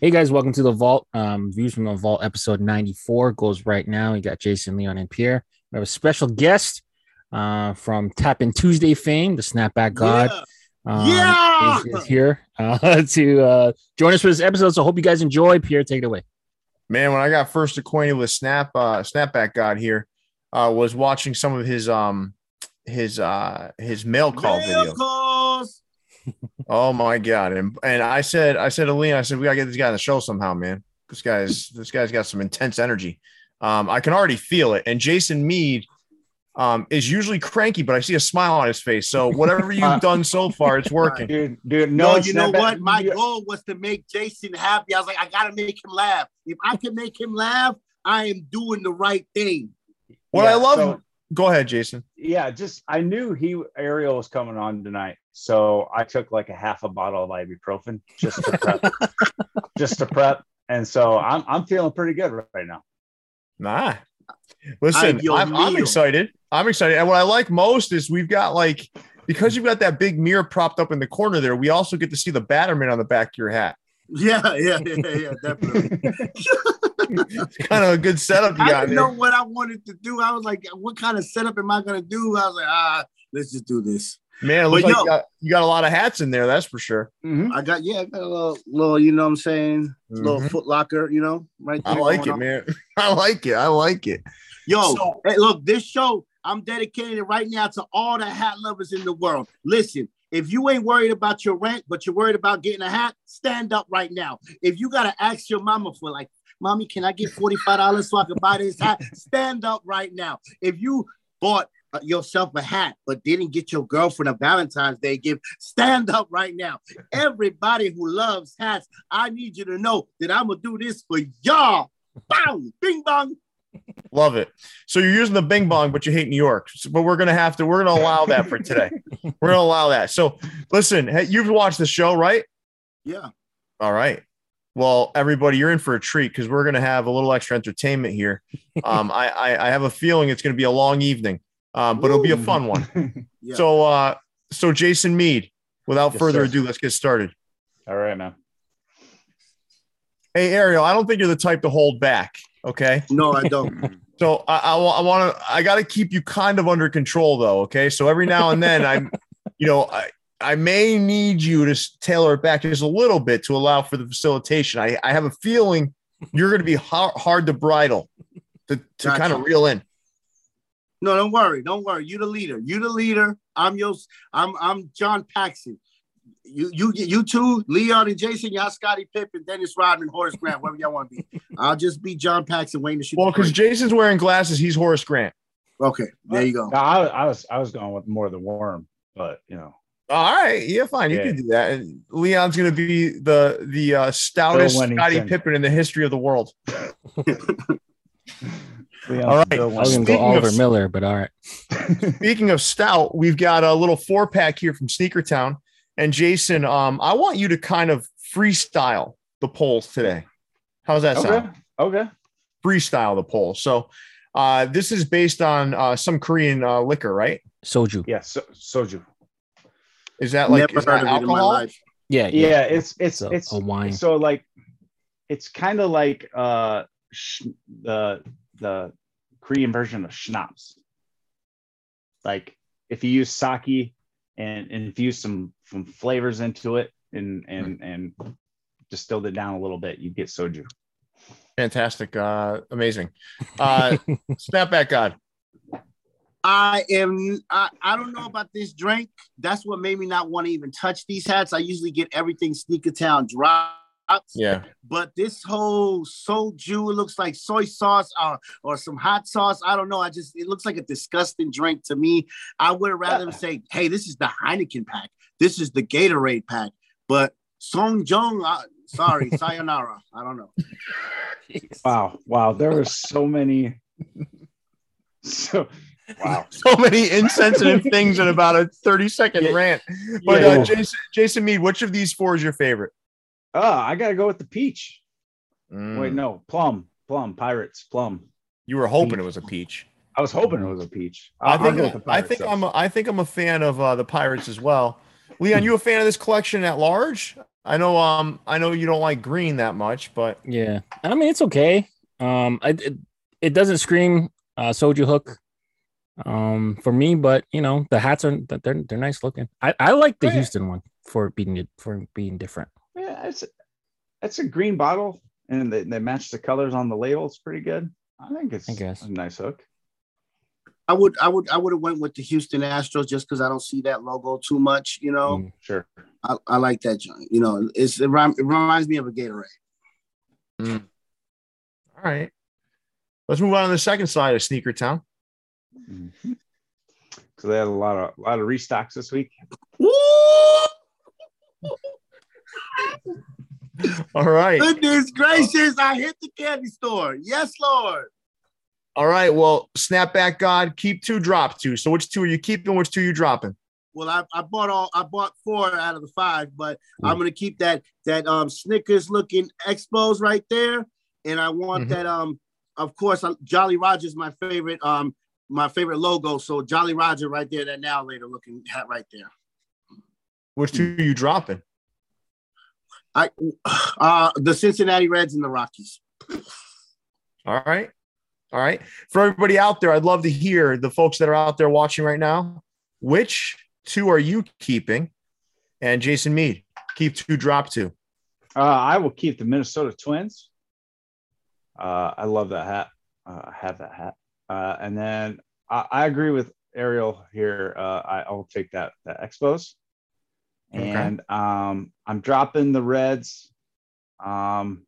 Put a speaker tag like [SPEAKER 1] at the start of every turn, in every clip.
[SPEAKER 1] Hey guys, welcome to the Vault. Um, Views from the Vault, episode 94 goes right now. We got Jason, Leon, and Pierre. We have a special guest uh, from Tap In Tuesday fame, the Snapback God. um,
[SPEAKER 2] Yeah!
[SPEAKER 1] is, is here uh, to uh, join us for this episode. So hope you guys enjoy. Pierre, take it away.
[SPEAKER 2] Man, when I got first acquainted with Snap uh Snapback God here, uh was watching some of his um his uh his mail call video.
[SPEAKER 3] calls.
[SPEAKER 2] Oh my god. And and I said I said to Leon, I said we gotta get this guy on the show somehow, man. This guy's this guy's got some intense energy. Um, I can already feel it. And Jason Mead um is usually cranky, but I see a smile on his face. So whatever you've done so far, it's working.
[SPEAKER 4] Dude, dude,
[SPEAKER 3] No,
[SPEAKER 4] no, it's
[SPEAKER 3] you know
[SPEAKER 4] not bad.
[SPEAKER 3] what? My
[SPEAKER 4] You-
[SPEAKER 3] goal was to make Jason happy. I was like, I gotta make him laugh. If I can make him laugh, I am doing the right thing.
[SPEAKER 2] What
[SPEAKER 4] yeah,
[SPEAKER 2] I love
[SPEAKER 4] so-
[SPEAKER 2] go ahead, Jason.
[SPEAKER 4] yeah, just I knew he Ariel was coming on tonight, so I took like a half a bottle of ibuprofen just to prep, just to prep, and so I'm I'm feeling pretty good right now.
[SPEAKER 2] Nah. Listen,
[SPEAKER 3] Ideal
[SPEAKER 2] I'm, I'm
[SPEAKER 3] meal.
[SPEAKER 2] excited. I'm excited. And what I like most is we've got like, because you've got that big mirror propped up in the corner there, we also get to see the Batterman on the back of your hat.
[SPEAKER 3] Yeah, yeah, yeah, yeah, definitely.
[SPEAKER 2] It's kind of a good setup you
[SPEAKER 3] I
[SPEAKER 2] got
[SPEAKER 3] didn't know
[SPEAKER 2] there.
[SPEAKER 3] what I wanted to do. I was like, what kind of setup am I gonna do? I was like, ah, let's just do this.
[SPEAKER 2] Man, it looks
[SPEAKER 3] But
[SPEAKER 2] like
[SPEAKER 3] yo-
[SPEAKER 2] you got, you got a lot of hats in there. That's for sure.
[SPEAKER 3] I got yeah, I got a little, little you know what I'm saying? Little
[SPEAKER 2] Mhm.
[SPEAKER 3] foot locker, you know, right there.
[SPEAKER 2] I like
[SPEAKER 3] going
[SPEAKER 2] it,
[SPEAKER 3] on.
[SPEAKER 2] man. I like it. I like it.
[SPEAKER 3] Yo,
[SPEAKER 2] So-
[SPEAKER 3] hey, look, this show, I'm dedicating it right now to all the hat lovers in the world. Listen, if you ain't worried about your rent, but you're worried about getting a hat, stand up right now. If you got to ask your mama for, like, mommy, can I get $45 so I can buy this hat? Stand up right now. If you bought uh, yourself a hat but didn't get your girlfriend a Valentine's Day gift, stand up right now. Everybody who loves hats, I need you to know that I'm going to do this for y'all. Bow, bing bong.
[SPEAKER 2] Love it. So you're using the bing bong, but you hate New York. So- but we're gonna have to. We're gonna allow that for today. we're gonna allow that. So listen, hey, you've watched the show, right?
[SPEAKER 3] Yeah.
[SPEAKER 2] All right. Well, everybody, you're in for a treat because we're going to have a little extra entertainment here. Um, I, I, I have a feeling it's going to be a long evening, um, but it'll be a
[SPEAKER 3] Ooh.
[SPEAKER 2] fun one.
[SPEAKER 3] Yeah.
[SPEAKER 2] So, uh, so Jason Mead, without
[SPEAKER 4] Yes,
[SPEAKER 2] further
[SPEAKER 4] sir.
[SPEAKER 2] ado, let's get started.
[SPEAKER 4] All right, man.
[SPEAKER 2] Hey, Ariel, I don't think you're the type to hold back. Okay.
[SPEAKER 3] No, I don't.
[SPEAKER 2] So I, I, wa- I want to, I got to keep you kind of under control though. Okay. So every now and then I'm, you know, I, I may need you to s- tailor it back just a little bit to allow for the facilitation. I, I have a feeling you're going to be hard, hard to bridle to, to
[SPEAKER 3] Gotcha.
[SPEAKER 2] kind of reel in.
[SPEAKER 3] No, don't worry. Don't worry. You the leader. You the leader. I'm your I'm I'm John Paxson. You you you two, Leon and Jason, y'all Scotty Pippen, Dennis Rodman, Horace Grant, whatever y'all want to be. I'll just be John Paxson waiting to shoot.
[SPEAKER 2] Well,
[SPEAKER 3] the
[SPEAKER 2] because
[SPEAKER 3] three.
[SPEAKER 2] Jason's wearing glasses, he's Horace Grant.
[SPEAKER 3] okay, there you go.
[SPEAKER 4] No, I, I was I was going with more the worm, but you know,
[SPEAKER 2] All right, yeah, fine, you
[SPEAKER 4] Yeah.
[SPEAKER 2] can do that. And Leon's going to be the the uh, stoutest
[SPEAKER 4] Bill Wennington.
[SPEAKER 2] Scottie Pippen in the history of the world.
[SPEAKER 4] Leon's
[SPEAKER 2] All right.
[SPEAKER 4] still
[SPEAKER 1] I was going to go
[SPEAKER 4] one.
[SPEAKER 2] Speaking of-
[SPEAKER 1] Oliver Miller, but all right.
[SPEAKER 2] Speaking of stout, we've got a little four pack here from Sneaker Town. And Jason, um, I want you to kind of freestyle the polls today. How's that sound?
[SPEAKER 4] okay, okay,
[SPEAKER 2] Freestyle the poll. So uh, this is based on uh, some Korean uh, liquor, right?
[SPEAKER 1] Soju.
[SPEAKER 4] yeah, so, soju.
[SPEAKER 2] Is that like
[SPEAKER 3] Never
[SPEAKER 2] is that
[SPEAKER 3] heard of it in my
[SPEAKER 2] alcohol?
[SPEAKER 3] life.
[SPEAKER 1] Yeah.
[SPEAKER 4] Yeah, it's it's
[SPEAKER 1] It's a,
[SPEAKER 4] it's
[SPEAKER 1] a wine.
[SPEAKER 4] so like it's kind of like uh sh- the the korean version of schnapps like if you use sake and, and infuse some some flavors into it and and and distilled it down a little bit you get soju
[SPEAKER 2] Fantastic, uh, amazing. Uh, snapback God.
[SPEAKER 3] I am I, I don't know about this drink. That's what made me not want to even touch these hats. I usually get everything Sneaker Town drops.
[SPEAKER 2] Yeah.
[SPEAKER 3] but this whole soju it looks like soy sauce or, or some hot sauce. I don't know. I just it looks like a disgusting drink to me. I would rather say, hey, this is the Heineken pack. This is the Gatorade pack. But Song Jong, uh, sorry, sayonara. I don't know.
[SPEAKER 4] wow wow there were so many so wow
[SPEAKER 2] So many insensitive things in about a 30 second
[SPEAKER 4] Yeah.
[SPEAKER 2] rant. But
[SPEAKER 4] Yeah.
[SPEAKER 2] uh, Jason, Jason Mead, which of these four is your favorite?
[SPEAKER 4] oh i gotta go with the peach wait
[SPEAKER 2] Mm,
[SPEAKER 4] no plum plum pirates plum
[SPEAKER 2] you were hoping it was a peach.
[SPEAKER 4] i was hoping it was a peach
[SPEAKER 2] I
[SPEAKER 4] I'll go with the
[SPEAKER 2] think I,
[SPEAKER 4] pirates,
[SPEAKER 2] think
[SPEAKER 4] though.
[SPEAKER 2] I'm a, I think I'm a fan of uh, the Pirates as well. Leon, you a fan of this collection at large? I know. Um, I know you don't like green that much, but
[SPEAKER 1] Yeah, and I mean it's okay. Um, I, it, it doesn't scream uh, Soju Hook, um, for me, but you know the hats are they're they're nice looking. I, I like the
[SPEAKER 4] Oh, yeah.
[SPEAKER 1] Houston one for being for being different.
[SPEAKER 4] Yeah, it's it's a green bottle, and they, they match the colors on the label. It's pretty good. I think it's
[SPEAKER 1] I guess.
[SPEAKER 4] a nice hook.
[SPEAKER 3] I would, I would, I would have went with the Houston Astros just because I don't see that logo too much. You know,
[SPEAKER 1] Mm.
[SPEAKER 4] Sure.
[SPEAKER 3] I, I like that joint. You know, it's it, rhyme, it reminds me of a Gatorade.
[SPEAKER 2] all right. Let's move on to the second side of Sneaker Town.
[SPEAKER 4] Mhm. So they had a lot of a lot of restocks this week.
[SPEAKER 3] Woo!
[SPEAKER 2] All right.
[SPEAKER 3] Goodness gracious! I hit the candy store. Yes, Lord.
[SPEAKER 2] All right. Well, Snapback God, keep two, drop two. So which two are you keeping? Which two are you dropping?
[SPEAKER 3] Well, I, I bought all. I bought four out of the five, but
[SPEAKER 1] Mm.
[SPEAKER 3] I'm gonna keep that that um Snickers looking expos right there, and I want
[SPEAKER 2] Mhm.
[SPEAKER 1] Mm-hmm.
[SPEAKER 3] that um. Of course, I, Jolly Roger's my favorite um my favorite logo. So Jolly Roger right there, that now later looking hat right there.
[SPEAKER 2] Which two are you dropping?
[SPEAKER 3] I uh the Cincinnati Reds and the Rockies.
[SPEAKER 2] All right. All right. For everybody out there, I'd love to hear the folks that are out there watching right now. Which two are you keeping? And Jason Mead, keep two, drop two.
[SPEAKER 4] Uh, I will keep the Minnesota Twins. Uh, I love that hat. Uh, I have that hat. Uh, and then I, I agree with Ariel here. Uh, I, I'll take that that Expos.
[SPEAKER 2] Okay.
[SPEAKER 4] And um, I'm dropping the Reds, um,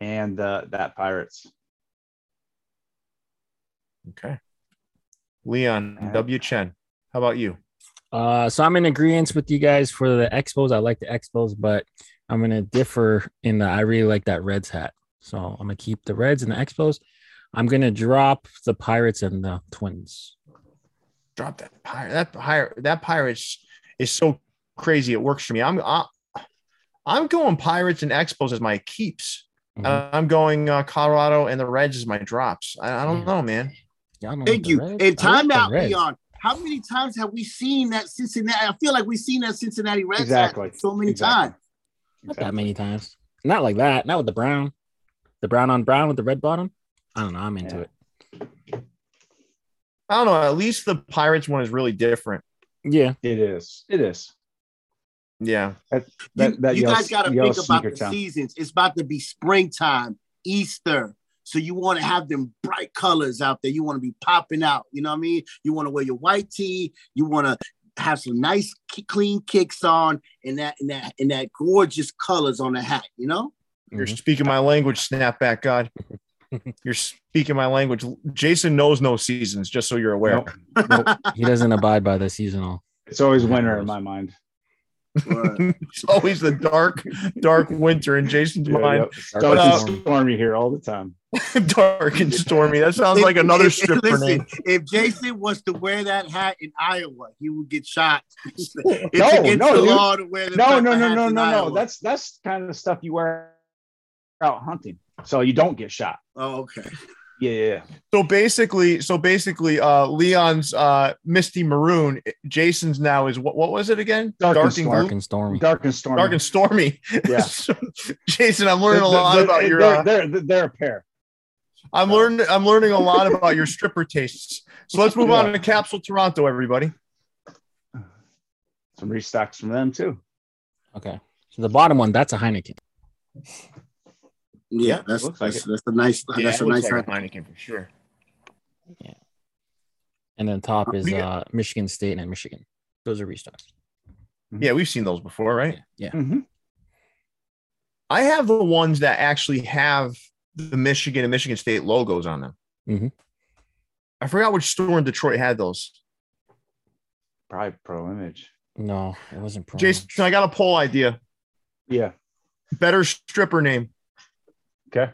[SPEAKER 4] and uh, that Pirates.
[SPEAKER 2] Okay. Leon
[SPEAKER 4] All right.
[SPEAKER 2] W. Chen, how about you?
[SPEAKER 1] Uh, so I'm in agreement with you guys for the Expos. I like the Expos, but I'm gonna differ in that I really like that Reds hat. So I'm gonna keep the Reds and the Expos. I'm gonna drop the Pirates and the Twins.
[SPEAKER 2] Drop that pirate. That pirate. That pirates is so crazy. It works for me. I'm I, I'm going pirates and expos as my keeps.
[SPEAKER 4] Mm-hmm.
[SPEAKER 1] Mhm.
[SPEAKER 2] Uh, I'm going uh, Colorado and the Reds as my drops. I, I don't
[SPEAKER 4] Mm.
[SPEAKER 1] Yeah.
[SPEAKER 2] know, man.
[SPEAKER 1] Y'all don't like Oh,
[SPEAKER 3] Thank
[SPEAKER 1] the
[SPEAKER 3] you.
[SPEAKER 1] Reds?
[SPEAKER 3] And
[SPEAKER 1] I like the
[SPEAKER 3] timeout,
[SPEAKER 1] Reds.
[SPEAKER 3] Leon. How many times have we seen that Cincinnati? I feel like we've seen that Cincinnati Reds hat
[SPEAKER 4] Exactly.
[SPEAKER 3] so many
[SPEAKER 4] Exactly.
[SPEAKER 3] times.
[SPEAKER 1] Not that many times. Not like that. Not with the brown. The brown on brown with the red bottom. I don't know. I'm into
[SPEAKER 4] Yeah.
[SPEAKER 1] it.
[SPEAKER 2] I don't know. At least the pirates one is really different.
[SPEAKER 1] Yeah.
[SPEAKER 4] It is. It is.
[SPEAKER 2] Yeah.
[SPEAKER 4] That,
[SPEAKER 3] you
[SPEAKER 4] that
[SPEAKER 3] you
[SPEAKER 4] yellow-
[SPEAKER 3] guys got to
[SPEAKER 4] yellow
[SPEAKER 3] think about
[SPEAKER 4] sneaker
[SPEAKER 3] the
[SPEAKER 4] town.
[SPEAKER 3] seasons. It's about to be springtime, Easter. So you want to have them bright colors out there. You want to be popping out. You know what I mean? You want to wear your white tee. You want to have some nice, ki- clean kicks on, and that and that and that gorgeous colors on the hat. You know?
[SPEAKER 2] You're
[SPEAKER 4] Mm-hmm.
[SPEAKER 1] Mhm.
[SPEAKER 2] speaking my language, snapback God. You're speaking my language. Jason knows no seasons, just so you're aware.
[SPEAKER 4] Nope. Nope.
[SPEAKER 1] He doesn't abide by the seasonal.
[SPEAKER 4] It's always winter in my mind.
[SPEAKER 2] it's always the dark, dark winter in Jason's mind.
[SPEAKER 4] Yep. Dark
[SPEAKER 2] Uh,
[SPEAKER 4] and stormy here all the time.
[SPEAKER 2] dark and stormy. That sounds
[SPEAKER 3] If-
[SPEAKER 2] like another
[SPEAKER 3] if-
[SPEAKER 2] stripper
[SPEAKER 3] listen,
[SPEAKER 2] name.
[SPEAKER 3] If Jason was to wear that hat in Iowa, he would get shot. it's
[SPEAKER 4] No,
[SPEAKER 3] against
[SPEAKER 4] no,
[SPEAKER 3] the
[SPEAKER 4] dude.
[SPEAKER 3] law to wear the
[SPEAKER 4] No,
[SPEAKER 3] type
[SPEAKER 4] no,
[SPEAKER 3] of
[SPEAKER 4] no,
[SPEAKER 3] hats
[SPEAKER 4] no, no,
[SPEAKER 3] in
[SPEAKER 4] no.
[SPEAKER 3] Iowa.
[SPEAKER 4] That's that's kind of the stuff you wear out hunting, so you don't get shot.
[SPEAKER 3] oh, okay.
[SPEAKER 4] Yeah, yeah, yeah.
[SPEAKER 2] So basically, so basically, uh, Leon's uh, misty maroon. Jason's now is what? What was it again?
[SPEAKER 4] Dark and stormy.
[SPEAKER 1] Dark
[SPEAKER 2] blue?
[SPEAKER 1] and stormy.
[SPEAKER 4] dark and stormy.
[SPEAKER 2] dark and stormy.
[SPEAKER 4] Yeah.
[SPEAKER 2] So, Jason, I'm learning a lot
[SPEAKER 4] They're-
[SPEAKER 2] about
[SPEAKER 4] they're,
[SPEAKER 2] your.
[SPEAKER 4] They're,
[SPEAKER 2] Uh,
[SPEAKER 4] they're, they're, a pair.
[SPEAKER 2] I'm learning. I'm learning a lot about your stripper tastes. So let's move on
[SPEAKER 4] Yeah.
[SPEAKER 2] to Capsule Toronto, everybody.
[SPEAKER 4] Some restocks from them too.
[SPEAKER 1] Okay. So the bottom one, that's a Heineken.
[SPEAKER 3] Yeah,
[SPEAKER 2] Yeah,
[SPEAKER 3] that's
[SPEAKER 4] looks
[SPEAKER 3] that's,
[SPEAKER 4] like it.
[SPEAKER 3] that's a nice that's a nice hat.
[SPEAKER 2] Heineken for sure.
[SPEAKER 1] And then top is
[SPEAKER 2] We-
[SPEAKER 1] uh, Michigan State and Michigan. Those are restocks.
[SPEAKER 2] Yeah, we've seen those before, right?
[SPEAKER 1] Yeah. yeah.
[SPEAKER 4] Mhm.
[SPEAKER 2] I have the ones that actually have the Michigan and Michigan State logos on them.
[SPEAKER 1] Mhm.
[SPEAKER 2] I forgot which store in Detroit had those.
[SPEAKER 4] Probably pro image.
[SPEAKER 1] No, it wasn't. Prime.
[SPEAKER 2] Jason, I got a poll idea.
[SPEAKER 4] Yeah.
[SPEAKER 2] Better stripper name,
[SPEAKER 4] Okay.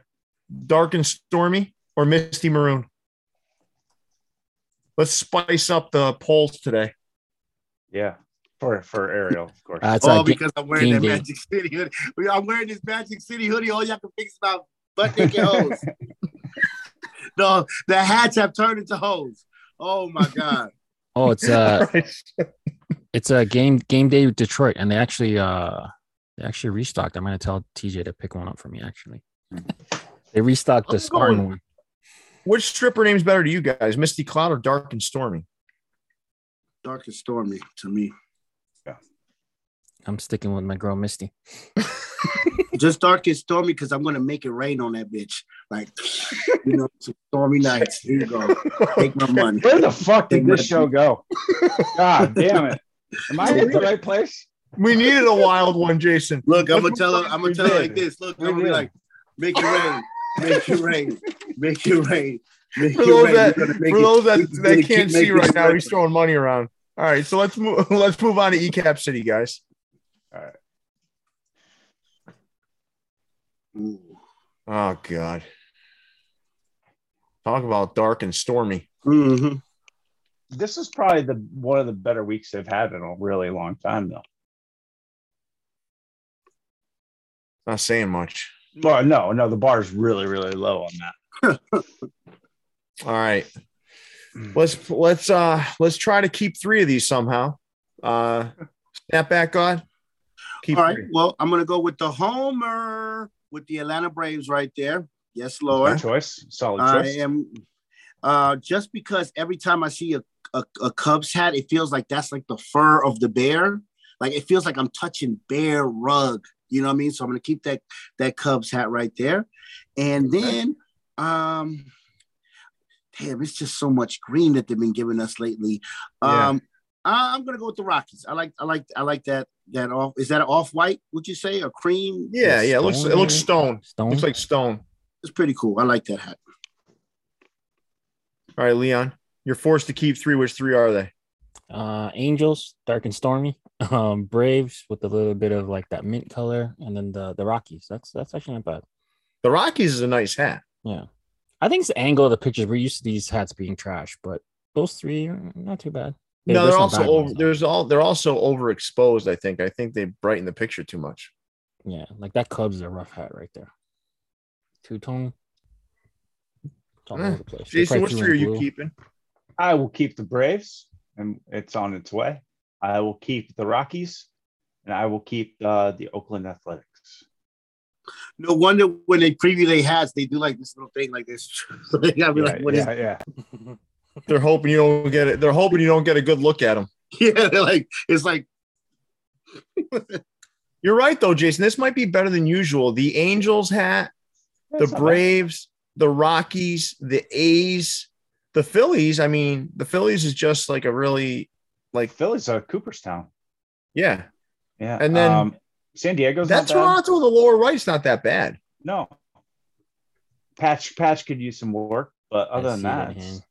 [SPEAKER 2] Dark and Stormy or Misty Maroon? Let's spice up the polls today.
[SPEAKER 4] Yeah. For for Ariel, of course.
[SPEAKER 1] Uh, it's
[SPEAKER 3] Oh,
[SPEAKER 1] uh, Ga-
[SPEAKER 3] because I'm wearing that
[SPEAKER 1] game day.
[SPEAKER 3] Magic City hoodie. I'm wearing this Magic City hoodie. All y'all can fix is my butt naked hoes. no, the hats have turned into hoes. Oh my god.
[SPEAKER 1] oh, it's uh,
[SPEAKER 2] All right.
[SPEAKER 1] it's a game game day with Detroit, and they actually uh, They actually restocked. I'm gonna tell TJ to pick one up for me. Actually,
[SPEAKER 2] Hmm.
[SPEAKER 1] they restocked the
[SPEAKER 2] I'm
[SPEAKER 1] Spartan
[SPEAKER 2] going-
[SPEAKER 1] one.
[SPEAKER 2] Which stripper name's better to you guys, Misty Cloud or Dark and Stormy?
[SPEAKER 3] Dark and stormy to me.
[SPEAKER 1] I'm sticking with my girl Misty.
[SPEAKER 3] Just dark and stormy because I'm gonna make it rain on that bitch. Like you know, some stormy nights. Here you go. Take my money.
[SPEAKER 4] Where the fuck did this show go? God damn it. Am I at the right place?
[SPEAKER 2] we needed a wild one, Jason.
[SPEAKER 3] Look, I'm gonna
[SPEAKER 2] Look what
[SPEAKER 3] tell her.
[SPEAKER 2] fucking
[SPEAKER 3] I'm
[SPEAKER 2] we
[SPEAKER 3] gonna tell her
[SPEAKER 2] did.
[SPEAKER 3] like this. Look,
[SPEAKER 4] We
[SPEAKER 3] I'm gonna be
[SPEAKER 4] did.
[SPEAKER 3] like, make it rain, make it rain, make it rain, make
[SPEAKER 2] For
[SPEAKER 3] it
[SPEAKER 2] those
[SPEAKER 3] rain.
[SPEAKER 2] that-
[SPEAKER 3] We're gonna make
[SPEAKER 2] For
[SPEAKER 3] it-
[SPEAKER 2] those that,
[SPEAKER 3] we're gonna
[SPEAKER 2] that
[SPEAKER 3] keep
[SPEAKER 2] can't see
[SPEAKER 3] making
[SPEAKER 2] right
[SPEAKER 3] it
[SPEAKER 2] now,
[SPEAKER 3] rain.
[SPEAKER 2] he's throwing money around. All right, so let's move. Let's move on to ECap City, guys.
[SPEAKER 3] Ooh.
[SPEAKER 2] Oh God, talk about dark and stormy.
[SPEAKER 3] Mhm.
[SPEAKER 4] This is probably the one of the better weeks they've had in a really long time, though.
[SPEAKER 2] Not saying much.
[SPEAKER 4] Well, no, no, the bar is really, really low on that.
[SPEAKER 2] All right, let's let's uh let's try to keep three of these somehow. Uh, snap back, God. Keep
[SPEAKER 3] All right.
[SPEAKER 2] three.
[SPEAKER 3] Well, I'm gonna go with the homer with the Atlanta Braves right there. Yes, Lord.
[SPEAKER 4] Good choice. Solid
[SPEAKER 3] I
[SPEAKER 4] choice.
[SPEAKER 3] am uh, just because every time I see a, a, a Cubs hat, it feels like that's like the fur of the bear. Like it feels like I'm touching bear rug. You know what I mean? So I'm gonna keep that that Cubs hat right there. And then um damn, it's just so much green that they've been giving us lately.
[SPEAKER 2] Yeah.
[SPEAKER 3] Um I- I'm gonna go with the Rockies. I like I like I like that that off is that off white, would you say? A cream?
[SPEAKER 2] Yeah, yeah. It looks it looks stone.
[SPEAKER 1] Stone.
[SPEAKER 2] Looks like stone.
[SPEAKER 3] It's pretty cool. I like that hat.
[SPEAKER 2] All right, Leon. You're forced to keep three. Which three are they?
[SPEAKER 1] uh angels dark and stormy um braves with a little bit of like that mint color and then the the rockies that's that's actually not bad
[SPEAKER 2] The Rockies is a nice hat.
[SPEAKER 1] i think it's the angle of the pictures we're used to these hats being trash but those three are not too bad There-
[SPEAKER 2] no,
[SPEAKER 1] there's
[SPEAKER 2] they're
[SPEAKER 1] some
[SPEAKER 2] also
[SPEAKER 1] bad
[SPEAKER 2] over,
[SPEAKER 1] ones, though.
[SPEAKER 2] there's all they're also overexposed. I think. I think they brighten the picture too much.
[SPEAKER 1] yeah like that cubs is a rough hat right there two-tone it's all
[SPEAKER 2] Eh,
[SPEAKER 1] over the place. They
[SPEAKER 2] Jason,
[SPEAKER 1] probably
[SPEAKER 2] which
[SPEAKER 1] threw
[SPEAKER 2] three are
[SPEAKER 1] in
[SPEAKER 2] you
[SPEAKER 1] blue.
[SPEAKER 2] keeping?
[SPEAKER 4] I will keep the Braves, and it's on its way. I will keep the Rockies, and I will keep uh, the Oakland Athletics.
[SPEAKER 3] No wonder when they preview they hats, they do like this little thing like this. so they gotta be like,
[SPEAKER 4] Yeah,
[SPEAKER 3] what is?
[SPEAKER 4] yeah, yeah.
[SPEAKER 2] They're hoping you don't get it. They're hoping you don't get a good look at them.
[SPEAKER 3] Yeah, they're like it's like
[SPEAKER 2] You're right though, Jason. This might be better than usual. The Angels hat, the
[SPEAKER 4] That's not bad.
[SPEAKER 2] Braves, the Rockies, the A's, the Phillies. I mean, the Phillies is just like a really
[SPEAKER 4] Like Philly's a Cooperstown.
[SPEAKER 2] yeah.
[SPEAKER 4] Yeah, um,
[SPEAKER 2] And then-
[SPEAKER 4] San Diego's
[SPEAKER 2] That
[SPEAKER 4] not bad.
[SPEAKER 2] Toronto, the lower right's not that bad.
[SPEAKER 4] No, Patch Patch could use some work, but other
[SPEAKER 1] I
[SPEAKER 4] than
[SPEAKER 1] see that
[SPEAKER 4] that, it's-
[SPEAKER 1] hand.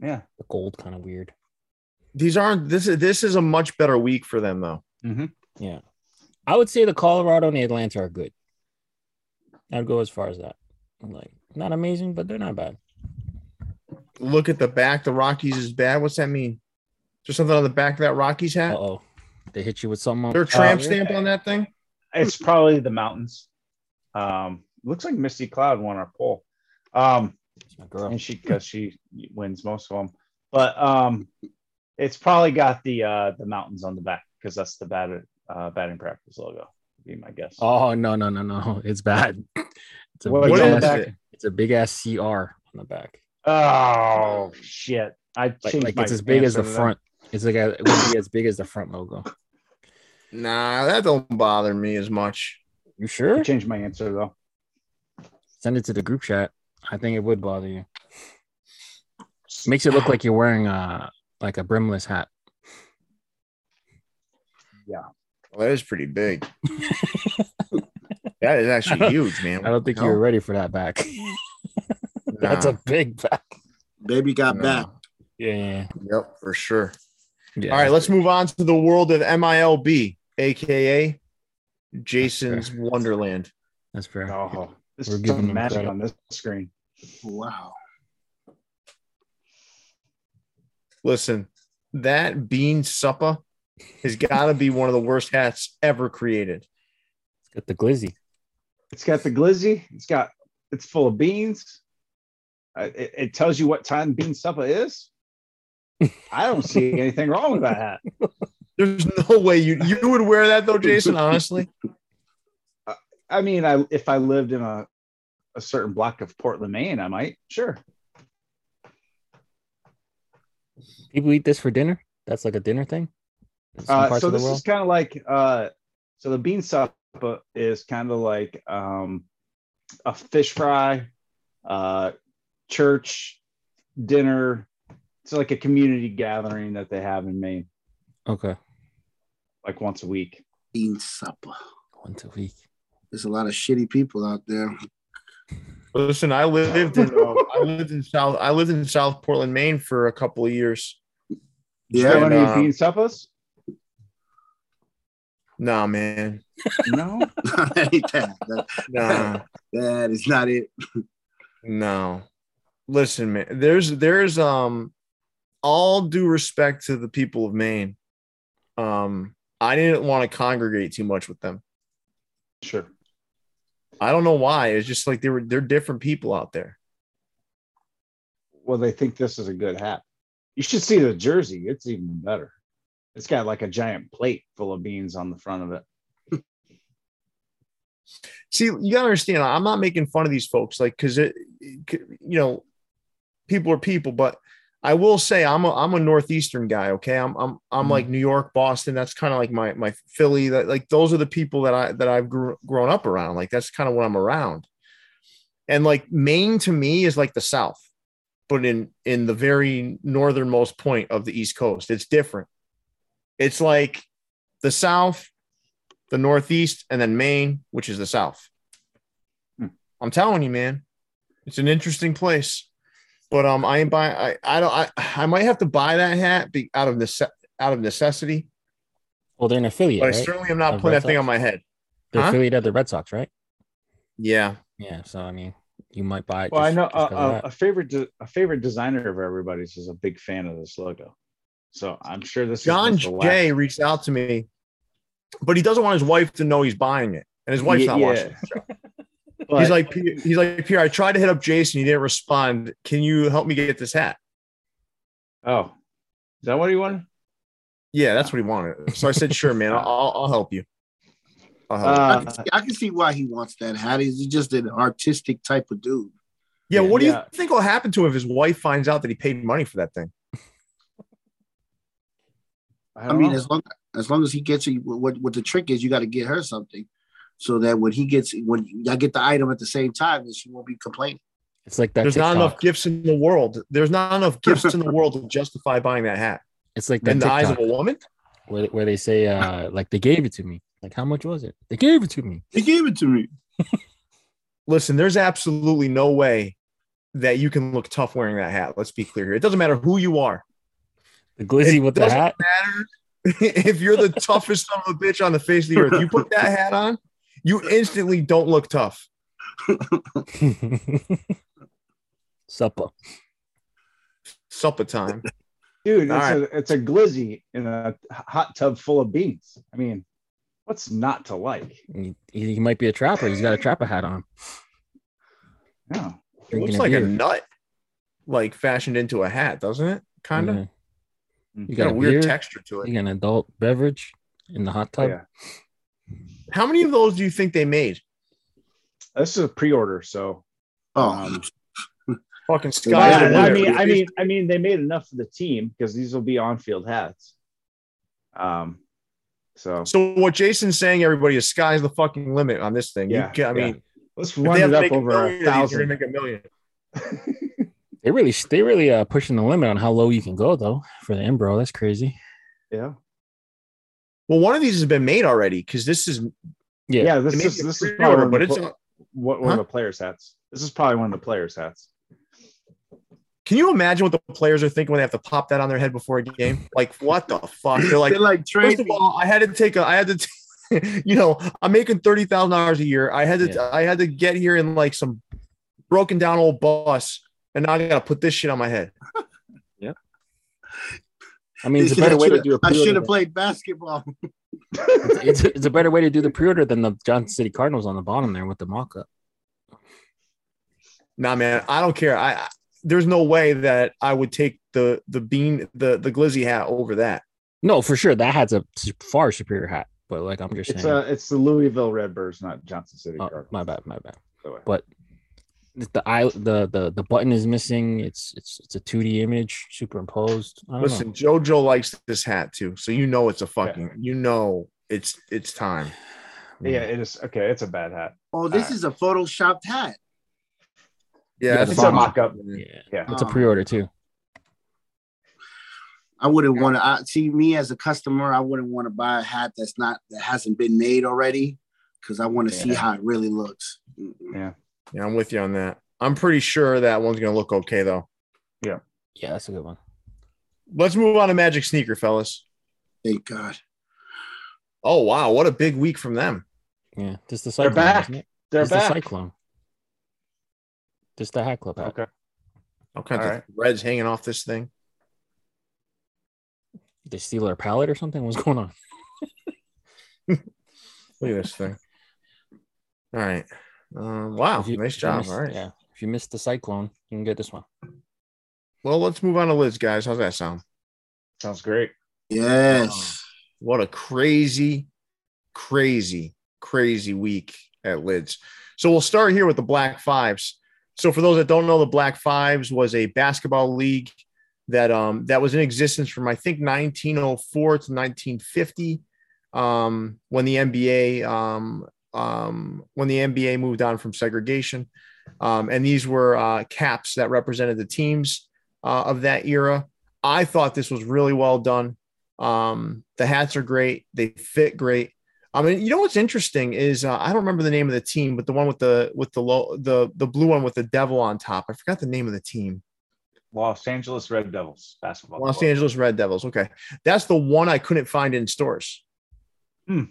[SPEAKER 4] yeah.
[SPEAKER 1] the gold kind of weird
[SPEAKER 2] These aren't this is this is a much better week for them though.
[SPEAKER 1] yeah i would say the colorado and the atlanta are good i'd go as far as that like not amazing but they're not bad
[SPEAKER 2] Look at the back. The Rockies is bad. What's that mean? Just something on the back of that Rockies
[SPEAKER 1] Uh
[SPEAKER 2] hat.
[SPEAKER 1] oh. They hit you with something. Oh, on-
[SPEAKER 2] Their tramp
[SPEAKER 4] Uh,
[SPEAKER 2] stamp on that thing.
[SPEAKER 4] It's probably the mountains. Um, looks like Misty Cloud won our poll. Um,
[SPEAKER 1] It's my girl.
[SPEAKER 4] and she because she wins most of them. But um, it's probably got the uh the mountains on the back because that's the bat uh, batting practice logo. would Be my guess.
[SPEAKER 1] Oh no, no, no, no. It's bad. It's a
[SPEAKER 4] What
[SPEAKER 1] big
[SPEAKER 2] is
[SPEAKER 1] ass,
[SPEAKER 2] it?
[SPEAKER 1] it's a big ass CR on the back.
[SPEAKER 4] Oh, shit! I
[SPEAKER 1] Like,
[SPEAKER 4] changed
[SPEAKER 1] like
[SPEAKER 4] my
[SPEAKER 1] it's as big as the
[SPEAKER 4] answer to that.
[SPEAKER 1] front. It's like a, it would be as big as the front logo.
[SPEAKER 2] Nah, that don't bother me as much.
[SPEAKER 1] You
[SPEAKER 4] I
[SPEAKER 1] sure?
[SPEAKER 4] changed my answer though.
[SPEAKER 1] Send it to the group chat. I think it would bother you. Makes it look like you're wearing a like a brimless hat.
[SPEAKER 2] Well, that is pretty big. that is actually huge, man.
[SPEAKER 1] I don't think you were ready for that back. That's a big back.
[SPEAKER 3] baby got back.
[SPEAKER 1] Yeah, yeah.
[SPEAKER 2] Yep, for sure.
[SPEAKER 1] yeah.
[SPEAKER 2] All right, let's move on to the world of MILB, aka Jason's Wonderland.
[SPEAKER 1] That's fair.
[SPEAKER 4] Oh, this
[SPEAKER 1] We're
[SPEAKER 4] is
[SPEAKER 1] giving
[SPEAKER 4] some
[SPEAKER 1] them
[SPEAKER 4] magic
[SPEAKER 1] credit.
[SPEAKER 4] on this screen.
[SPEAKER 3] Wow.
[SPEAKER 2] Listen, that bean supper has got to be one of the worst hats ever created.
[SPEAKER 1] It's got the glizzy.
[SPEAKER 4] It's got the glizzy. It's got it's full of beans. Uh, It, it tells you what time bean supper is. I don't see anything wrong with that hat.
[SPEAKER 2] There's no way you you would wear that though, Jason. Honestly,
[SPEAKER 4] I mean, I if I lived in a a certain block of Portland, Maine, I might. Sure.
[SPEAKER 1] People eat this for dinner. That's like a dinner thing. in some
[SPEAKER 4] Uh,
[SPEAKER 1] parts
[SPEAKER 4] so
[SPEAKER 1] of the
[SPEAKER 4] this
[SPEAKER 1] world?
[SPEAKER 4] is kind of like uh, so the bean supper is kind of like um, a fish fry, uh, church dinner. It's like a community gathering that they have in Maine,
[SPEAKER 1] okay.
[SPEAKER 4] like once a week.
[SPEAKER 3] Bean supper.
[SPEAKER 1] Once a week.
[SPEAKER 3] There's a lot of shitty people out there.
[SPEAKER 2] Listen, I lived in uh, I lived in South I lived in South Portland, Maine for a couple of years.
[SPEAKER 4] You
[SPEAKER 3] Yeah.
[SPEAKER 4] have any
[SPEAKER 2] And, um,
[SPEAKER 4] bean suppers?
[SPEAKER 2] Nah, man.
[SPEAKER 4] No.
[SPEAKER 3] Ain't that- that-
[SPEAKER 2] Nah.
[SPEAKER 3] that is not it.
[SPEAKER 2] No. Listen, man, there's there's um all due respect to the people of Maine. Um I didn't want to congregate too much with them.
[SPEAKER 4] sure.
[SPEAKER 2] I don't know why. It's just like they were they're different people out there.
[SPEAKER 4] Well, they think this is a good hat. You should see the jersey. It's even better. It's got like a giant plate full of beans on the front of it.
[SPEAKER 2] See, you gotta understand, I'm not making fun of these folks, like because it, it c- you know, people are people, but I will say I'm a I'm a northeastern guy, okay? I'm I'm I'm
[SPEAKER 1] Mhm.
[SPEAKER 2] like New York, Boston. That's kind of like my my Philly. That like those are the people that I that I've grew, grown up around. Like that's kind of what I'm around. And like Maine to me is like the South, but in in the very northernmost point of the East Coast, it's different. It's like the South, the Northeast, and then Maine, which is the South.
[SPEAKER 4] Hmm.
[SPEAKER 2] I'm telling you, man, it's an interesting place but um, I ain't buying. I, I don't. I, I might have to buy that hat be, out of nece- out of necessity,
[SPEAKER 1] Well, they're an affiliate,
[SPEAKER 2] but I
[SPEAKER 1] right?
[SPEAKER 2] certainly am
[SPEAKER 1] Of
[SPEAKER 2] not putting
[SPEAKER 1] Red
[SPEAKER 2] that thing
[SPEAKER 1] Sox?
[SPEAKER 2] on my head.
[SPEAKER 1] they're
[SPEAKER 2] huh?
[SPEAKER 1] affiliate of the Red Sox, right?
[SPEAKER 2] Yeah,
[SPEAKER 1] Yeah. So I mean, you might buy it.
[SPEAKER 4] Well, I
[SPEAKER 1] just-
[SPEAKER 4] know
[SPEAKER 1] just 'cause
[SPEAKER 2] uh,
[SPEAKER 1] of
[SPEAKER 4] a,
[SPEAKER 1] that.
[SPEAKER 4] a, a favorite de- a favorite designer of everybody's is a big fan of this logo, so I'm sure this
[SPEAKER 2] John
[SPEAKER 4] is just the last-
[SPEAKER 2] Jay reached out to me, but he doesn't want his wife to know he's buying it, and his wife's
[SPEAKER 4] Ye-
[SPEAKER 2] not
[SPEAKER 4] yeah.
[SPEAKER 2] watching.
[SPEAKER 4] But
[SPEAKER 2] he's like, "P- he's like, Pierre. I tried to hit up Jason. He didn't respond. Can you help me get this hat?
[SPEAKER 4] oh, is that what he wanted?
[SPEAKER 2] Yeah, that's what he wanted. So I said, sure, man. I'll, I'll, I'll help you. I'll help
[SPEAKER 3] I
[SPEAKER 2] you."
[SPEAKER 4] Uh,
[SPEAKER 3] can, see, I can see why he wants that hat. He's he's just an artistic type of dude. Uh,
[SPEAKER 2] yeah,
[SPEAKER 1] yeah.
[SPEAKER 2] what do
[SPEAKER 4] Yeah.
[SPEAKER 2] you think will happen to him if his wife finds out that he paid money for that thing?
[SPEAKER 4] I,
[SPEAKER 3] I mean,
[SPEAKER 4] know.
[SPEAKER 3] as long as long as he gets it, what what the trick is, you got to get her something, so that when he gets when I get the item at the same time, then she won't be complaining.
[SPEAKER 1] it's like that.
[SPEAKER 2] There's
[SPEAKER 1] TikTok.
[SPEAKER 2] not enough gifts in the world. There's not enough gifts in the world to justify buying that hat.
[SPEAKER 1] It's like that.
[SPEAKER 2] In the eyes of
[SPEAKER 1] TikTok
[SPEAKER 2] a woman,
[SPEAKER 1] where, where they say, uh, like they gave it to me. Like how much was it? They gave it to me.
[SPEAKER 3] He gave it to me.
[SPEAKER 2] listen, there's absolutely no way that you can look tough wearing that hat. Let's be clear here. It doesn't matter who you are.
[SPEAKER 1] The glizzy with the
[SPEAKER 2] doesn't
[SPEAKER 1] hat.
[SPEAKER 2] Matter if you're the toughest son of a bitch on the face of the earth. You put that hat on, you instantly don't look tough.
[SPEAKER 1] Supper.
[SPEAKER 2] Supper time.
[SPEAKER 4] dude, it's,
[SPEAKER 2] all right.
[SPEAKER 4] a, it's a glizzy in a hot tub full of beans. I mean, what's not to like?
[SPEAKER 1] He, he might be a trapper. He's got a trapper hat on.
[SPEAKER 4] Yeah.
[SPEAKER 2] It
[SPEAKER 1] Drinking
[SPEAKER 2] looks
[SPEAKER 1] a
[SPEAKER 2] like a
[SPEAKER 1] beer.
[SPEAKER 2] nut, like fashioned into a hat, doesn't it? Kind of.
[SPEAKER 1] Yeah.
[SPEAKER 4] Mm.
[SPEAKER 1] You
[SPEAKER 2] Got a
[SPEAKER 1] beer,
[SPEAKER 2] weird texture to
[SPEAKER 1] You
[SPEAKER 2] it.
[SPEAKER 1] got an adult beverage in the hot tub.
[SPEAKER 4] Oh, yeah.
[SPEAKER 2] How many of those do you think they made?
[SPEAKER 4] This is a pre-order, so
[SPEAKER 3] Oh,
[SPEAKER 4] Um,
[SPEAKER 2] Fucking
[SPEAKER 3] Guys,
[SPEAKER 2] sky.
[SPEAKER 4] Yeah,
[SPEAKER 3] I
[SPEAKER 4] I
[SPEAKER 3] wonder-
[SPEAKER 4] mean, I mean, I mean, they made enough for the team because these will be on-field hats. Um, so
[SPEAKER 2] So what Jason's saying, everybody, is sky's the fucking limit on this thing. You
[SPEAKER 4] Yeah,
[SPEAKER 2] ca- I
[SPEAKER 4] yeah.
[SPEAKER 2] mean,
[SPEAKER 4] let's
[SPEAKER 2] if
[SPEAKER 4] run
[SPEAKER 2] they have
[SPEAKER 4] it
[SPEAKER 2] to
[SPEAKER 4] up
[SPEAKER 2] make
[SPEAKER 4] over
[SPEAKER 2] million
[SPEAKER 4] a
[SPEAKER 2] of these, you're gonna
[SPEAKER 4] thousand.
[SPEAKER 2] make a million.
[SPEAKER 1] They really, they really uh, pushing the limit on how low you can go though for the Embro. That's crazy.
[SPEAKER 4] yeah.
[SPEAKER 2] Well, one of these has been made already because this is
[SPEAKER 1] Yeah.
[SPEAKER 4] yeah, This
[SPEAKER 2] it may
[SPEAKER 4] is
[SPEAKER 2] be a
[SPEAKER 4] this is
[SPEAKER 2] pre-order,
[SPEAKER 4] probably one,
[SPEAKER 2] but
[SPEAKER 4] of the,
[SPEAKER 2] it's.
[SPEAKER 4] pl- what- one of the players' hats. This is probably one of the players' hats.
[SPEAKER 2] Can you imagine what the players are thinking when they have to pop that on their head before a game? Like, what the fuck? They're like,
[SPEAKER 3] they're like
[SPEAKER 2] first
[SPEAKER 3] trade.
[SPEAKER 2] of all, I had to take a, I had to, t- you know, I'm making thirty thousand dollars a year. I had to,
[SPEAKER 1] Yeah.
[SPEAKER 2] I had to get here in like some broken down old bus, and now I gotta put this shit on my head.
[SPEAKER 1] I mean, it's a better way to do a
[SPEAKER 3] I
[SPEAKER 1] pre-order
[SPEAKER 3] should have
[SPEAKER 1] than-
[SPEAKER 3] played basketball.
[SPEAKER 1] it's, it's a better way to do the pre-order than the Johnson City Cardinals on the bottom there with the mock-up.
[SPEAKER 2] Nah, man, I don't care. I, I there's no way that I would take the the bean the the glizzy hat over that.
[SPEAKER 1] No, for sure that hat's a s- far superior hat. But like I'm just
[SPEAKER 4] It's
[SPEAKER 1] saying,
[SPEAKER 4] uh it's the Louisville Redbirds, not Johnson City
[SPEAKER 1] oh,
[SPEAKER 4] Cardinals.
[SPEAKER 1] my bad, my bad.
[SPEAKER 4] by the way.
[SPEAKER 1] But the eye, the the the button is missing. It's it's it's a 2D image superimposed. I don't
[SPEAKER 2] Listen,
[SPEAKER 1] know.
[SPEAKER 2] JoJo likes this hat too, so you know it's a fucking. You know it's it's time.
[SPEAKER 4] Yeah, it is okay. It's a bad hat.
[SPEAKER 3] Oh, this
[SPEAKER 2] Alright.
[SPEAKER 3] is a photoshopped hat.
[SPEAKER 2] Yeah,
[SPEAKER 1] Yeah,
[SPEAKER 2] I
[SPEAKER 1] the
[SPEAKER 2] think
[SPEAKER 4] It's a
[SPEAKER 1] bomber.
[SPEAKER 2] so.
[SPEAKER 4] mock up.
[SPEAKER 1] Yeah.
[SPEAKER 4] Yeah. Uh-huh.
[SPEAKER 1] It's a
[SPEAKER 3] Oh.
[SPEAKER 1] pre-order too.
[SPEAKER 3] I wouldn't want to see me as a customer. I wouldn't want to buy a hat that's not that hasn't been made already because I want to see
[SPEAKER 4] Yeah.
[SPEAKER 3] how it really looks. Mm-mm.
[SPEAKER 2] Yeah, I'm with you on that. I'm pretty sure that one's gonna look okay though.
[SPEAKER 1] Yeah, that's a good one.
[SPEAKER 2] Let's move on to Magic Sneaker, fellas.
[SPEAKER 3] Thank God.
[SPEAKER 2] Oh wow, what a big week from them.
[SPEAKER 1] Yeah, just the
[SPEAKER 4] They're
[SPEAKER 1] cyclone.
[SPEAKER 4] back.
[SPEAKER 1] isn't it?
[SPEAKER 4] They're
[SPEAKER 1] Just the
[SPEAKER 4] back.
[SPEAKER 1] cyclone. Just the hat club hat.
[SPEAKER 4] Okay.
[SPEAKER 2] All kinds
[SPEAKER 4] All
[SPEAKER 2] of
[SPEAKER 4] right.
[SPEAKER 2] threads hanging off this thing.
[SPEAKER 1] They steal our palette or something? What's going on?
[SPEAKER 2] Look at this thing. All right. Um, wow,
[SPEAKER 1] If you-
[SPEAKER 2] nice
[SPEAKER 1] if you
[SPEAKER 2] job.
[SPEAKER 1] missed-
[SPEAKER 2] All right.
[SPEAKER 1] Yeah. If you missed the cyclone, you can get this one.
[SPEAKER 2] Well, let's move on to Liz, guys. How's that sound?
[SPEAKER 4] Sounds great.
[SPEAKER 3] Yes.
[SPEAKER 2] What a crazy, crazy, crazy week at Lids. So we'll start here with the Black Fives. So for those that don't know, the Black Fives was a basketball league that um that was in existence from I think 1904 to 1950, um, when the NBA um, um, when the NBA moved on from segregation, um, and these were uh, caps that represented the teams uh, of that era. I thought this was really well done. Um, the hats are great. They fit great. I mean, you know what's interesting is uh, I don't remember the name of the team, but the one with the with the low the the blue one with the devil on top. I forgot the name of the team.
[SPEAKER 4] Los Angeles Red Devils basketball.
[SPEAKER 2] Los
[SPEAKER 4] club.
[SPEAKER 2] Angeles Red Devils. Okay, that's the one I couldn't find in stores.
[SPEAKER 4] Hmm.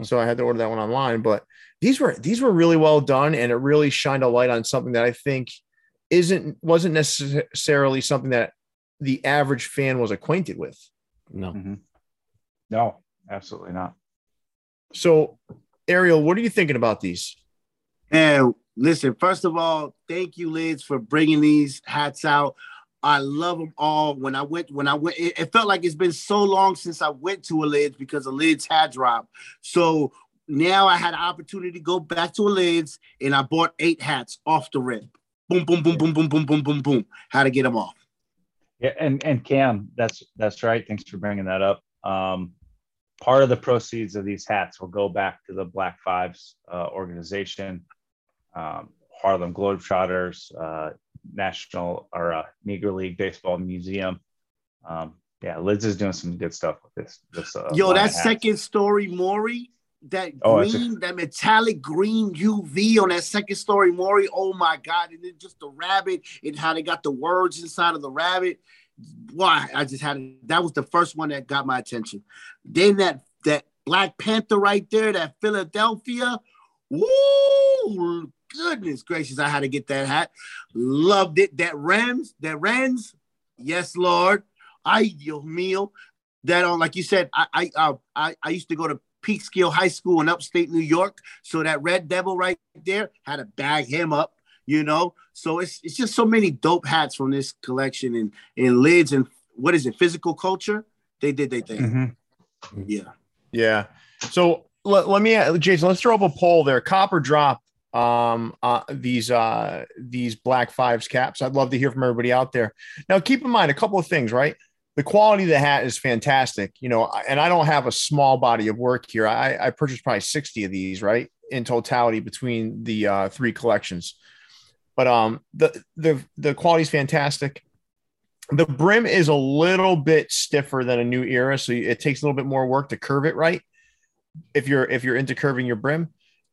[SPEAKER 2] So I had to order that one online. But these were these were really well done, and it really shined a light on something that I think isn't wasn't necessarily something that the average fan was acquainted with.
[SPEAKER 1] No.
[SPEAKER 4] No, absolutely not.
[SPEAKER 2] So, Ariel, what are you thinking about these?
[SPEAKER 3] And listen, first of all, thank you, Liz, for bringing these hats out. I love them all. When I went, when I went, it, it felt like it's been so long since I went to a Lids because a Lids had dropped. So now I had an opportunity to go back to a Lids and I bought eight hats off the rip. Boom, boom, boom, boom, boom, boom, boom, boom, boom. How to get them off.
[SPEAKER 4] Yeah, and and Cam, that's that's right. Thanks for bringing that up. Um, part of the proceeds of these hats will go back to the Black Fives uh, organization, um, Harlem Globetrotters, uh, National or uh, Negro League Baseball Museum. Um, yeah, Liz is doing some good stuff with this. this uh,
[SPEAKER 3] Yo,
[SPEAKER 4] line
[SPEAKER 3] that
[SPEAKER 4] of hats.
[SPEAKER 3] second story Maury, that
[SPEAKER 4] Oh, it's a-
[SPEAKER 3] green, that metallic green UV on that second story Maury. Oh my God. And then just the rabbit and how they got the words inside of the rabbit. Why? I just had that was the first one that got my attention. Then that that Black Panther right there, that Philadelphia. Woo! Goodness gracious, I had to get that hat. Loved it. That Rams, that Rams, yes, Lord. I yo meal that on like you said i i uh, i, I used to go to peekskill high school in upstate new york so that red devil right there had to bag him up you know so it's it's just so many dope hats from this collection and and lids and what is it physical culture they did they thing
[SPEAKER 4] Mhm.
[SPEAKER 3] yeah
[SPEAKER 2] Yeah. So let, let me, Jason, let's throw up a poll there. Cop or drop um uh these uh these black fives caps i'd love to hear from everybody out there now keep in mind a couple of things right the quality of the hat is fantastic you know I- and i don't have a small body of work here i i purchased probably 60 of these right in totality between the uh three collections but um the the the quality is fantastic the brim is a little bit stiffer than a new era so it takes a little bit more work to curve it right if you're if you're into curving your brim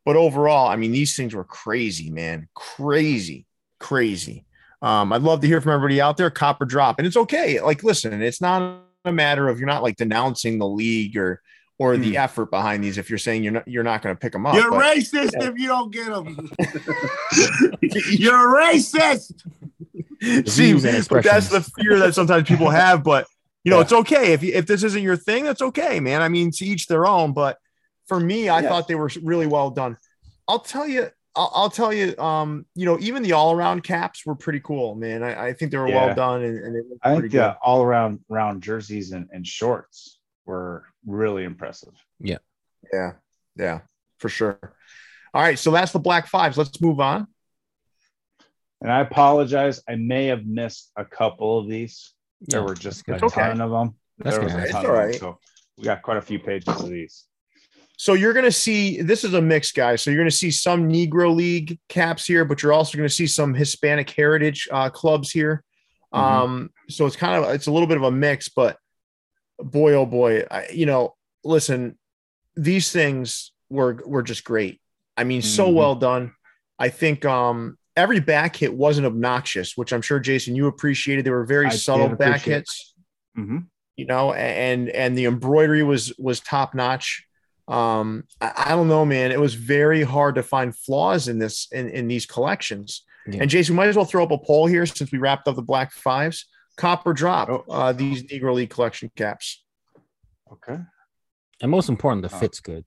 [SPEAKER 2] but overall i mean these things were crazy man crazy crazy um i'd love to hear from everybody out there copper drop and it's okay like listen it's not a matter of you're not like denouncing the league or or the effort behind these if you're saying you're not you're not going to pick them up
[SPEAKER 3] you're
[SPEAKER 2] but-
[SPEAKER 3] racist if you don't get them you're racist
[SPEAKER 2] See,
[SPEAKER 1] views and
[SPEAKER 2] but that's
[SPEAKER 1] expressions.
[SPEAKER 2] the fear that sometimes people have. But you know,
[SPEAKER 4] Yeah.
[SPEAKER 2] it's okay if you- if this isn't your thing, that's okay, man. I mean, to each their own. But for me, I
[SPEAKER 4] Yes.
[SPEAKER 2] thought they were really well done. I'll tell you, I'll, I'll tell you, um, you know, even the all around caps were pretty cool, man. I, I think they were well
[SPEAKER 4] Yeah.
[SPEAKER 2] done and, and they looked
[SPEAKER 4] I
[SPEAKER 2] pretty
[SPEAKER 4] think the all around round jerseys and, and shorts were really impressive.
[SPEAKER 2] Yeah, yeah, for sure. All right, so that's the black fives. Let's move on.
[SPEAKER 4] And I apologize. I may have missed a couple of these. There were just a
[SPEAKER 1] That's
[SPEAKER 2] okay.
[SPEAKER 4] ton of them.
[SPEAKER 1] That's
[SPEAKER 4] there was
[SPEAKER 1] good.
[SPEAKER 4] a
[SPEAKER 2] It's
[SPEAKER 4] ton
[SPEAKER 2] all
[SPEAKER 4] of them.
[SPEAKER 2] right.
[SPEAKER 4] So we got quite a few pages of these.
[SPEAKER 2] So you're going to see this is a mix, guys. So you're going to see some Negro League caps here, but you're also going to see some Hispanic Heritage uh, clubs here.
[SPEAKER 1] Mhm.
[SPEAKER 4] Mm-hmm.
[SPEAKER 2] Um, so it's kind of it's a little bit of a mix, but boy, oh boy, I, you know, listen, these things were were just great. I mean, so
[SPEAKER 4] Mhm.
[SPEAKER 2] well done. I think um, every back hit wasn't obnoxious, which I'm sure Jason you appreciated. They were very
[SPEAKER 4] I did
[SPEAKER 2] subtle back
[SPEAKER 4] appreciate it.
[SPEAKER 2] hits
[SPEAKER 4] Mhm.
[SPEAKER 2] you know, and and the embroidery was was top notch. Um, I, I don't know, man. It was very hard to find flaws in this in, in these collections.
[SPEAKER 1] Yeah.
[SPEAKER 2] And Jason, we might as well throw up a poll here since we wrapped up the black fives. Copper drop
[SPEAKER 4] Oh.
[SPEAKER 2] uh, these Negro League collection caps.
[SPEAKER 4] Okay.
[SPEAKER 1] And most important, the
[SPEAKER 4] Oh.
[SPEAKER 1] fit's good.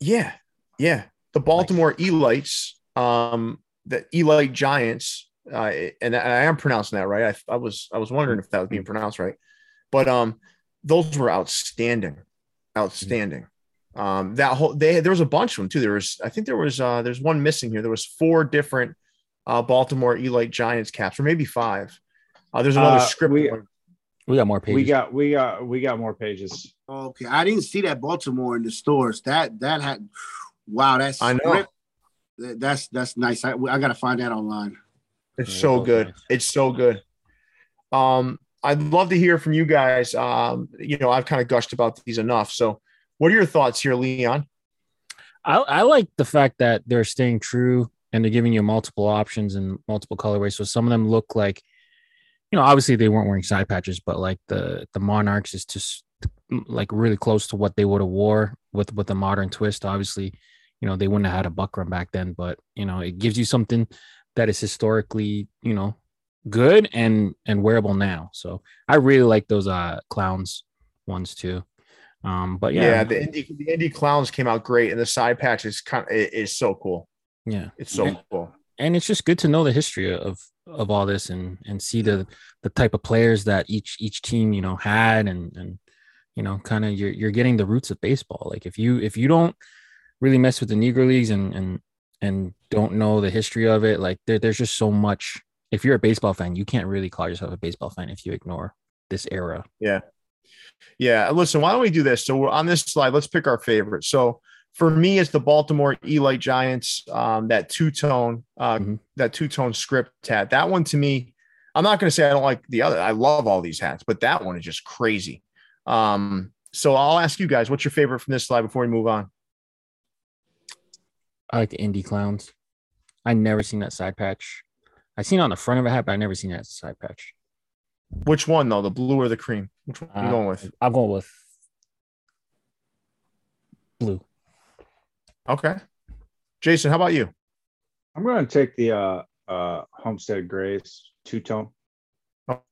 [SPEAKER 2] Yeah, yeah. The Baltimore Elites, um, the Elite Giants, uh, and I I am pronouncing that right. I, I was I was wondering if that was being pronounced right, but um, those were outstanding, outstanding. Um, that whole they there was a bunch of them too. There was I think there was uh, there's one missing here. There was four different uh, Baltimore Elite Giants caps, or maybe five. Uh, there's another
[SPEAKER 4] Uh,
[SPEAKER 2] script.
[SPEAKER 4] we-
[SPEAKER 2] one.
[SPEAKER 1] We got more pages.
[SPEAKER 4] We got we got we got more pages.
[SPEAKER 3] Okay, I didn't see that Baltimore in the stores. That that had wow. That's
[SPEAKER 2] I know.
[SPEAKER 3] That's that's nice. I, I gotta find that online.
[SPEAKER 2] It's
[SPEAKER 1] Yeah,
[SPEAKER 2] so
[SPEAKER 1] both
[SPEAKER 2] good.
[SPEAKER 1] nice.
[SPEAKER 2] It's so good. Um, I'd love to hear from you guys. Um, you know, I've kind of gushed about these enough. So, what are your thoughts here, Leon?
[SPEAKER 1] I, I like the fact that they're staying true and they're giving you multiple options and multiple colorways. So some of them look like, you know, obviously they weren't wearing side patches, but like the the Monarchs is just like really close to what they would have wore with with a modern twist. Obviously, you know, they wouldn't have had a buckram back then, but you know, it gives you something that is historically, you know, good and and wearable now. So I really like those uh clowns ones too. Um, but yeah,
[SPEAKER 2] the indie the indie clowns came out great, and the side patch is kind of, it is so cool.
[SPEAKER 1] yeah.
[SPEAKER 2] It's so
[SPEAKER 1] Yeah.
[SPEAKER 2] cool.
[SPEAKER 1] and it's just good to know the history of of all this and and see the the type of players that each each team you know had and and you know kind of you're you're getting the roots of baseball like if you if you don't really mess with the negro leagues and and and don't know the history of it like there, there's just so much if you're a baseball fan you can't really call yourself a baseball fan if you ignore this era
[SPEAKER 2] Yeah, listen, why don't we do this? So we're on this slide. Let's pick our favorite. So for me, it's the Baltimore Elite Giants. Um, that two tone, uh,
[SPEAKER 4] Mm-hmm.
[SPEAKER 1] Mhm.
[SPEAKER 2] that two tone script hat. That one to me, I'm not going to say I don't like the other. I love all these hats, but that one is just crazy. Um, so I'll ask you guys, what's your favorite from this slide before we move on?
[SPEAKER 1] i like the indie clowns i never seen that side patch i seen it on the front of a hat but i never seen that side patch
[SPEAKER 2] Which one though, the blue or the cream? Which one are you
[SPEAKER 1] Uh,
[SPEAKER 2] going with?
[SPEAKER 1] i'm going with blue
[SPEAKER 2] Okay, Jason, how about you?
[SPEAKER 4] I'm going to take the uh, uh, Homestead Grays two tone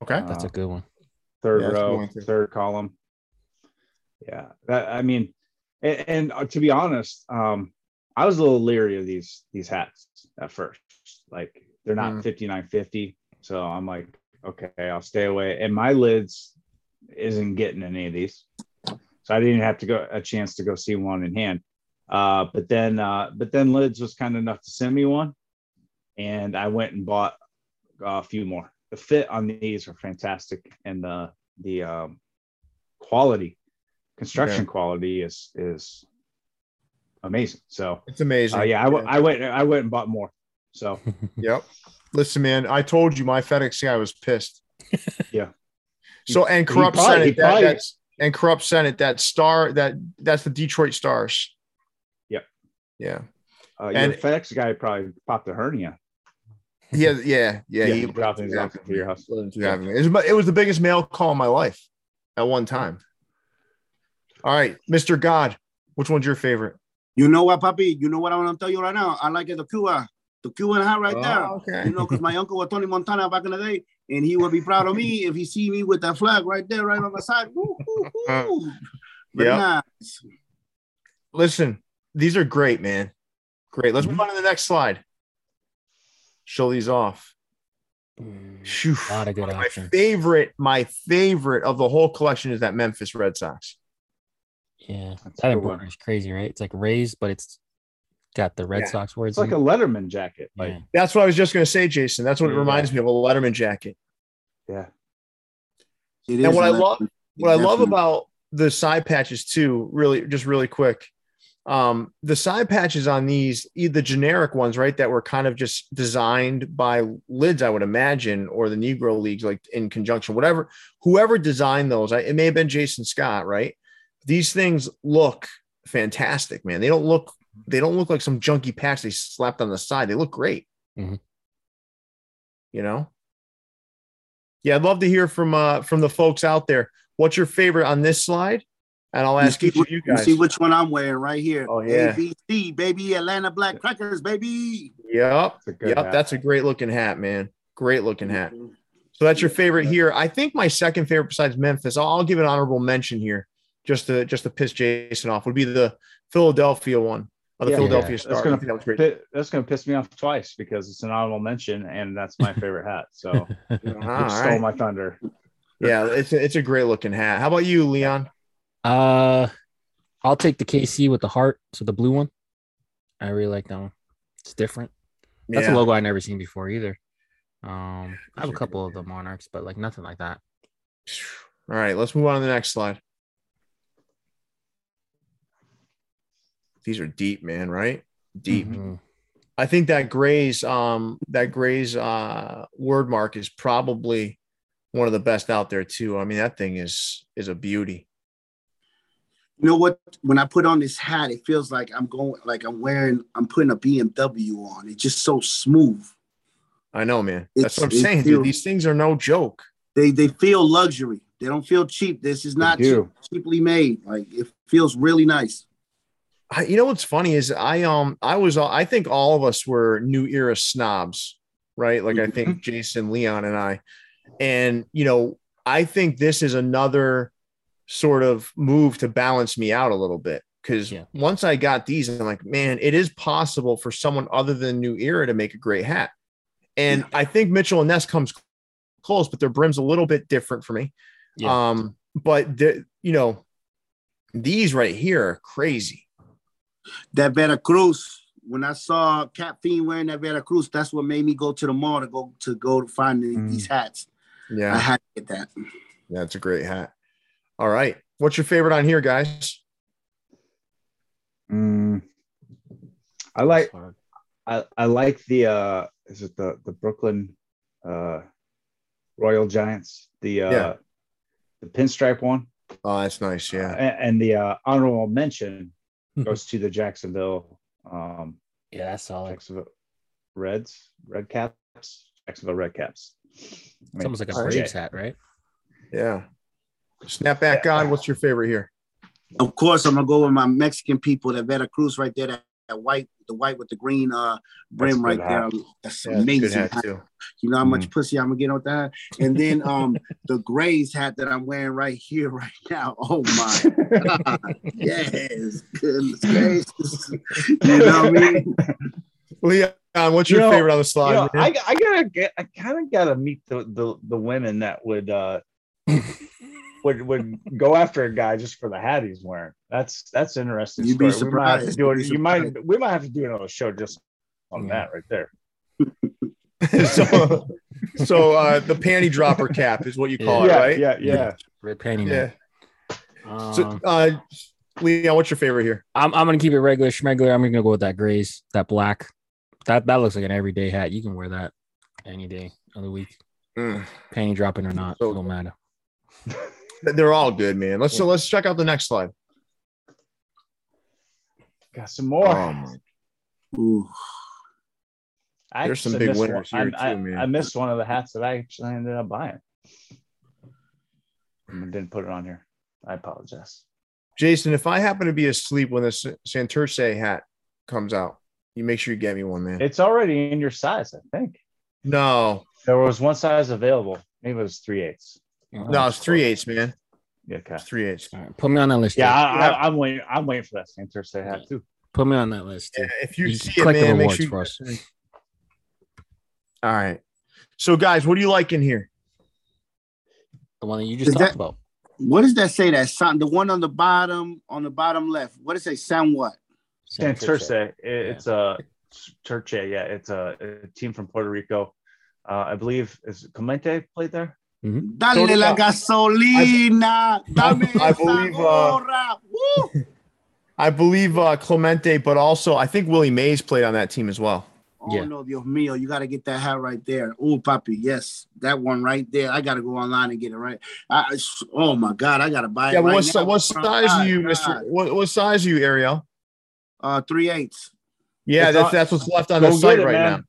[SPEAKER 2] Okay,
[SPEAKER 1] That's a
[SPEAKER 4] Uh,
[SPEAKER 1] good one.
[SPEAKER 4] third
[SPEAKER 2] Yeah, that's a good
[SPEAKER 4] row,
[SPEAKER 2] one, too.
[SPEAKER 4] third column. Yeah, that, I mean, and, and uh, to be honest, um, I was a little leery of these these hats at first. Like they're not
[SPEAKER 2] Mm.
[SPEAKER 4] 5950, so I'm like, okay, I'll stay away. And my lids isn't getting any of these, so I didn't have to go a chance to go see one in hand. Uh, but then, uh, but then lids was kind enough to send me one, and I went and bought a few more. The fit on these are fantastic, and the the um, quality, construction quality is is amazing. So
[SPEAKER 2] it's amazing.
[SPEAKER 4] uh, yeah, I, w- I went I went and bought more. So
[SPEAKER 2] Yep. Listen, man, I told you my FedEx guy was pissed.
[SPEAKER 4] Yeah.
[SPEAKER 2] So and
[SPEAKER 4] He
[SPEAKER 2] corrupt
[SPEAKER 4] probably- he
[SPEAKER 2] Senate, that,
[SPEAKER 4] probably-
[SPEAKER 2] that's and corrupt Senate, that star that that's the Detroit Stars.
[SPEAKER 4] Yep.
[SPEAKER 2] Yeah.
[SPEAKER 4] uh,
[SPEAKER 2] And-
[SPEAKER 4] your FedEx guy probably popped a hernia.
[SPEAKER 2] Yeah. Yeah. Yeah.
[SPEAKER 4] Yeah, he dropped things off to your house.
[SPEAKER 2] wasn't too happy. It was, it was the biggest mail call in my life at one time. All right, Mr. God, which one's your favorite?
[SPEAKER 3] You know what, papi? You know what I want to tell you right now? I like it, the Cuba, the Cuban hat right there.
[SPEAKER 2] Oh, okay.
[SPEAKER 3] You know, because my uncle was Tony Montana back in the day, and he would be proud of me if he see me with that flag right there, right on the side. Woo, woo, woo. Very
[SPEAKER 2] Yep.
[SPEAKER 3] nice.
[SPEAKER 2] Listen, these are great, man. Great. Let's
[SPEAKER 1] Mhm.
[SPEAKER 4] Mm-hmm.
[SPEAKER 2] move on to the next slide. Show these off. Phew.
[SPEAKER 1] A lot of good
[SPEAKER 2] my
[SPEAKER 1] options.
[SPEAKER 2] favorite, my favorite of the whole collection is that Memphis Red Sox.
[SPEAKER 1] Yeah,
[SPEAKER 4] That's
[SPEAKER 1] that
[SPEAKER 4] a good one.
[SPEAKER 1] embroidery is crazy, right? It's like raised, but it's got the Red
[SPEAKER 2] Yeah.
[SPEAKER 1] Sox words.
[SPEAKER 4] It's like a
[SPEAKER 1] in it.
[SPEAKER 4] Letterman jacket. Like,
[SPEAKER 1] yeah.
[SPEAKER 2] That's what I was just going to say, Jason. That's what it
[SPEAKER 1] Yeah.
[SPEAKER 2] reminds me of a Letterman jacket.
[SPEAKER 4] yeah.
[SPEAKER 3] It
[SPEAKER 2] And
[SPEAKER 3] is
[SPEAKER 2] what I
[SPEAKER 3] electric.
[SPEAKER 2] love, what I love
[SPEAKER 3] Definitely.
[SPEAKER 2] about the side patches too, really, just really quick. Um, the side patches on these, e- the generic ones, right, that were kind of just designed by lids, I would imagine, or the Negro Leagues, like in conjunction, whatever, whoever designed those, I, it may have been Jason Scott, right? These things look fantastic, man. They don't look, they don't look like some junky patch they slapped on the side. They look great.
[SPEAKER 4] Mm-hmm.
[SPEAKER 1] Mhm.
[SPEAKER 2] You know. Yeah, I'd love to hear from uh from the folks out there. What's your favorite on this slide? And I'll ask
[SPEAKER 3] you
[SPEAKER 2] each
[SPEAKER 3] see,
[SPEAKER 2] of you
[SPEAKER 3] you
[SPEAKER 2] guys.
[SPEAKER 3] see which one I'm wearing right here.
[SPEAKER 2] Oh, yeah.
[SPEAKER 3] ABC, baby, Atlanta Black Crackers, baby.
[SPEAKER 2] Yep.
[SPEAKER 4] It's a good
[SPEAKER 2] Yep.
[SPEAKER 4] hat.
[SPEAKER 2] That's a great looking hat, man. Great looking hat.
[SPEAKER 3] Mm-hmm.
[SPEAKER 2] So that's your favorite here. I think my second favorite besides Memphis, I'll, I'll give an honorable mention here, just to just to piss Jason off, would be the Philadelphia one. Or the
[SPEAKER 4] Yeah.
[SPEAKER 2] Philadelphia
[SPEAKER 4] Yeah.
[SPEAKER 2] Star.
[SPEAKER 4] That's gonna-
[SPEAKER 2] I think that was great.
[SPEAKER 4] Pi- that's going to piss me off twice because it's an honorable mention and that's my favorite hat. So you
[SPEAKER 2] Uh-huh, all
[SPEAKER 4] stole
[SPEAKER 2] right.
[SPEAKER 4] my thunder.
[SPEAKER 2] Yeah, it's a, it's a great looking hat. How about you, Leon?
[SPEAKER 1] Uh, I'll take the KC with the heart, so the blue one. I really like that one. It's different. That's
[SPEAKER 2] Yeah.
[SPEAKER 1] a logo I never seen before either. Um, I have a
[SPEAKER 2] Sure.
[SPEAKER 1] couple of the monarchs, but like nothing like that.
[SPEAKER 2] All right, let's move on to the next slide. These are deep, man, right? Deep.
[SPEAKER 1] Mhm.
[SPEAKER 2] I think that Gray's um that Gray's uh word mark is probably one of the best out there too. I mean, that thing is is a beauty.
[SPEAKER 3] You know what? When I put on this hat, it feels like I'm going, like I'm wearing, I'm putting a BMW on. It's just so smooth.
[SPEAKER 2] I know, man.
[SPEAKER 3] It's-
[SPEAKER 2] That's what I'm
[SPEAKER 3] it
[SPEAKER 2] saying, dude.
[SPEAKER 3] feels-
[SPEAKER 2] These things are no joke.
[SPEAKER 3] They they feel luxury. They don't feel cheap. This is not
[SPEAKER 4] They do.
[SPEAKER 3] cheap- cheaply made. Like it feels really nice.
[SPEAKER 2] I, you know what's funny is I um I was I think all of us were new era snobs, right? Like I
[SPEAKER 1] Mm-hmm.
[SPEAKER 2] think Jason, Leon, and I, and you know I think this is another sort of move to balance me out a little bit because
[SPEAKER 1] Yeah.
[SPEAKER 2] once I got these, I'm like, man, it is possible for someone other than New Era to make a great hat, and I think Mitchell and Ness comes close, but their brim's a little bit different for me.
[SPEAKER 1] Yeah.
[SPEAKER 2] Um, but the, you know, these right here are crazy.
[SPEAKER 3] That Veracruz. When I saw Cat Fiend wearing that Veracruz, that's what made me go to the mall to go to go to find the-
[SPEAKER 4] Mm.
[SPEAKER 3] these hats. I
[SPEAKER 2] Yeah,
[SPEAKER 3] had to get that.
[SPEAKER 2] that's a great hat. All right. What's your favorite on here, guys?
[SPEAKER 4] Mm. I like I, I like the uh is it the the Brooklyn uh Royal Giants the uh
[SPEAKER 2] Yeah.
[SPEAKER 4] the pinstripe one
[SPEAKER 2] Oh, that's nice.
[SPEAKER 4] A-
[SPEAKER 2] Yeah.
[SPEAKER 4] and, the uh, honorable mention goes to the Jacksonville um
[SPEAKER 1] yeah, that's solid.
[SPEAKER 4] Jacksonville Reds Red Caps Jacksonville Red Caps it's
[SPEAKER 1] It's almost like a
[SPEAKER 2] Alright.
[SPEAKER 1] Braves hat, right?
[SPEAKER 2] Yeah. Snapback God, what's your favorite here?
[SPEAKER 3] Of course, I'm gonna go with my Mexican people. That Veracruz right there, that, that white, the white with the green uh
[SPEAKER 4] That's a
[SPEAKER 3] brim right
[SPEAKER 4] good
[SPEAKER 3] there. That's
[SPEAKER 2] Yeah, that's a good
[SPEAKER 3] amazing.
[SPEAKER 2] hat too.
[SPEAKER 3] You know how much pussy I'm gonna get on that. And then um the Grays hat that I'm wearing right here, right now. Oh my god, yes, goodness gracious. You know what I mean?
[SPEAKER 2] Leon, what's
[SPEAKER 4] You
[SPEAKER 2] your
[SPEAKER 4] know-
[SPEAKER 2] favorite on the slide?
[SPEAKER 4] You know,
[SPEAKER 2] man?
[SPEAKER 4] I, I gotta get, I kind of gotta meet the, the the women that would uh would would go after a guy just for the hat he's wearing. That's that's an interesting.
[SPEAKER 3] You'd be
[SPEAKER 4] story. We might have to
[SPEAKER 3] surprised.
[SPEAKER 4] do
[SPEAKER 3] You'd
[SPEAKER 4] it.
[SPEAKER 3] be
[SPEAKER 4] You might we might have to do another show just on
[SPEAKER 1] Yeah.
[SPEAKER 4] that right there.
[SPEAKER 2] so, so uh, the panty dropper cap is what you call
[SPEAKER 1] All
[SPEAKER 4] yeah,
[SPEAKER 2] it, right?
[SPEAKER 4] yeah, yeah,
[SPEAKER 1] Yeah. Red panty
[SPEAKER 2] Yeah.
[SPEAKER 1] man. Um,
[SPEAKER 2] So, uh, Leon, what's your favorite here?
[SPEAKER 1] I'm I'm gonna keep it regular, schmegular. I'm gonna go with that grays, that black. That that looks like an everyday hat. You can wear that any day of the week, panty dropping or not,
[SPEAKER 2] So-
[SPEAKER 1] it don't matter.
[SPEAKER 2] They're all good, man. Let's so
[SPEAKER 1] Yeah.
[SPEAKER 2] let's check out the next slide.
[SPEAKER 4] Got some more.
[SPEAKER 2] Oh, my-
[SPEAKER 3] Ooh.
[SPEAKER 4] I
[SPEAKER 2] there's some
[SPEAKER 4] actually
[SPEAKER 2] big
[SPEAKER 4] missed
[SPEAKER 2] winners
[SPEAKER 4] one-
[SPEAKER 2] here
[SPEAKER 4] I, I-
[SPEAKER 2] too, man.
[SPEAKER 4] I missed one of the hats that I actually ended up buying. I didn't put it on here. I apologize.
[SPEAKER 2] Jason, if I happen to be asleep when the S- Santurce hat comes out, you make sure you get me one, man.
[SPEAKER 4] It's already in your size, I think.
[SPEAKER 2] no,
[SPEAKER 4] There was one size available. Maybe it was three eighths.
[SPEAKER 2] no, it's three eights, man.
[SPEAKER 4] Yeah, okay.
[SPEAKER 2] It's three eights.
[SPEAKER 1] All right, put me on that list.
[SPEAKER 4] Yeah,
[SPEAKER 1] Jake.
[SPEAKER 4] I, I, I'm waiting. I'm waiting for that Saint Thursday hat too.
[SPEAKER 1] put me on that list.
[SPEAKER 2] Yeah,
[SPEAKER 1] Dude.
[SPEAKER 2] if you,
[SPEAKER 1] You
[SPEAKER 2] see it,
[SPEAKER 1] collect the
[SPEAKER 2] man, make
[SPEAKER 1] rewards
[SPEAKER 2] sure you
[SPEAKER 1] for us.
[SPEAKER 2] All right. So, guys, what do you like in here?
[SPEAKER 1] The one that you just
[SPEAKER 3] Is
[SPEAKER 1] talked
[SPEAKER 3] that-
[SPEAKER 1] about.
[SPEAKER 3] What does that say? That sound, the one on the bottom, on the bottom left. What does it say? Sound what?
[SPEAKER 4] San Terce. It- It's a Terce. Yeah, it's a, a team from Puerto Rico. Uh, I believe is Clemente played there.
[SPEAKER 3] Dale la gasolina. Dame
[SPEAKER 2] I
[SPEAKER 3] I,
[SPEAKER 2] believe, uh, I believe uh, Clemente, but also I think Willie Mays played on that team as well.
[SPEAKER 3] Oh
[SPEAKER 1] Yeah.
[SPEAKER 3] no, Dios mío! You got to get that hat right there. Oh, papi, yes, that one right there. I got to go online and get it right. I, I- oh my God, I got to buy it.
[SPEAKER 2] Yeah, but
[SPEAKER 3] right
[SPEAKER 2] what,
[SPEAKER 3] now.
[SPEAKER 2] si- what
[SPEAKER 3] Oh,
[SPEAKER 2] size
[SPEAKER 3] my
[SPEAKER 2] are you,
[SPEAKER 3] God.
[SPEAKER 2] Mister? What, what size are you, Ariel?
[SPEAKER 3] Uh, three eighths.
[SPEAKER 2] Yeah,
[SPEAKER 4] It's
[SPEAKER 2] that's
[SPEAKER 4] on-
[SPEAKER 2] that's what's left on
[SPEAKER 4] Go
[SPEAKER 2] the
[SPEAKER 4] get
[SPEAKER 2] site
[SPEAKER 4] it,
[SPEAKER 2] right
[SPEAKER 4] man.
[SPEAKER 2] now.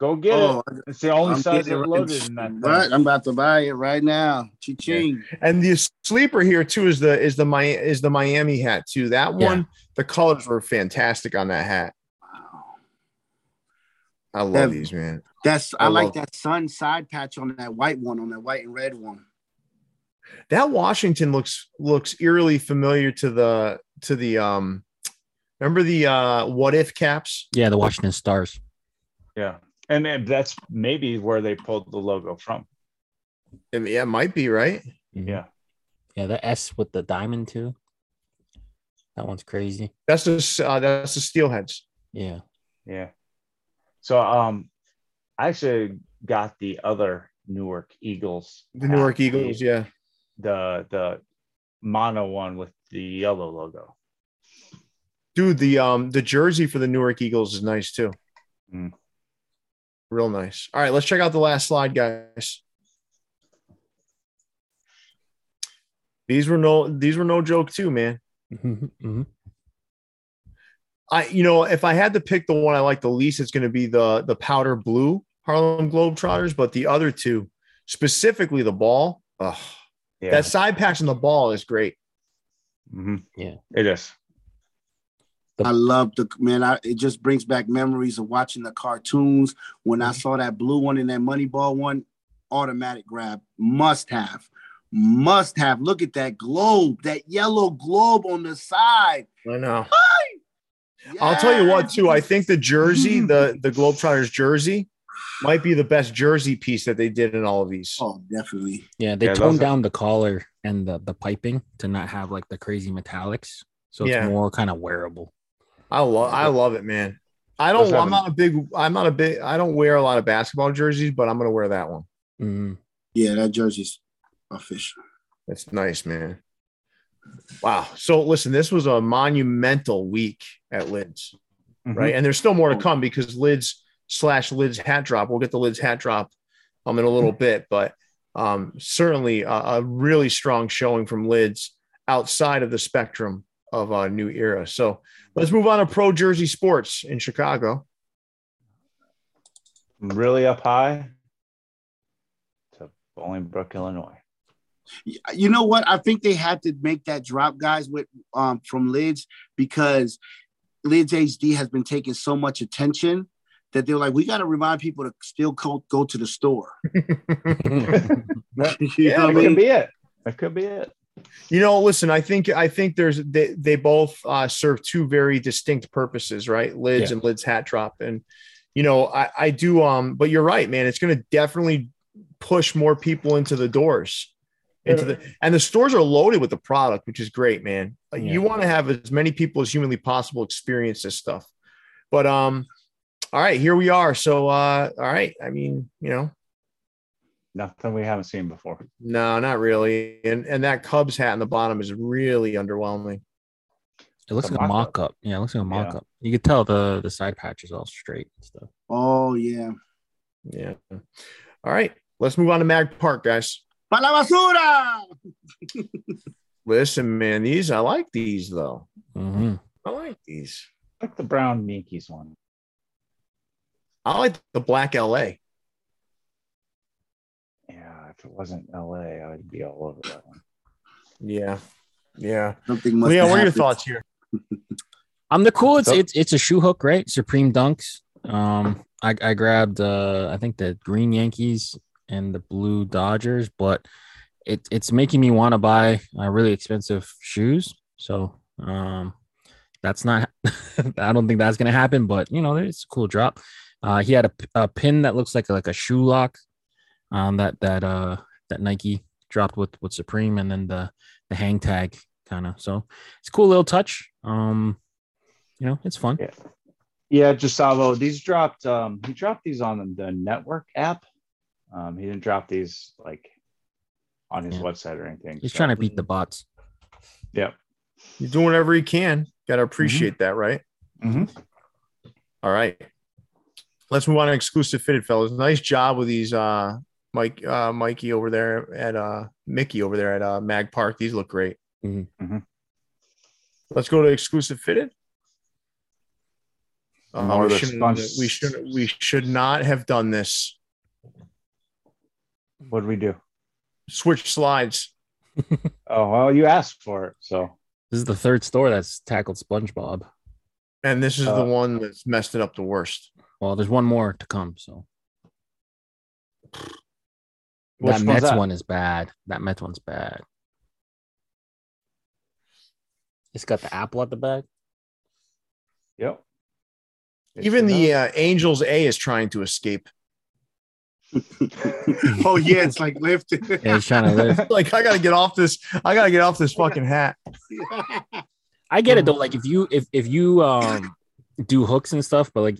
[SPEAKER 4] Go get
[SPEAKER 3] oh,
[SPEAKER 4] it. It's the only
[SPEAKER 3] I'm
[SPEAKER 4] size
[SPEAKER 3] getting
[SPEAKER 4] that
[SPEAKER 3] it
[SPEAKER 4] loaded in that.
[SPEAKER 3] right.
[SPEAKER 4] thing.
[SPEAKER 3] I'm about to buy it right now. Cha-ching.
[SPEAKER 2] And the sleeper here too is the is the Mi- is the Miami hat too. That
[SPEAKER 1] Yeah.
[SPEAKER 2] one, the colors were fantastic on that hat.
[SPEAKER 3] Wow.
[SPEAKER 2] I love
[SPEAKER 3] That-
[SPEAKER 2] these, man.
[SPEAKER 3] That's I,
[SPEAKER 2] I
[SPEAKER 3] like
[SPEAKER 2] love-
[SPEAKER 3] that sun side patch on that white one, on that white and red one.
[SPEAKER 2] That Washington looks looks eerily familiar to the to the um. Remember the uh what if caps?
[SPEAKER 1] Yeah, the Washington Stars.
[SPEAKER 4] Yeah, and then that's maybe where they pulled the logo from.
[SPEAKER 2] I mean, yeah, it might be right.
[SPEAKER 1] Mhm.
[SPEAKER 4] Yeah.
[SPEAKER 1] Yeah, the S with the diamond too. That one's crazy.
[SPEAKER 2] That's the s- uh, that's the steelheads.
[SPEAKER 1] Yeah.
[SPEAKER 4] Yeah. So um, I actually got the other Newark Eagles.
[SPEAKER 2] The Newark
[SPEAKER 4] hat,
[SPEAKER 2] Eagles,
[SPEAKER 4] the-
[SPEAKER 2] yeah.
[SPEAKER 4] The the mono one with the yellow logo.
[SPEAKER 2] Dude, the um the jersey for the Newark Eagles is nice too. Hmm.
[SPEAKER 4] Mm.
[SPEAKER 2] Real nice. All right, let's check out the last slide, guys. These were no these were no joke too, man.
[SPEAKER 1] Mhm, mhm.
[SPEAKER 2] I you know, if I had to pick the one I like the least, it's gonna be the the powder blue Harlem Globetrotters, but the other two, specifically the ball. Ugh,
[SPEAKER 4] Yeah.
[SPEAKER 2] That side patch on the ball is great.
[SPEAKER 4] Mhm.
[SPEAKER 1] Yeah.
[SPEAKER 4] It is.
[SPEAKER 1] The-
[SPEAKER 3] I love the man. I, it just brings back memories of watching the cartoons. When
[SPEAKER 2] Mm-hmm.
[SPEAKER 3] I saw that blue one and that Moneyball one, automatic grab, must have, must have. Look at that globe, that yellow globe on the side.
[SPEAKER 2] I know. I'll tell you what, too. I think the jersey, the the Globetrotters jersey, might be the best jersey piece that they did in all of these.
[SPEAKER 3] Oh, definitely.
[SPEAKER 1] Yeah, they
[SPEAKER 4] Yeah,
[SPEAKER 1] toned
[SPEAKER 4] those are-
[SPEAKER 1] down the collar and the, the piping to not have like the crazy metallics. So it's
[SPEAKER 2] Yeah.
[SPEAKER 1] more kind of wearable.
[SPEAKER 2] I love, I love it, man. I don't.
[SPEAKER 4] Those
[SPEAKER 2] I'm
[SPEAKER 4] haven't-
[SPEAKER 2] not a big. I'm not a big. I don't wear a lot of basketball jerseys, but I'm gonna wear that one.
[SPEAKER 1] Mhm.
[SPEAKER 3] Yeah, that jersey's official.
[SPEAKER 2] That's nice, man. Wow. So listen, this was a monumental week at Lids,
[SPEAKER 3] Mm-hmm.
[SPEAKER 4] Mhm.
[SPEAKER 2] right? And there's still more to come because Lids slash Lids hat drop. We'll get the Lids hat drop um in a little bit, but um certainly a, a really strong showing from Lids outside of the spectrum of a new era. So let's move on to pro jersey sports in Chicago.
[SPEAKER 4] Really up high to Bolingbrook, Illinois.
[SPEAKER 3] you know what? I think they had to make that drop, guys, with um from Lids because Lids HD has been taking so much attention that they're like, we got to remind people to still go, go to the store. You
[SPEAKER 2] Yeah,
[SPEAKER 3] know what
[SPEAKER 4] That
[SPEAKER 3] I
[SPEAKER 2] it
[SPEAKER 4] could
[SPEAKER 3] mean?
[SPEAKER 4] be it. That could be it.
[SPEAKER 2] You know, listen, I think I think there's they, they both uh, serve two very distinct purposes, right? Lids
[SPEAKER 1] Yeah.
[SPEAKER 2] and lids hat drop. And you know, I, I do um, but you're right, man. It's gonna definitely push more people into the doors. Into the and the stores are loaded with the product, which is great, man. Like,
[SPEAKER 1] Yeah.
[SPEAKER 2] You want to have as many people as humanly possible experience this stuff. But um, all right, here we are. So uh, all right, I mean, you know,
[SPEAKER 4] Nothing we haven't seen before.
[SPEAKER 2] no, not really. And and that Cubs hat on the bottom is really underwhelming.
[SPEAKER 1] It looks
[SPEAKER 4] The
[SPEAKER 1] like a mock
[SPEAKER 4] mock-up.
[SPEAKER 1] up. Yeah, it looks like a
[SPEAKER 4] Yeah.
[SPEAKER 1] mock up. You could tell the the side patch is all straight and stuff.
[SPEAKER 3] Oh yeah.
[SPEAKER 2] Yeah. All right. Let's move on to Mag Park, guys.
[SPEAKER 3] Pa la basura.
[SPEAKER 2] Listen, man, these I like these though.
[SPEAKER 1] Mhm.
[SPEAKER 2] I like these.
[SPEAKER 4] Like the brown Yankees one.
[SPEAKER 2] I like the black LA.
[SPEAKER 4] Yeah, if it wasn't LA, I'd be all over that one.
[SPEAKER 2] Yeah. Yeah.
[SPEAKER 3] Something must.
[SPEAKER 2] Leon,
[SPEAKER 3] have
[SPEAKER 2] what are your
[SPEAKER 3] happened.
[SPEAKER 2] thoughts here?
[SPEAKER 1] I'm the cool. It's
[SPEAKER 4] So-
[SPEAKER 1] it's it's a shoe hook, right? Supreme Dunks. Um, I I grabbed uh I think the green Yankees and the blue Dodgers, but it it's making me want to buy uh, really expensive shoes. So um, that's not. I don't think that's gonna happen. But you know, it's a cool drop. Uh, he had a, p- a pin that looks like a, like a shoe lock. Um, that that uh that Nike dropped with with Supreme, and then the the hang tag kind of. So it's a cool little touch. Um, you know, it's fun.
[SPEAKER 4] Yeah. Yeah, Gisavo, these dropped. Um, he dropped these on the network app. Um, he didn't drop these like on his
[SPEAKER 1] Yeah.
[SPEAKER 4] website or anything.
[SPEAKER 1] He's
[SPEAKER 4] so-
[SPEAKER 1] trying to beat the bots.
[SPEAKER 4] Yeah.
[SPEAKER 2] He's doing whatever he can. Got to
[SPEAKER 4] Mm-hmm.
[SPEAKER 2] appreciate that, right?
[SPEAKER 4] Mhm.
[SPEAKER 2] All right. Let's move on to exclusive fitted fellas. Nice job with these uh Mike uh Mikey over there at uh Mickey over there at uh Mag Park. These look great.
[SPEAKER 1] Mhm.
[SPEAKER 4] Mhm.
[SPEAKER 2] Let's go to exclusive fitted. Uh,
[SPEAKER 4] More
[SPEAKER 2] we,
[SPEAKER 4] the
[SPEAKER 2] shouldn't-
[SPEAKER 4] spons-
[SPEAKER 2] we should we should not have done this.
[SPEAKER 4] What did we do?
[SPEAKER 2] Switch slides.
[SPEAKER 4] Oh well, you asked for it, so
[SPEAKER 1] This is the third store that's tackled SpongeBob.
[SPEAKER 2] And this is
[SPEAKER 4] Uh,
[SPEAKER 2] the one that's messed it up the worst.
[SPEAKER 1] Well, there's one more to come. So that
[SPEAKER 4] Which one's
[SPEAKER 1] Mets
[SPEAKER 4] that?
[SPEAKER 1] one is bad. That Mets one's bad. It's got the apple at the back.
[SPEAKER 4] yep.
[SPEAKER 2] Even the uh, Angels A is trying to escape.
[SPEAKER 4] uh,
[SPEAKER 3] oh yeah, it's like lifting.
[SPEAKER 1] Yeah, he's trying to live.
[SPEAKER 2] Like I gotta get off this. I gotta get off this fucking hat.
[SPEAKER 1] I get
[SPEAKER 4] Mm-hmm.
[SPEAKER 1] it though. Like if you if if you um do hooks and stuff, but like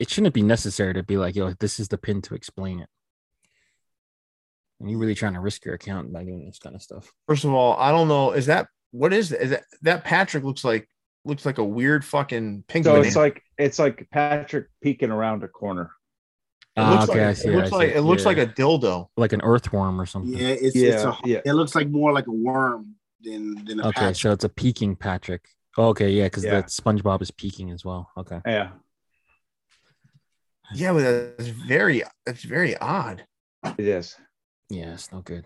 [SPEAKER 1] it shouldn't be necessary to be like, yo, this is the pin to explain it. And you really trying to risk your account by doing this kind of stuff.
[SPEAKER 2] First of all, I don't know. Is that what is that? Is that that Patrick looks like looks like a weird fucking penguin.
[SPEAKER 4] so it's like it's like Patrick peeking around a corner.
[SPEAKER 2] it
[SPEAKER 1] Ah,
[SPEAKER 2] looks
[SPEAKER 1] okay, I
[SPEAKER 2] like,
[SPEAKER 1] see.
[SPEAKER 2] it
[SPEAKER 1] I
[SPEAKER 2] looks
[SPEAKER 1] see.
[SPEAKER 2] like it looks
[SPEAKER 1] Yeah.
[SPEAKER 2] like a dildo.
[SPEAKER 1] like an earthworm or something.
[SPEAKER 3] yeah, it's, it's a,
[SPEAKER 4] yeah.
[SPEAKER 3] it looks like more like a worm than than a
[SPEAKER 1] okay,
[SPEAKER 3] patch.
[SPEAKER 1] so it's a peaking Patrick. Oh, okay, yeah, because
[SPEAKER 4] Yeah.
[SPEAKER 1] that SpongeBob is peaking as well. Okay.
[SPEAKER 4] Yeah.
[SPEAKER 2] Yeah, but that's very that's very odd.
[SPEAKER 4] It is.
[SPEAKER 1] Yeah, it's no good.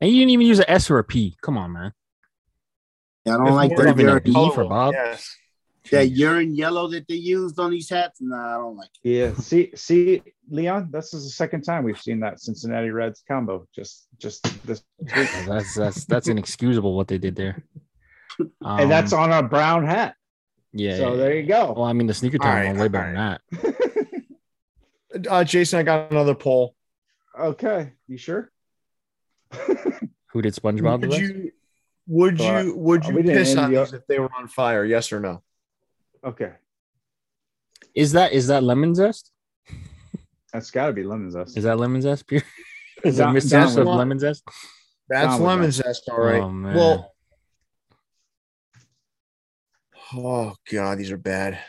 [SPEAKER 1] And you didn't even use an S or a P. Come on, man.
[SPEAKER 3] I don't
[SPEAKER 2] It's
[SPEAKER 3] like
[SPEAKER 2] more
[SPEAKER 1] that
[SPEAKER 2] of an
[SPEAKER 1] you're-
[SPEAKER 2] adult.
[SPEAKER 1] B for Bob.
[SPEAKER 2] Yes.
[SPEAKER 3] that urine yellow that they used on these hats. Nah, I don't like it.
[SPEAKER 4] Yeah. See, see, Leon, this is the second time we've seen that Cincinnati Reds combo. Just, just this, week.
[SPEAKER 1] Yeah, that's that's that's inexcusable what they did there.
[SPEAKER 4] and that's
[SPEAKER 1] Um,
[SPEAKER 4] on a brown hat.
[SPEAKER 1] Yeah.
[SPEAKER 4] so
[SPEAKER 1] yeah,
[SPEAKER 4] there
[SPEAKER 1] yeah.
[SPEAKER 4] you go.
[SPEAKER 1] Well, I mean, the sneaker time
[SPEAKER 2] Alright,
[SPEAKER 1] went way better than that.
[SPEAKER 2] Uh, Jason, I got another poll.
[SPEAKER 4] okay. You sure?
[SPEAKER 1] Who did SpongeBob?
[SPEAKER 2] would
[SPEAKER 1] with?
[SPEAKER 2] you would
[SPEAKER 4] Well,
[SPEAKER 2] you would
[SPEAKER 4] uh,
[SPEAKER 2] you
[SPEAKER 4] we didn't
[SPEAKER 2] piss
[SPEAKER 4] end
[SPEAKER 2] on
[SPEAKER 4] the-
[SPEAKER 2] these if they were on fire? Yes or no?
[SPEAKER 4] okay.
[SPEAKER 1] Is that is that lemon zest?
[SPEAKER 4] That's got to be lemon zest.
[SPEAKER 1] Is that lemon zest beer? Is that
[SPEAKER 4] Don-
[SPEAKER 1] Mr.
[SPEAKER 4] Don
[SPEAKER 1] Zest of
[SPEAKER 2] would-
[SPEAKER 1] lemon zest?
[SPEAKER 2] That's
[SPEAKER 4] Down with
[SPEAKER 2] lemon
[SPEAKER 4] that.
[SPEAKER 2] zest, all right.
[SPEAKER 1] Oh, man.
[SPEAKER 2] Well, oh god, these are bad.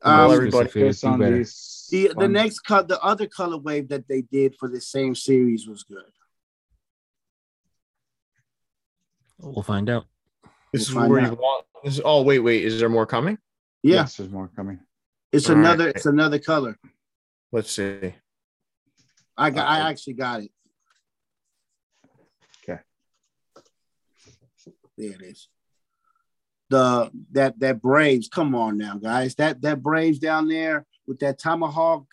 [SPEAKER 3] Um,
[SPEAKER 2] Well, everybody
[SPEAKER 1] Specific,
[SPEAKER 4] Piss on
[SPEAKER 1] do better.
[SPEAKER 4] these
[SPEAKER 3] the, the
[SPEAKER 4] sponge-
[SPEAKER 3] next cut, the other color wave that they did for the same series was good.
[SPEAKER 1] We'll find out.
[SPEAKER 2] This
[SPEAKER 3] We'll
[SPEAKER 2] is
[SPEAKER 3] find
[SPEAKER 2] where you
[SPEAKER 3] out.
[SPEAKER 2] want. This is, oh wait, wait. Is there more coming?
[SPEAKER 3] Yeah,
[SPEAKER 4] Yes, there's more coming.
[SPEAKER 3] it's
[SPEAKER 2] All right.
[SPEAKER 3] another, it's another color.
[SPEAKER 2] Let's see.
[SPEAKER 3] I got, I
[SPEAKER 4] Okay.
[SPEAKER 3] actually got it.
[SPEAKER 4] Okay.
[SPEAKER 3] There it is. The that that Braves, come on now, guys. That that Braves down there with that tomahawk.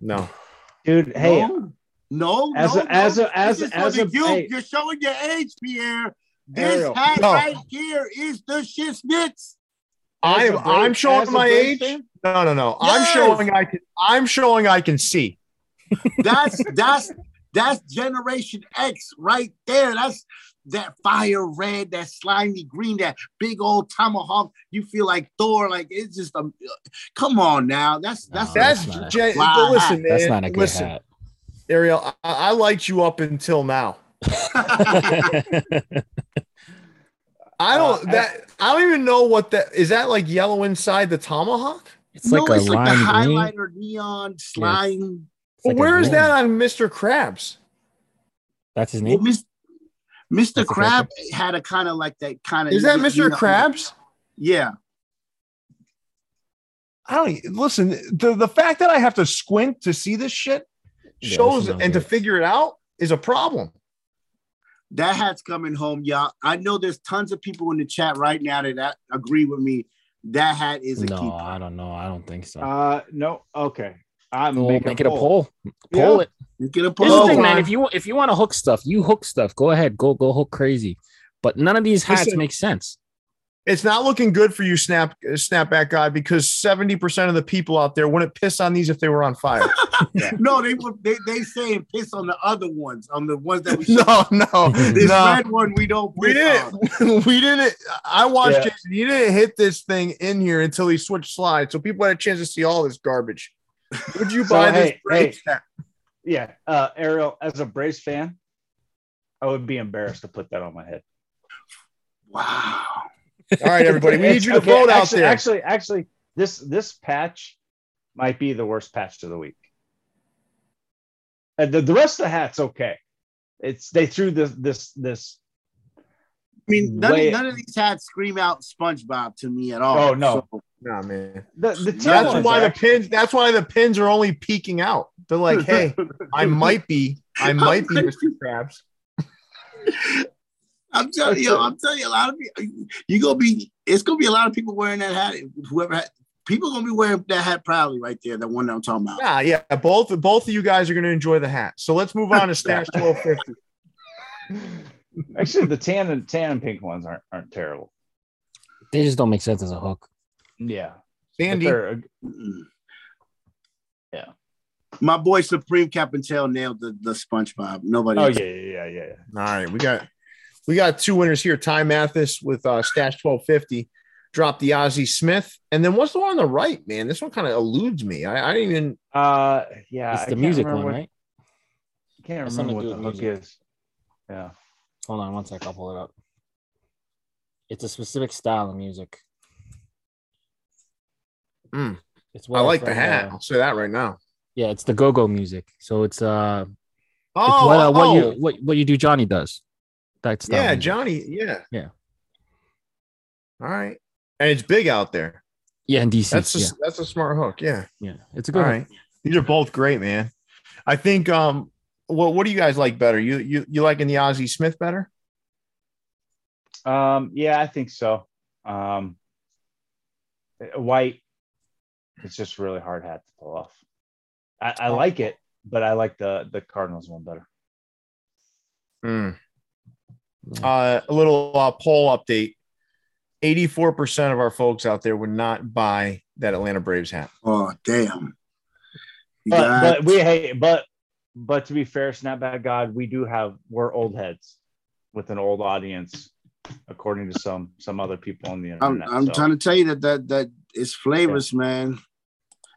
[SPEAKER 2] No.
[SPEAKER 4] Dude, hey,
[SPEAKER 3] no, no,
[SPEAKER 4] as
[SPEAKER 3] no,
[SPEAKER 4] a- as
[SPEAKER 3] no.
[SPEAKER 4] a- as
[SPEAKER 3] This is
[SPEAKER 4] a-
[SPEAKER 3] for
[SPEAKER 4] as
[SPEAKER 3] the
[SPEAKER 4] a-
[SPEAKER 3] youth.
[SPEAKER 4] hey.
[SPEAKER 3] you're showing your age, Pierre. This
[SPEAKER 4] Ariel.
[SPEAKER 3] hat
[SPEAKER 2] No.
[SPEAKER 3] right here is the Schisnitz.
[SPEAKER 2] I
[SPEAKER 4] As a
[SPEAKER 2] am.
[SPEAKER 4] Brave-
[SPEAKER 2] I'm
[SPEAKER 4] as
[SPEAKER 2] showing
[SPEAKER 4] a
[SPEAKER 2] my
[SPEAKER 4] Brave
[SPEAKER 2] age.
[SPEAKER 4] fan?
[SPEAKER 2] No, no, no.
[SPEAKER 3] Yes.
[SPEAKER 2] I'm showing I can. I'm showing I can see.
[SPEAKER 3] That's that's that's Generation X right there. That's that fire red, that slimy green, that big old tomahawk. You feel like Thor. Like it's just a. Come on now. That's Oh, that's
[SPEAKER 1] No,
[SPEAKER 2] That's,
[SPEAKER 1] not a-
[SPEAKER 2] gen-
[SPEAKER 3] Wow.
[SPEAKER 2] but listen, man.
[SPEAKER 1] That's not a good
[SPEAKER 2] listen, Ariel. I, I liked you up until now.
[SPEAKER 1] hat.
[SPEAKER 2] I don't.
[SPEAKER 4] Uh,
[SPEAKER 2] that I don't even know what that is. That like yellow inside the tomahawk.
[SPEAKER 1] it's like
[SPEAKER 3] no,
[SPEAKER 1] a
[SPEAKER 3] it's like the
[SPEAKER 1] lime green.
[SPEAKER 3] highlighter neon slime.
[SPEAKER 1] It's like
[SPEAKER 2] Well,
[SPEAKER 1] a
[SPEAKER 2] where is
[SPEAKER 1] green.
[SPEAKER 2] that on Mr. Krabs?
[SPEAKER 1] That's his
[SPEAKER 3] Well,
[SPEAKER 1] name.
[SPEAKER 3] Mis- Mr.
[SPEAKER 1] That's a good
[SPEAKER 3] Crab had a kind of like that kind of.
[SPEAKER 2] Is that Mr. Krabs?
[SPEAKER 3] Yeah.
[SPEAKER 2] I don't listen. The the fact that I have to squint to see this shit
[SPEAKER 1] Yeah,
[SPEAKER 2] shows
[SPEAKER 1] this is not
[SPEAKER 2] and to
[SPEAKER 1] good.
[SPEAKER 2] figure it out is a problem.
[SPEAKER 3] That hat's coming home, y'all. I know there's tons of people in the chat right now that that agree with me. That hat is a
[SPEAKER 1] No,
[SPEAKER 3] keeper.
[SPEAKER 1] I don't know. I don't think so.
[SPEAKER 4] Uh, no. Okay. I'm
[SPEAKER 1] we'll
[SPEAKER 4] making
[SPEAKER 1] make it a poll. Poll it.
[SPEAKER 3] You get a
[SPEAKER 1] Here's
[SPEAKER 3] polo
[SPEAKER 1] the thing,
[SPEAKER 3] on.
[SPEAKER 1] man. If you if you want to hook stuff, you hook stuff. Go ahead, go go hook crazy. But none of these hats
[SPEAKER 2] Listen.
[SPEAKER 1] make sense.
[SPEAKER 2] It's not looking good for you, snap uh, snapback guy, because seventy percent of the people out there wouldn't piss on these if they were on fire.
[SPEAKER 3] No, they were they they saying piss on the other ones, on the ones that we
[SPEAKER 2] no, no,
[SPEAKER 3] This
[SPEAKER 2] no.
[SPEAKER 3] red one we don't
[SPEAKER 2] We
[SPEAKER 3] piss on.
[SPEAKER 2] didn't. We didn't. I watched
[SPEAKER 4] Yeah.
[SPEAKER 2] Jason. He didn't hit this thing in here until he switched slides, so people had a chance to see all this garbage. Would you
[SPEAKER 4] So,
[SPEAKER 2] buy this?
[SPEAKER 4] hey,
[SPEAKER 2] Braves hat?
[SPEAKER 4] Yeah, uh, Ariel, as a Braves fan, I would be embarrassed to put that on my head.
[SPEAKER 3] Wow.
[SPEAKER 2] All right, everybody. We need
[SPEAKER 4] It's-
[SPEAKER 2] you to
[SPEAKER 4] okay,
[SPEAKER 2] vote out
[SPEAKER 4] actually-
[SPEAKER 2] there.
[SPEAKER 4] Actually, actually, this this patch might be the worst patch of the week. And the, the rest of the hat's okay. It's they threw this this this.
[SPEAKER 3] I mean, none,
[SPEAKER 4] Mm, Way-
[SPEAKER 3] of, none of these hats scream out SpongeBob to me at all.
[SPEAKER 4] Oh, no.
[SPEAKER 3] So,
[SPEAKER 2] Nah, man.
[SPEAKER 4] The, the team
[SPEAKER 2] That's
[SPEAKER 4] ones
[SPEAKER 2] why
[SPEAKER 4] are
[SPEAKER 2] the
[SPEAKER 4] actually-
[SPEAKER 2] pins. That's why the pins are only peeking out. They're like, hey, I might be, I might be Mr. Krabs.
[SPEAKER 3] I'm telling you, I'm telling you, a lot of people, you gonna be, it's gonna be a lot of people wearing that hat. Whoever had, people gonna be wearing that hat proudly right there. That one that I'm talking about.
[SPEAKER 2] Yeah, yeah. Both both of you guys are going to enjoy the hat. So let's move on to stash twelve fifty.
[SPEAKER 4] actually the tan and tan and pink ones aren't aren't terrible.
[SPEAKER 1] They just don't make sense as a hook.
[SPEAKER 4] Yeah, but
[SPEAKER 2] Sandy,
[SPEAKER 4] they're a-
[SPEAKER 3] Mm-mm.
[SPEAKER 4] Yeah.
[SPEAKER 3] My boy Supreme Cap and Tail nailed the, the SpongeBob. Nobody.
[SPEAKER 4] Oh
[SPEAKER 3] else.
[SPEAKER 4] yeah, yeah, yeah, yeah. yeah.
[SPEAKER 2] All right, we got we got two winners here. Ty Mathis with uh, stash twelve fifty. Drop the Ozzy Smith, and then what's the one on the right, man? This one kind of eludes me. I, I didn't even.
[SPEAKER 4] Uh, yeah.
[SPEAKER 1] It's
[SPEAKER 4] I
[SPEAKER 1] the
[SPEAKER 4] can't
[SPEAKER 1] music
[SPEAKER 4] remember
[SPEAKER 1] one,
[SPEAKER 4] what-
[SPEAKER 1] right?
[SPEAKER 4] Can't
[SPEAKER 1] Has
[SPEAKER 4] remember
[SPEAKER 1] something
[SPEAKER 4] what
[SPEAKER 1] to
[SPEAKER 4] the
[SPEAKER 1] do with
[SPEAKER 4] hook is. Yeah.
[SPEAKER 1] Hold on one sec. I'll pull it up. It's a specific style of music.
[SPEAKER 2] Mm.
[SPEAKER 1] It's
[SPEAKER 2] I
[SPEAKER 1] what uh,
[SPEAKER 2] like the hat. I'll say that right now.
[SPEAKER 1] yeah, it's the go-go music. So it's uh, it's
[SPEAKER 2] Oh,
[SPEAKER 1] what, uh, what
[SPEAKER 2] oh,
[SPEAKER 1] you what what you do, Johnny does. That's
[SPEAKER 2] yeah, Johnny. Yeah,
[SPEAKER 1] Yeah.
[SPEAKER 2] All right, and it's big out there.
[SPEAKER 1] Yeah, in DC.
[SPEAKER 2] That's a,
[SPEAKER 1] yeah,
[SPEAKER 2] that's a smart hook. Yeah.
[SPEAKER 1] yeah, it's a
[SPEAKER 2] All
[SPEAKER 1] good.
[SPEAKER 2] right. These are both great, man. I think. Um. What What do you guys like better? You You You liking the Ozzy Smith better?
[SPEAKER 4] Um, yeah, I think so. Um, white, it's just really hard hat to pull off. I,
[SPEAKER 1] Oh.
[SPEAKER 4] I like it, but I like the the Cardinals one better.
[SPEAKER 1] Hmm.
[SPEAKER 2] Mm. Uh, a little uh, poll update. 84% of our folks out there would not buy that Atlanta Braves hat.
[SPEAKER 3] Oh damn. You
[SPEAKER 4] But
[SPEAKER 3] got-
[SPEAKER 4] but we hey, but but to be fair, Snapback God, we do have we're old heads with an old audience, according to some some other people on the
[SPEAKER 3] I'm,
[SPEAKER 4] internet.
[SPEAKER 3] I'm
[SPEAKER 4] so.
[SPEAKER 3] trying to tell you that that that it's flavors, man.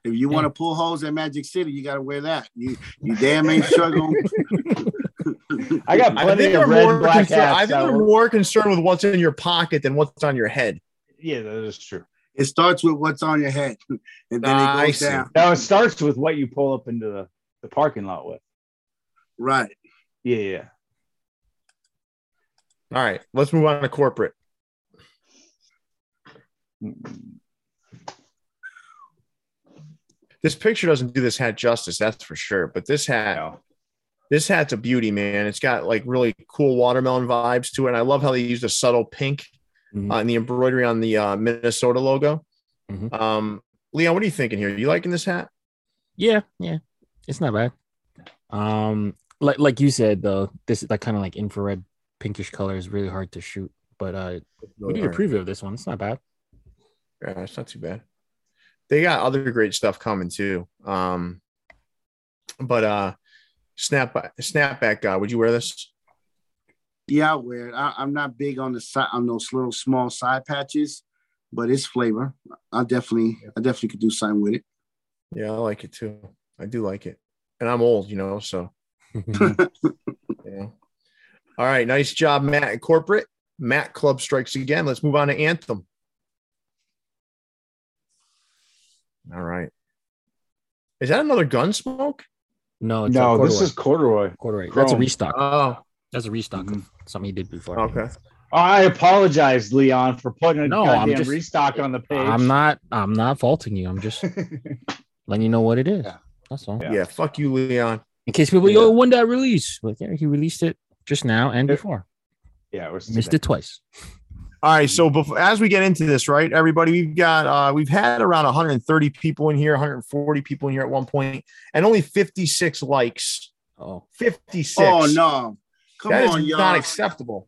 [SPEAKER 3] If you want to pull holes at Magic City, you got to wear that. You you damn ain't struggling.
[SPEAKER 4] I got
[SPEAKER 2] I
[SPEAKER 4] plenty
[SPEAKER 2] think, they're
[SPEAKER 4] of red
[SPEAKER 2] more,
[SPEAKER 4] black hats.
[SPEAKER 2] concerned, I think
[SPEAKER 4] that
[SPEAKER 2] they're
[SPEAKER 4] were-
[SPEAKER 2] more concerned with what's in your pocket than what's on your head.
[SPEAKER 4] yeah, that is true.
[SPEAKER 3] It starts with what's on your head, and then
[SPEAKER 2] Ah, I
[SPEAKER 3] it goes
[SPEAKER 2] see.
[SPEAKER 3] down.
[SPEAKER 4] Now it starts with what you pull up into the, the parking lot with.
[SPEAKER 3] Right.
[SPEAKER 4] Yeah, yeah.
[SPEAKER 2] All right, let's move on to corporate. This picture doesn't do this hat justice, that's for sure. But this hat,
[SPEAKER 4] No.
[SPEAKER 2] this hat's a beauty, man. It's got like really cool watermelon vibes to it. And I love how they used a subtle pink
[SPEAKER 1] Mhm.
[SPEAKER 2] on the embroidery on the uh, Minnesota logo.
[SPEAKER 1] Mhm.
[SPEAKER 2] Um, Leon, what are you thinking here? You liking this hat?
[SPEAKER 1] Yeah, yeah, it's not bad. Um, like like you said though, this that kind of like infrared pinkish color is really hard to shoot. But uh, we did a preview of this one. It's not bad.
[SPEAKER 2] Yeah, it's not too bad. They got other great stuff coming too. Um, but uh, snap snapback guy, would you wear this?
[SPEAKER 3] Yeah, I wear it. I, I'm not big on the side on those little small side patches, but it's flavor. I definitely, I definitely could do something with it.
[SPEAKER 2] Yeah, I like it too. I do like it, and I'm old, you know. So yeah. All right, nice job, Matt. at Corporate Matt Club strikes again. Let's move on to Anthem. All right. Is that another gun smoke?
[SPEAKER 1] no, Oh, it's
[SPEAKER 4] no,
[SPEAKER 1] no,
[SPEAKER 4] this is corduroy.
[SPEAKER 1] corduroy. That's a
[SPEAKER 4] chrome.
[SPEAKER 1] restock.
[SPEAKER 2] Oh,
[SPEAKER 1] That's a restock
[SPEAKER 4] Mhm.
[SPEAKER 1] of something he did before.
[SPEAKER 2] Mm-hmm. okay.
[SPEAKER 4] Oh, I apologize, Leon, for putting a
[SPEAKER 1] No, I'm
[SPEAKER 4] goddamn
[SPEAKER 1] just-
[SPEAKER 4] restock on the page.
[SPEAKER 1] I'm not. I'm not faulting you. I'm just letting you know what it is.
[SPEAKER 4] Yeah.
[SPEAKER 1] That's all.
[SPEAKER 4] Yeah.
[SPEAKER 2] Yeah. fuck you, Leon.
[SPEAKER 1] In case people,
[SPEAKER 4] Yeah.
[SPEAKER 1] yo, when did I release? Like, yeah, he released it just now and
[SPEAKER 4] Yeah.
[SPEAKER 1] before.
[SPEAKER 4] yeah, we're
[SPEAKER 1] Missed it twice.
[SPEAKER 2] All right, so before, as we get into this, right, everybody, we've got uh, we've had around 130 people in here, 140 people in here at one point, and only 56 likes.
[SPEAKER 1] Oh,
[SPEAKER 2] 56.
[SPEAKER 3] Oh no, come
[SPEAKER 2] That is
[SPEAKER 3] on, y'all.
[SPEAKER 2] not acceptable.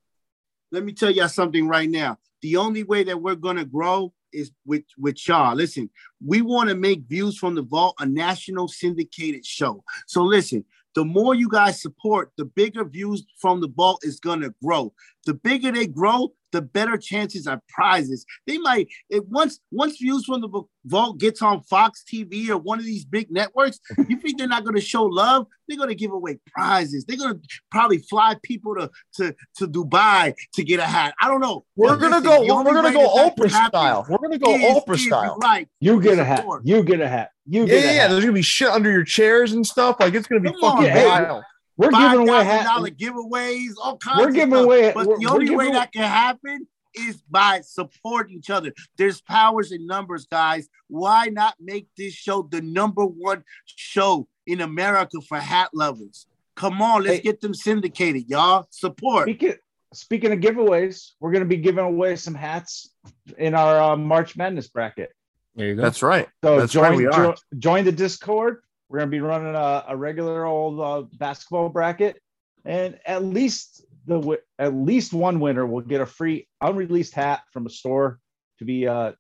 [SPEAKER 3] Let me tell y'all something right now. the only way that we're gonna grow is with with y'all. Listen, we want to make views from the vault a national syndicated show. So listen, the more you guys support, the bigger views from the vault is gonna grow. The bigger they grow, the better chances are prizes. They might it once once views from the vault gets on Fox TV or one of these big networks. You think they're not going to show love? They're going to give away prizes. They're going to probably fly people to to to Dubai to get a hat. I don't know.
[SPEAKER 2] We're gonna go. We're, gonna go Oprah style. We're gonna go Oprah style.
[SPEAKER 3] Right.
[SPEAKER 4] You get a hat. You get a hat. You
[SPEAKER 2] Yeah,
[SPEAKER 4] get
[SPEAKER 2] yeah,
[SPEAKER 4] a
[SPEAKER 2] yeah.
[SPEAKER 4] hat.
[SPEAKER 2] There's gonna be shit under your chairs and stuff. Like it's gonna be
[SPEAKER 3] Come on,
[SPEAKER 2] fucking
[SPEAKER 4] man.
[SPEAKER 2] wild.
[SPEAKER 4] We're
[SPEAKER 3] Five
[SPEAKER 4] giving away
[SPEAKER 3] thousand
[SPEAKER 4] hats.
[SPEAKER 3] dollar giveaways, all kinds.
[SPEAKER 4] We're
[SPEAKER 3] of
[SPEAKER 4] giving
[SPEAKER 3] stuff.
[SPEAKER 4] away-
[SPEAKER 3] But
[SPEAKER 4] we're-
[SPEAKER 3] the
[SPEAKER 4] we're
[SPEAKER 3] only way
[SPEAKER 4] giving-
[SPEAKER 3] that can happen is by supporting each other. There's powers in numbers, guys. Why not make this show the number one show in America for hat lovers? Come on, let's
[SPEAKER 4] Hey.
[SPEAKER 3] get them syndicated, y'all. Support.
[SPEAKER 4] Speaking, speaking of giveaways, we're going to be giving away some hats in our uh, March Madness bracket.
[SPEAKER 1] There you go.
[SPEAKER 2] That's right.
[SPEAKER 4] So
[SPEAKER 2] That's
[SPEAKER 4] join,
[SPEAKER 2] right, we are.
[SPEAKER 4] jo- join the Discord. We're going to be running a, a regular old uh, basketball bracket, and at least the wi- at least one winner will get a free unreleased hat from a store to be uh,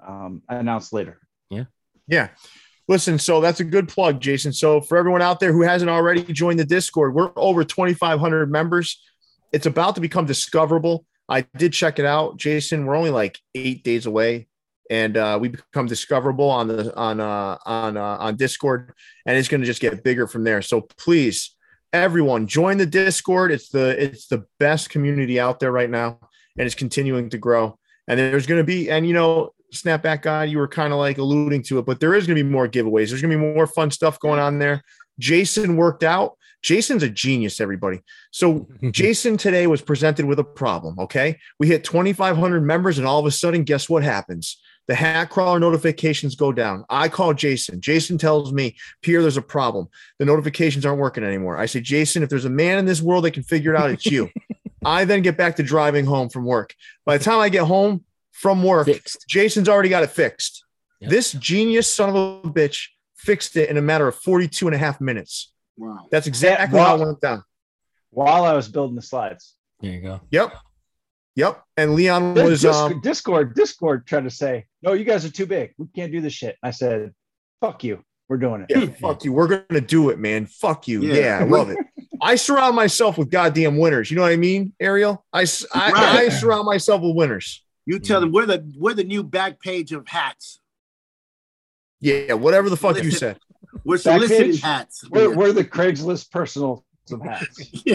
[SPEAKER 4] um, announced later.
[SPEAKER 2] Yeah. Listen, so that's a good plug, Jason. So for everyone out there who hasn't already joined the Discord, we're over 2,500 members. It's about to become discoverable. I did check it out, Jason. We're only like eight days away, and uh, we become discoverable on the on uh, on uh, on Discord, and it's going to just get bigger from there. So please, everyone, join the Discord. It's the it's the best community out there right now, and it's continuing to grow. And there's going to be, and you know, Snapback guy, you were kind of like alluding to it, but there is going to be more giveaways. There's going to be more fun stuff going on there. Jason worked out. Jason's a genius, everybody. So Jason today was presented with a problem. Okay. We hit 2,500 members, and all of a sudden, guess what happens? The hat crawler notifications go down. I call Jason. Jason tells me, Pierre, there's a problem. The notifications aren't working anymore. I say, Jason, if there's a man in this world that can figure it out, it's you. I then get back to driving home from work. By the time I get home from work,
[SPEAKER 1] fixed.
[SPEAKER 2] Jason's already got it fixed.
[SPEAKER 1] Yep.
[SPEAKER 2] This genius son of a bitch fixed it in a matter of 42 and a half minutes.
[SPEAKER 3] Wow.
[SPEAKER 2] That's exactly how it went down.
[SPEAKER 4] While I was building the slides,
[SPEAKER 1] There you go.
[SPEAKER 2] Yep. Yep. And Leon was
[SPEAKER 4] Disc-
[SPEAKER 2] um
[SPEAKER 4] Discord Discord tried to say, "No, you guys are too big. We can't do this shit." I said, "Fuck you. We're doing it."
[SPEAKER 2] yeah, fuck you. We're gonna do it, man. Fuck you.
[SPEAKER 3] Yeah.
[SPEAKER 2] Yeah, I love it. I surround myself with goddamn winners. You know what I mean, Ariel? I, s- I-
[SPEAKER 3] Right.
[SPEAKER 2] I surround myself with winners.
[SPEAKER 3] You tell them we're the we're the new back page of hats.
[SPEAKER 2] Yeah, whatever the fuck you
[SPEAKER 3] Listen.
[SPEAKER 2] said.
[SPEAKER 3] We're
[SPEAKER 4] Back
[SPEAKER 3] soliciting
[SPEAKER 4] page?
[SPEAKER 3] hats.
[SPEAKER 4] We're, we're the Craigslist personal some hats.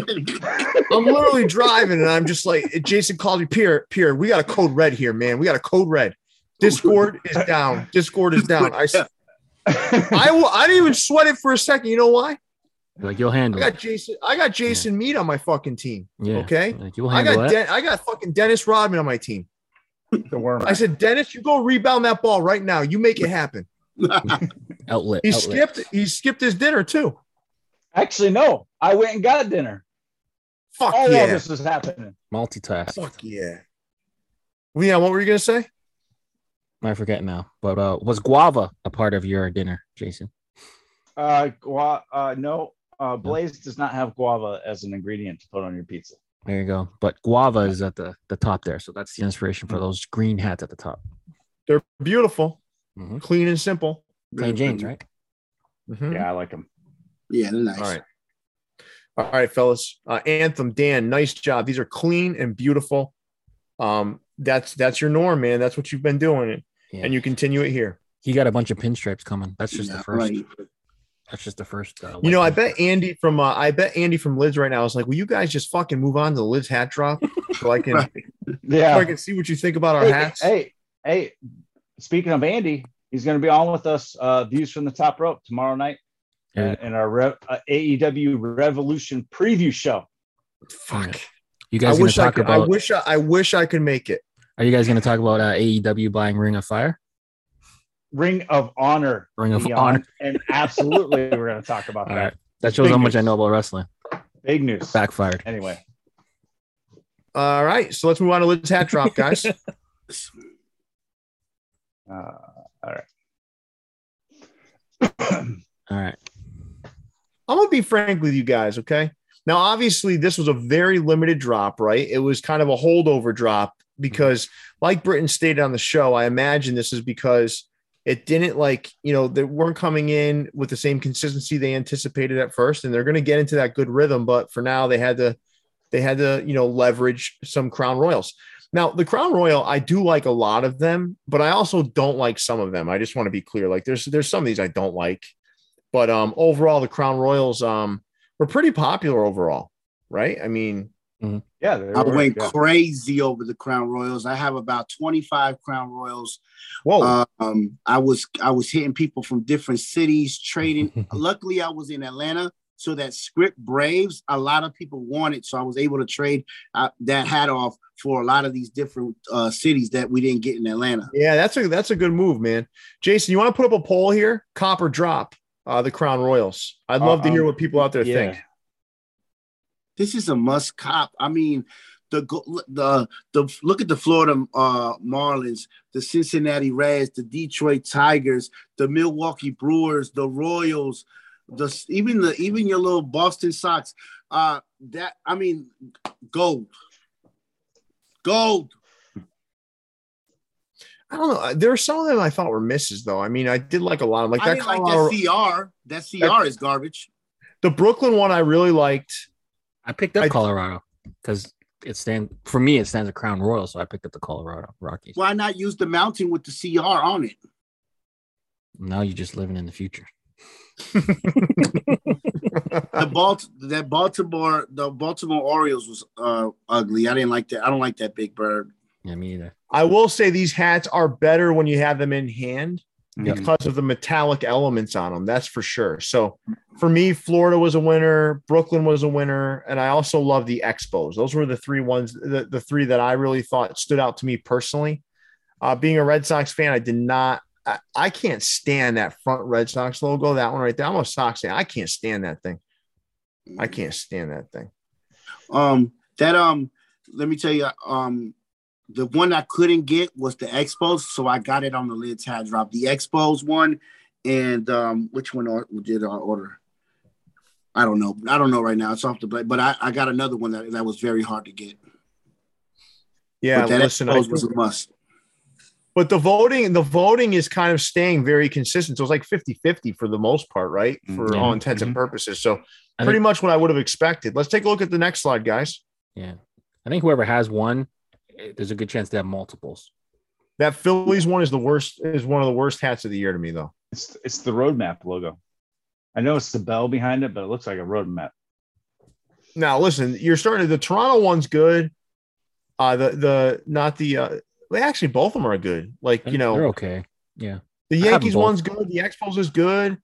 [SPEAKER 2] I'm literally driving and I'm just like Jason calls me, Pierre, Pierre, we got a code red here, man. We got a code
[SPEAKER 3] Oh,
[SPEAKER 2] red. Discord is down. Discord is down. I s- I will. I didn't even sweat it for a second. You know why?
[SPEAKER 1] Like you'll
[SPEAKER 2] I
[SPEAKER 1] handle it.
[SPEAKER 2] got Jason. I got Jason Mead on my fucking team.
[SPEAKER 1] Yeah.
[SPEAKER 2] okay.
[SPEAKER 1] Like you'll
[SPEAKER 2] I
[SPEAKER 1] handle
[SPEAKER 2] got
[SPEAKER 1] it.
[SPEAKER 2] Den- I got fucking Dennis Rodman on my team.
[SPEAKER 4] the worm.
[SPEAKER 2] I said, Dennis, you go rebound that ball right now. You make it happen.
[SPEAKER 1] outlet.
[SPEAKER 2] He
[SPEAKER 1] outlet.
[SPEAKER 2] skipped. He skipped his dinner too.
[SPEAKER 4] Actually, no. I went and got dinner.
[SPEAKER 2] Fuck
[SPEAKER 4] All
[SPEAKER 2] yeah.
[SPEAKER 4] of this was happening.
[SPEAKER 1] Multitask.
[SPEAKER 2] Fuck yeah. Leon, what were you gonna say?
[SPEAKER 1] I forget now. But uh, was guava a part of your dinner, Jason?
[SPEAKER 4] Uh, gua- uh no. Uh, Blaze does not have guava as an ingredient to put on your pizza.
[SPEAKER 1] There you go. But guava is at the, the top there. So that's the inspiration
[SPEAKER 2] Mm.
[SPEAKER 1] for those green hats at the top.
[SPEAKER 2] They're beautiful,
[SPEAKER 1] Mhm.
[SPEAKER 2] clean and simple.
[SPEAKER 1] Plain James, right? Hmm.
[SPEAKER 2] Mhm.
[SPEAKER 4] Yeah, I like them.
[SPEAKER 3] Yeah, they're nice.
[SPEAKER 2] All right. All right, fellas. Uh, Anthem, Dan, nice job. These are clean and beautiful. Um, that's that's your norm, man. That's what you've been doing, it,
[SPEAKER 1] Yeah.
[SPEAKER 2] and you continue it here.
[SPEAKER 1] He got a bunch of pinstripes coming. That's just
[SPEAKER 3] Yeah,
[SPEAKER 1] the first.
[SPEAKER 3] right.
[SPEAKER 1] That's just the first. Uh,
[SPEAKER 2] You know, I
[SPEAKER 1] white
[SPEAKER 2] bet Andy from uh, I bet Andy from Lids right now is like, will you guys just fucking move on to the Lids hat drop so I can so I
[SPEAKER 4] Yeah.
[SPEAKER 2] can see what you think about our
[SPEAKER 4] Hey,
[SPEAKER 2] hats?
[SPEAKER 4] hey, hey, speaking of Andy, he's going to be on with us. Uh, views from the top rope tomorrow night uh,
[SPEAKER 1] Yeah.
[SPEAKER 4] in our Re- uh, AEW Revolution preview show.
[SPEAKER 2] Fuck.
[SPEAKER 1] You
[SPEAKER 2] I
[SPEAKER 1] guys going to
[SPEAKER 2] wish I
[SPEAKER 1] talk
[SPEAKER 2] could. I
[SPEAKER 1] about?
[SPEAKER 2] wish I, I wish I could make it.
[SPEAKER 1] Are you guys going to talk about uh, AEW buying Ring of Fire?
[SPEAKER 4] Ring of Honor.
[SPEAKER 1] Ring of
[SPEAKER 4] Leon,
[SPEAKER 1] Honor.
[SPEAKER 4] And absolutely, we're going to talk about
[SPEAKER 1] All
[SPEAKER 4] that.
[SPEAKER 1] right. That shows
[SPEAKER 4] Big
[SPEAKER 1] how much I
[SPEAKER 4] news.
[SPEAKER 1] know about wrestling.
[SPEAKER 4] Big news.
[SPEAKER 1] Backfired.
[SPEAKER 4] Anyway,
[SPEAKER 2] All right, so let's move on to Lids hat drop, guys.
[SPEAKER 4] uh, all right.
[SPEAKER 1] All right.
[SPEAKER 2] I'm gonna be frank with you guys, okay? Now, obviously, this was a very limited drop, right? It was kind of a holdover drop because like Britain stated on the show, I imagine this is because it didn't like, you know, they weren't coming in with the same consistency they anticipated at first, and they're going to get into that good rhythm. But for now, they had to, they had to, you know, leverage some Crown Royals. Now, the Crown Royal, I do like a lot of them, but I also don't like some of them. I just want to be clear. Like there's there's some of these I don't like. But um overall, the Crown Royals um were pretty popular overall, right? I mean,
[SPEAKER 4] Yeah, they
[SPEAKER 3] I
[SPEAKER 4] were,
[SPEAKER 3] went
[SPEAKER 4] yeah.
[SPEAKER 3] crazy over the Crown Royals. I have about 25 Crown Royals.
[SPEAKER 2] whoa,
[SPEAKER 3] Um, I was I was hitting people from different cities, trading. Luckily, I was in Atlanta, so that script Braves, a lot of people wanted, so I was able to trade uh, that hat off for a lot of these different uh, cities that we didn't get in Atlanta.
[SPEAKER 2] yeah, that's a that's a good move, man. Jason, you want to put up a poll here? Copper drop uh the Crown Royals. I'd love to hear
[SPEAKER 4] Um,
[SPEAKER 2] what people out there
[SPEAKER 4] yeah.
[SPEAKER 2] think.
[SPEAKER 3] This is a must cop. I mean, the go- the the look at the Florida uh, Marlins, the Cincinnati Reds, the Detroit Tigers, the Milwaukee Brewers, the Royals, the even the even your little Boston Sox. Uh, that I mean, gold, gold.
[SPEAKER 2] I don't know. There are some of them I thought were misses, though. I mean, I did like a lot of like
[SPEAKER 3] I
[SPEAKER 2] that.
[SPEAKER 3] didn't
[SPEAKER 2] Colorado-
[SPEAKER 3] like that CR. That CR is garbage.
[SPEAKER 2] the Brooklyn one I really liked.
[SPEAKER 1] I picked up
[SPEAKER 2] I-
[SPEAKER 1] Colorado because it stands for me. It stands a Crown Royal, so I picked up the Colorado Rockies.
[SPEAKER 3] Why not use the mountain with the CR on it?
[SPEAKER 1] Now you're just living in the future.
[SPEAKER 3] The Balt that Baltimore the Baltimore Orioles was uh, ugly. I didn't like that. I don't like that big bird.
[SPEAKER 1] Yeah, me either.
[SPEAKER 2] I will say these hats are better when you have them in hand
[SPEAKER 4] Mhm.
[SPEAKER 2] because of the metallic elements on them. That's for sure. So for me, Florida was a winner, Brooklyn was a winner, and I also love the Expos. Those were the three ones, the, the three that I really thought stood out to me personally. Uh, being a Red Sox fan, I did not. I, I can't stand that front Red Sox logo. That one right there. I'm a Sox fan. I can't stand that thing. I can't stand that thing.
[SPEAKER 3] Um, that um, let me tell you, um, the one I couldn't get was the Expos, so I got it on the lid tag drop. The Expos one, and um, which one or- did I order? I don't know. I don't know right now. It's off the plate, but I, I got another one that, that was very hard to get.
[SPEAKER 2] Yeah,
[SPEAKER 3] but that
[SPEAKER 2] listen. I
[SPEAKER 3] Expos
[SPEAKER 2] think-
[SPEAKER 3] was a must.
[SPEAKER 2] But the voting, the voting is kind of staying very consistent. So it's like 50-50 for the most part, right? For
[SPEAKER 1] Yeah. Mm-hmm.
[SPEAKER 2] all intents
[SPEAKER 4] Mhm.
[SPEAKER 2] and purposes. So
[SPEAKER 1] I
[SPEAKER 2] pretty
[SPEAKER 1] think-
[SPEAKER 2] much what I would have expected. Let's take a look at the next slide, guys.
[SPEAKER 1] Yeah, I think whoever has one, eh, there's a good chance they have multiples.
[SPEAKER 2] That Phillies one is the worst, is one of the worst hats of the year to me, though.
[SPEAKER 4] It's it's the roadmap logo. I know it's the bell behind it, but it looks like a roadmap.
[SPEAKER 2] Now listen, you're starting the Toronto one's good. Uh the the not the uh well, actually both of them are good. Like, you know,
[SPEAKER 1] they're okay. Yeah,
[SPEAKER 2] The
[SPEAKER 1] I have 'em
[SPEAKER 2] Yankees
[SPEAKER 1] both.
[SPEAKER 2] one's good. The Expos is good.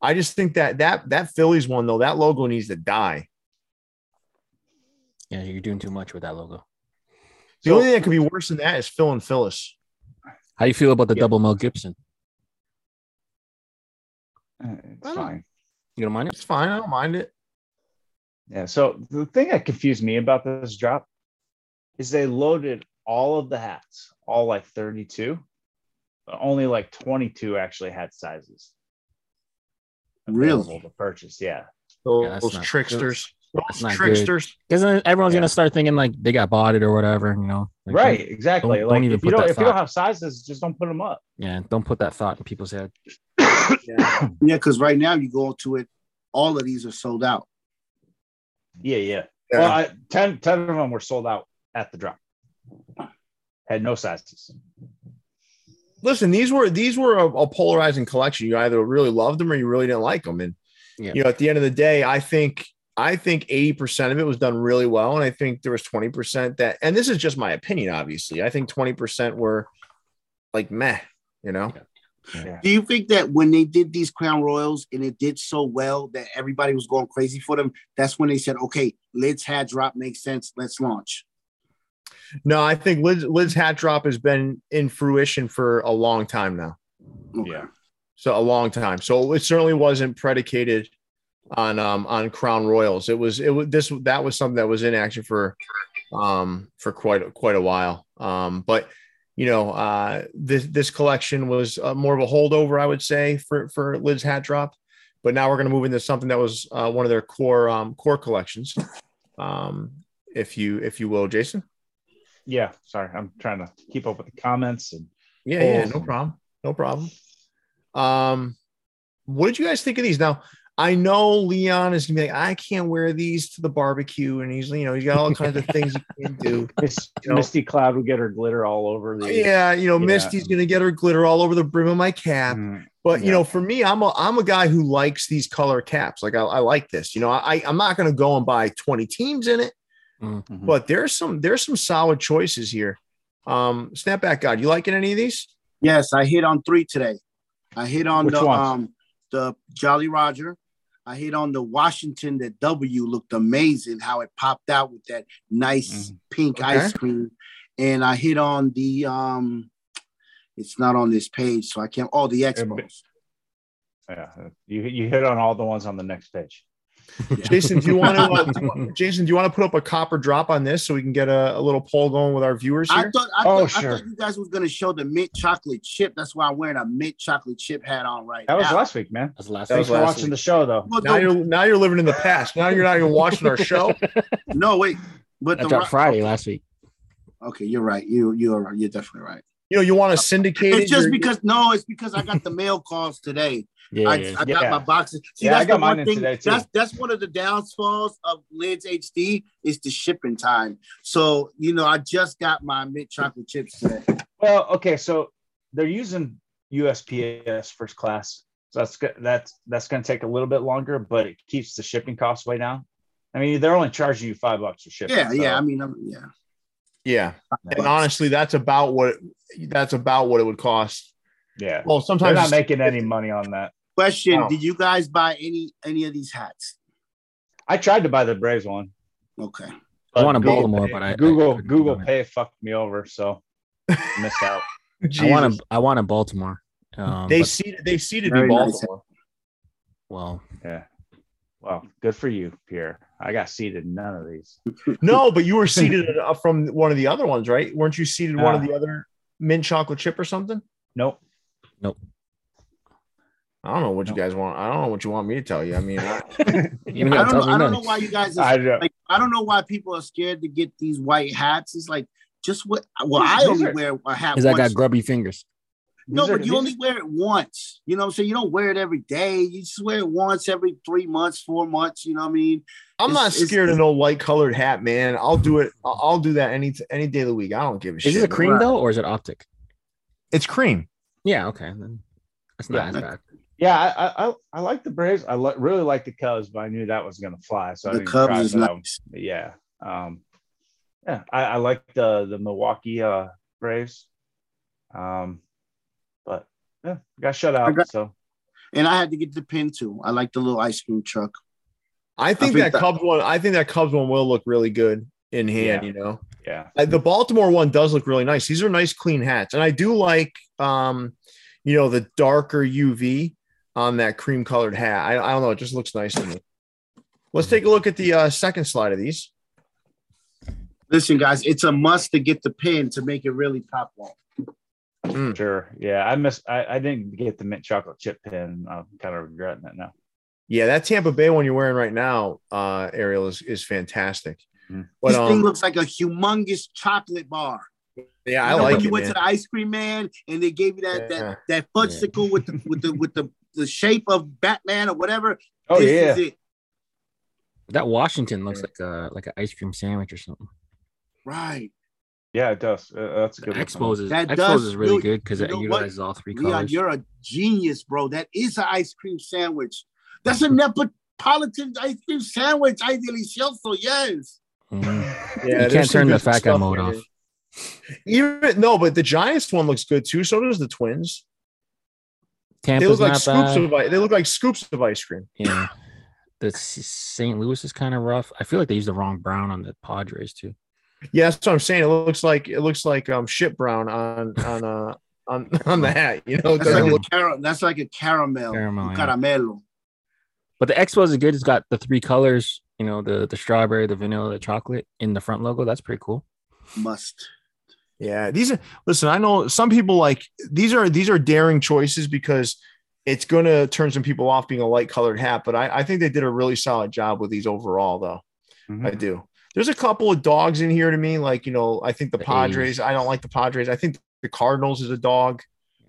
[SPEAKER 2] I just think that that that Phillies one though, that logo needs to die.
[SPEAKER 1] yeah, you're doing too much with that logo.
[SPEAKER 2] The
[SPEAKER 4] So-
[SPEAKER 2] only thing that could be worse than that is Phil and Phyllis.
[SPEAKER 1] How do you feel about the
[SPEAKER 4] Yeah.
[SPEAKER 1] double Mel Gibson?
[SPEAKER 4] Uh, It's
[SPEAKER 2] I don't-
[SPEAKER 4] fine.
[SPEAKER 1] You don't mind it?
[SPEAKER 2] It's fine. I don't mind it.
[SPEAKER 4] Yeah. So the thing that confused me about this drop is they loaded all of the hats, all like 32, but only like 22 actually had sizes.
[SPEAKER 3] Really?
[SPEAKER 4] available To purchase. Yeah.
[SPEAKER 2] Those,
[SPEAKER 1] Yeah, that's not-
[SPEAKER 2] tricksters.
[SPEAKER 1] that's
[SPEAKER 2] Those
[SPEAKER 1] not
[SPEAKER 2] tricksters.
[SPEAKER 1] Because then everyone's
[SPEAKER 4] Yeah.
[SPEAKER 1] gonna start thinking like they got bodied or whatever. You know, Like,
[SPEAKER 4] right.
[SPEAKER 1] don't-
[SPEAKER 4] Exactly.
[SPEAKER 1] don't
[SPEAKER 4] like
[SPEAKER 1] even
[SPEAKER 4] if
[SPEAKER 1] put
[SPEAKER 4] you don't
[SPEAKER 1] that
[SPEAKER 4] if you don't
[SPEAKER 1] thought.
[SPEAKER 4] have sizes, just don't put them up.
[SPEAKER 1] Yeah, don't put that thought in people's head.
[SPEAKER 3] Yeah, because right now you go to it, all of these are sold out.
[SPEAKER 4] Yeah. Yeah.
[SPEAKER 2] Yeah.
[SPEAKER 4] Well, I, 10, 10 of them were sold out at the drop. Had no sizes.
[SPEAKER 2] Listen, these were these were a, a polarizing collection. You either really loved them or you really didn't like them. And
[SPEAKER 1] Yeah.
[SPEAKER 2] you know, at the end of the day, I think I think 80% of it was done really well. And I think there was 20% that, and this is just my opinion, obviously. I think 20% were like meh, you know.
[SPEAKER 3] Do you think that when they did these Crown Royals and it did so well that everybody was going crazy for them, that's when they said, okay, let's had drop makes sense. Let's launch.
[SPEAKER 2] No, I think Liz Liz hat drop has been in fruition for a long time now.
[SPEAKER 3] Okay.
[SPEAKER 4] Yeah.
[SPEAKER 2] so a long time. So it certainly wasn't predicated on um on Crown Royals. It was it was this that was something that was in action for um for quite a- quite a while. Um, but you know uh this this collection was uh, more of a holdover, I would say, for for Liz Hat Drop. But now we're going to move into something that was uh, one of their core um core collections. Um, if you if you will, Jason.
[SPEAKER 4] yeah, sorry, I'm trying to keep up with the comments and
[SPEAKER 2] Yeah, yeah, no problem. No problem. Um, what did you guys think of these? Now, I know Leon is gonna be like, I can't wear these to the barbecue, and he's you know, he's got all kinds of things he can do.
[SPEAKER 4] Miss,
[SPEAKER 2] You know-
[SPEAKER 4] Misty Cloud would get her glitter all over the
[SPEAKER 2] Yeah, you know,
[SPEAKER 4] Yeah.
[SPEAKER 2] Misty's gonna get her glitter all over the brim of my cap.
[SPEAKER 4] Mm,
[SPEAKER 2] But you
[SPEAKER 4] Yeah.
[SPEAKER 2] know, for me, I'm a I'm a guy who likes these color caps. Like I, I like this. You know, I I'm not gonna go and buy 20 teams in it,
[SPEAKER 1] Mm.
[SPEAKER 4] Mhm.
[SPEAKER 2] but there's some there's some solid choices here. Um, snapback God, you liking any of these?
[SPEAKER 3] Yes, I hit on three today. I hit on
[SPEAKER 4] Which
[SPEAKER 3] the
[SPEAKER 4] ones?
[SPEAKER 3] um the Jolly Roger. I hit on the Washington. The W looked amazing how it popped out with that nice
[SPEAKER 4] Mhm.
[SPEAKER 3] pink
[SPEAKER 2] Okay.
[SPEAKER 3] ice cream. And I hit on the um it's not on this page, so I can't oh the Expos.
[SPEAKER 4] yeah. You you hit on all the ones on the next page.
[SPEAKER 2] Jason, do you want to uh, do you want- Jason, do you want to put up a copper drop on this so we can get a, a little poll going with our viewers
[SPEAKER 3] I
[SPEAKER 2] here?
[SPEAKER 3] thought I,
[SPEAKER 4] Oh,
[SPEAKER 3] thought, I
[SPEAKER 4] sure.
[SPEAKER 3] thought you guys was gonna show the mint chocolate chip. That's why I'm wearing a mint chocolate chip hat on right
[SPEAKER 4] That was
[SPEAKER 3] now.
[SPEAKER 4] last week, man.
[SPEAKER 1] That's the last
[SPEAKER 2] That
[SPEAKER 1] thing.
[SPEAKER 2] was
[SPEAKER 4] Thanks for
[SPEAKER 2] last
[SPEAKER 4] watching
[SPEAKER 2] week.
[SPEAKER 4] the show, though.
[SPEAKER 3] Well,
[SPEAKER 2] now
[SPEAKER 3] the-
[SPEAKER 2] you're now you're living in the past. Now you're not even watching our show.
[SPEAKER 3] no, wait. But
[SPEAKER 1] That
[SPEAKER 3] the
[SPEAKER 1] dropped
[SPEAKER 3] Ro-
[SPEAKER 1] Friday last week.
[SPEAKER 3] Okay, you're right. You you're you're definitely right.
[SPEAKER 2] You know, you want to syndicate it.
[SPEAKER 3] It's just
[SPEAKER 2] you're-
[SPEAKER 3] because no, it's because I got the mail calls today.
[SPEAKER 1] Yeah,
[SPEAKER 3] I,
[SPEAKER 1] yeah.
[SPEAKER 3] I got
[SPEAKER 4] Yeah.
[SPEAKER 3] my boxes. See,
[SPEAKER 4] Yeah,
[SPEAKER 3] that's
[SPEAKER 4] I got
[SPEAKER 3] the
[SPEAKER 4] mine
[SPEAKER 3] one
[SPEAKER 4] in
[SPEAKER 3] thing.
[SPEAKER 4] today, too.
[SPEAKER 3] That's that's one of the downfalls of Lids HD is the shipping time. So you know, I just got my mint chocolate chips today.
[SPEAKER 4] Well, okay, so they're using USPS first class, so that's go- that's that's going to take a little bit longer, but it keeps the shipping costs way down. I mean, they're only charging you five bucks for shipping.
[SPEAKER 3] Yeah,
[SPEAKER 4] so-
[SPEAKER 3] yeah. I mean, I'm, yeah.
[SPEAKER 2] yeah.
[SPEAKER 3] But-
[SPEAKER 2] And honestly, that's about what that's about what it would cost.
[SPEAKER 4] yeah.
[SPEAKER 2] Well,
[SPEAKER 4] They're
[SPEAKER 2] sometimes
[SPEAKER 4] not making any money on that.
[SPEAKER 3] Question:
[SPEAKER 2] Wow.
[SPEAKER 3] Did you guys buy any any of these hats?
[SPEAKER 4] I tried to buy the Braves one.
[SPEAKER 3] Okay.
[SPEAKER 1] I
[SPEAKER 4] but
[SPEAKER 1] want a
[SPEAKER 4] Google
[SPEAKER 1] Baltimore,
[SPEAKER 4] Pay-
[SPEAKER 1] but I- I
[SPEAKER 4] Google
[SPEAKER 1] couldn't
[SPEAKER 4] Google
[SPEAKER 1] do it.
[SPEAKER 4] Pay fucked me over, so I missed out.
[SPEAKER 1] I
[SPEAKER 2] Jesus.
[SPEAKER 1] want to. I want a Baltimore. Um,
[SPEAKER 2] they
[SPEAKER 1] but-
[SPEAKER 2] seeded they seeded
[SPEAKER 3] Very
[SPEAKER 2] me
[SPEAKER 3] nice.
[SPEAKER 2] Baltimore.
[SPEAKER 1] well,
[SPEAKER 4] Yeah. Well, good for you, Pierre. I got seated in none of these.
[SPEAKER 2] No, but you were seeded uh, from one of the other ones, right? Weren't you seeded one of
[SPEAKER 4] Ah.
[SPEAKER 2] the other mint chocolate chip or something?
[SPEAKER 4] Nope.
[SPEAKER 2] I don't know what you
[SPEAKER 4] No.
[SPEAKER 2] guys want. I don't know what you want me to tell you. I mean, I,
[SPEAKER 1] you
[SPEAKER 3] I
[SPEAKER 1] don't
[SPEAKER 3] don't
[SPEAKER 1] tell
[SPEAKER 3] know.
[SPEAKER 1] me
[SPEAKER 3] I don't know
[SPEAKER 1] nothing.
[SPEAKER 3] why you guys. Are,
[SPEAKER 4] I uh, don't.
[SPEAKER 3] like, I don't know why people are scared to get these white hats. It's like just what. Well, I
[SPEAKER 4] These
[SPEAKER 3] only
[SPEAKER 4] are-
[SPEAKER 3] wear a hat.
[SPEAKER 1] Because I got
[SPEAKER 3] once.
[SPEAKER 1] grubby fingers.
[SPEAKER 3] No,
[SPEAKER 4] These are-
[SPEAKER 3] but you
[SPEAKER 4] these-
[SPEAKER 3] only wear it once. You know what I'm saying? You don't wear it every day. You just wear it once every three months, four months. You know what I mean?
[SPEAKER 2] I'm not
[SPEAKER 3] It's- it's-
[SPEAKER 2] scared of no light colored hat, man. I'll do it. I'll, I'll do that any any day of the week. I don't give a shit.
[SPEAKER 1] Is this a cream
[SPEAKER 2] man.
[SPEAKER 1] though, or is it optic?
[SPEAKER 2] It's cream.
[SPEAKER 1] Yeah. Okay. then That's not
[SPEAKER 4] Yeah.
[SPEAKER 1] as bad.
[SPEAKER 4] Yeah, I- I I, I like the Braves. I li- really like the Cubs, but I knew that was gonna fly. So I
[SPEAKER 3] the
[SPEAKER 4] didn't
[SPEAKER 3] Cubs
[SPEAKER 4] try
[SPEAKER 3] is
[SPEAKER 4] for that one.
[SPEAKER 3] nice.
[SPEAKER 4] But Yeah. Um, yeah, I, I like the the Milwaukee uh, Braves. Um, but yeah, got shut out.
[SPEAKER 3] got-
[SPEAKER 4] so
[SPEAKER 3] And I had to get the pin too. I like the little ice cream truck.
[SPEAKER 2] I think
[SPEAKER 3] think
[SPEAKER 2] that,
[SPEAKER 3] that-
[SPEAKER 2] Cubs one. I think that Cubs one will look really good in hand.
[SPEAKER 4] Yeah.
[SPEAKER 2] You know,
[SPEAKER 4] yeah,
[SPEAKER 2] Uh, the Baltimore one does look really nice. These are nice, clean hats, and I do like, um, you know, the darker UV on that cream colored hat. I, I don't know. It just looks nice to me. Let's take a look at the uh, second slide of these.
[SPEAKER 3] Listen, guys, it's a must to get the pin to make it really pop off.
[SPEAKER 2] Hmm.
[SPEAKER 4] sure. Yeah, I missed. I, I didn't get the mint chocolate chip pin. I'm kind of regretting it now.
[SPEAKER 2] Yeah, that Tampa Bay one you're wearing right now, uh, Ariel is is fantastic.
[SPEAKER 4] Mhm.
[SPEAKER 2] But
[SPEAKER 3] this thing
[SPEAKER 2] um,
[SPEAKER 3] looks like a humongous chocolate bar.
[SPEAKER 2] yeah, I
[SPEAKER 3] You know
[SPEAKER 2] like
[SPEAKER 3] when you
[SPEAKER 2] it.
[SPEAKER 3] went to
[SPEAKER 2] man.
[SPEAKER 3] the ice cream man and they gave you that
[SPEAKER 2] Yeah.
[SPEAKER 3] that that fudgesicle with the with the with the, the shape of Batman or whatever.
[SPEAKER 4] Oh
[SPEAKER 3] this
[SPEAKER 4] yeah,
[SPEAKER 3] is it.
[SPEAKER 1] That Washington looks like a like an ice cream sandwich or something.
[SPEAKER 3] Right.
[SPEAKER 4] yeah, it does. Uh, that's a good. one.
[SPEAKER 1] Expos is
[SPEAKER 3] That
[SPEAKER 1] Expos
[SPEAKER 3] does-
[SPEAKER 1] is really
[SPEAKER 3] dude,
[SPEAKER 1] good because
[SPEAKER 3] you
[SPEAKER 1] it
[SPEAKER 3] know what?
[SPEAKER 1] utilizes all three
[SPEAKER 3] Leon,
[SPEAKER 1] colors.
[SPEAKER 3] you're a genius, bro. That is an ice cream sandwich. That's a Neapolitan ice cream sandwich, ideally So yes.
[SPEAKER 1] Mhm.
[SPEAKER 2] Yeah,
[SPEAKER 1] you
[SPEAKER 2] there's
[SPEAKER 1] can't
[SPEAKER 2] some
[SPEAKER 1] turn the
[SPEAKER 2] good
[SPEAKER 1] fat guy
[SPEAKER 2] stuff
[SPEAKER 1] mode
[SPEAKER 2] in
[SPEAKER 1] off.
[SPEAKER 2] here. Even no, but the Giants one looks good too. So does the Twins. They
[SPEAKER 1] Tampa's
[SPEAKER 2] look like
[SPEAKER 1] not
[SPEAKER 2] scoops
[SPEAKER 1] bad.
[SPEAKER 2] of ice. They look like scoops of ice cream.
[SPEAKER 1] yeah. The S- St. Louis is kind of rough. I feel like they used the wrong brown on the Padres too.
[SPEAKER 2] Yeah, that's what I'm saying. It looks like it looks like um shit brown on on uh on on the hat. You know, it
[SPEAKER 3] That's
[SPEAKER 2] doesn't
[SPEAKER 3] like a
[SPEAKER 2] look-
[SPEAKER 3] caramel. That's like a caramel.
[SPEAKER 1] Caramel,
[SPEAKER 3] un
[SPEAKER 1] yeah.
[SPEAKER 3] Caramelo.
[SPEAKER 1] But the Expos is good. It's got the three colors. You know, the the strawberry, the vanilla, the chocolate in the front logo. That's pretty cool.
[SPEAKER 3] Must.
[SPEAKER 2] yeah. These are listen. I know some people like these are these are daring choices because it's gonna turn some people off being a light colored hat. But I I think they did a really solid job with these overall, though.
[SPEAKER 4] Mhm.
[SPEAKER 2] I do. There's a couple of dogs in here to me. Like, you know, I think the,
[SPEAKER 1] The A's.
[SPEAKER 2] Padres, I don't like the Padres. I think the Cardinals is a dog.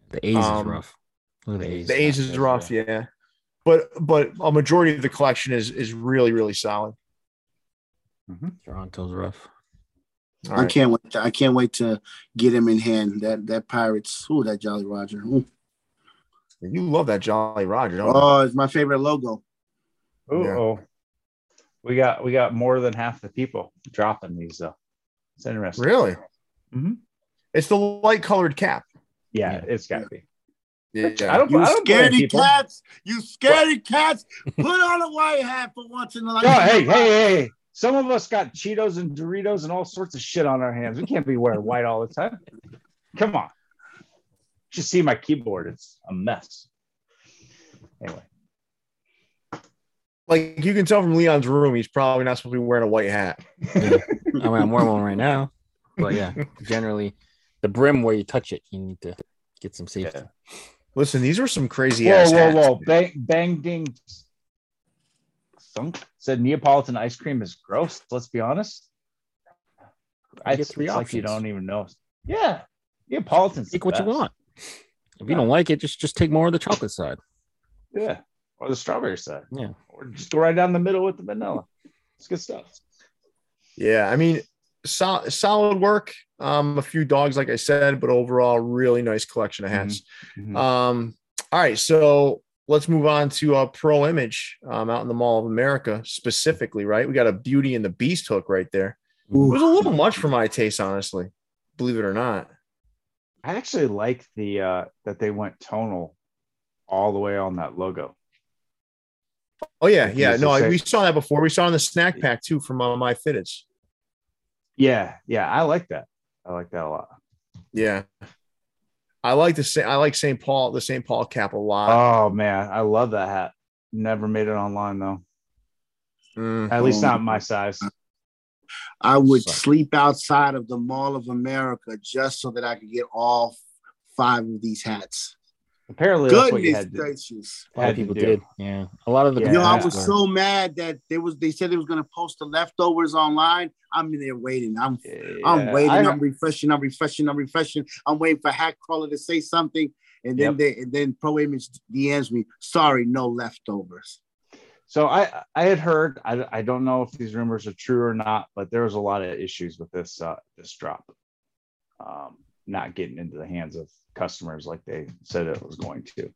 [SPEAKER 1] The A's is
[SPEAKER 2] Um,
[SPEAKER 1] rough. Look at the A's.
[SPEAKER 2] The A's is
[SPEAKER 4] That's
[SPEAKER 2] rough, yeah. But but a majority of the collection is is really, really solid.
[SPEAKER 1] Toronto's rough.
[SPEAKER 2] All
[SPEAKER 3] I
[SPEAKER 2] right.
[SPEAKER 3] can't wait. To, I can't wait to get him in hand. That that Pirates. Ooh, that Jolly Roger. Ooh.
[SPEAKER 2] You love that Jolly Roger, don't you?
[SPEAKER 3] Oh, it's my favorite logo.
[SPEAKER 4] Oh, we got we got more than half the people dropping these though. It's interesting.
[SPEAKER 2] Really?
[SPEAKER 4] Mhm.
[SPEAKER 2] It's the light colored cap.
[SPEAKER 4] Yeah,
[SPEAKER 1] Yeah.
[SPEAKER 4] it's got to be.
[SPEAKER 2] Yeah.
[SPEAKER 4] I don't.
[SPEAKER 3] You
[SPEAKER 4] I don't blame
[SPEAKER 3] scaredy
[SPEAKER 4] people.
[SPEAKER 3] cats. You scaredy cats. Put on a white hat for once in a life.
[SPEAKER 4] No, Oh, hey, hey, hey! hey. Some of us got Cheetos and Doritos and all sorts of shit on our hands. We can't be wearing white all the time. Come on. You should see my keyboard. It's a mess. Anyway,
[SPEAKER 2] Like you can tell from Leon's room, he's probably not supposed to be wearing a white hat.
[SPEAKER 1] I mean, I'm wearing one right now, but yeah, generally the brim where you touch it, you need to get some safety.
[SPEAKER 2] Listen, these were some crazy ass.
[SPEAKER 4] whoa, whoa,
[SPEAKER 2] hats.
[SPEAKER 4] whoa! Bang, bang, ding. Thunk said Neapolitan ice cream is gross. Let's be honest.
[SPEAKER 1] I
[SPEAKER 4] I
[SPEAKER 1] get
[SPEAKER 4] it's,
[SPEAKER 1] three
[SPEAKER 4] it's like you
[SPEAKER 1] options.
[SPEAKER 4] don't even know. Yeah, Neapolitan's
[SPEAKER 1] Take
[SPEAKER 4] the
[SPEAKER 1] what you
[SPEAKER 4] best.
[SPEAKER 1] want. If you don't like it, just just take more of the chocolate side.
[SPEAKER 4] Yeah, or the strawberry side.
[SPEAKER 1] Yeah.
[SPEAKER 4] or just go right down the middle with the vanilla. It's good stuff.
[SPEAKER 2] Yeah, I mean, sol- solid work. Um, a few dogs, like I said, but overall, really nice collection of hats.
[SPEAKER 4] Hmm.
[SPEAKER 2] Um, all right, so let's move on to uh, Pro Image um, out in the Mall of America specifically. Right, we got a Beauty and the Beast hook right there. It was a little much for my taste, honestly. Believe it or not.
[SPEAKER 4] I actually like the uh, that they went tonal all the way on that logo.
[SPEAKER 2] Oh yeah, yeah.
[SPEAKER 4] Yes,
[SPEAKER 2] No,
[SPEAKER 4] it's
[SPEAKER 2] I,
[SPEAKER 4] a-
[SPEAKER 2] we saw that before. We saw it in the snack pack too from uh, My Fitteds.
[SPEAKER 4] Yeah, yeah, I like that. I like that a lot.
[SPEAKER 2] Yeah, I like the Sa- I like St. Paul the St. Paul cap a
[SPEAKER 1] Uh,
[SPEAKER 2] lot.
[SPEAKER 4] Oh man, I love that hat. Never made it online though. Ah,
[SPEAKER 2] Mm.
[SPEAKER 4] At least not my size.
[SPEAKER 3] I would
[SPEAKER 1] Suck.
[SPEAKER 3] sleep outside of the Mall of America just so that I could get all five of these hats.
[SPEAKER 4] Apparently, that's what you
[SPEAKER 3] Goodness
[SPEAKER 4] had to,
[SPEAKER 3] gracious.
[SPEAKER 1] A lot
[SPEAKER 4] had
[SPEAKER 1] of
[SPEAKER 4] to
[SPEAKER 1] people
[SPEAKER 4] do.
[SPEAKER 1] did. Yeah, a lot of the.
[SPEAKER 4] Yeah.
[SPEAKER 3] Yo, I
[SPEAKER 1] components
[SPEAKER 3] was
[SPEAKER 1] are-
[SPEAKER 3] so mad that they was they said they was gonna post the leftovers online. I'm in there waiting. I'm I'm
[SPEAKER 4] Yeah,
[SPEAKER 3] waiting.
[SPEAKER 4] I-
[SPEAKER 3] I, am refreshing. I'm refreshing. I'm refreshing. I'm waiting for Hat Crawler to say something, and then
[SPEAKER 4] Yep.
[SPEAKER 3] they and then Pro Image DMs me. Sorry, no leftovers.
[SPEAKER 4] so I I had heard I, I don't know if these rumors are true or not, but there was a lot of issues with this uh, this drop, um, not getting into the hands of customers like they said it was going to.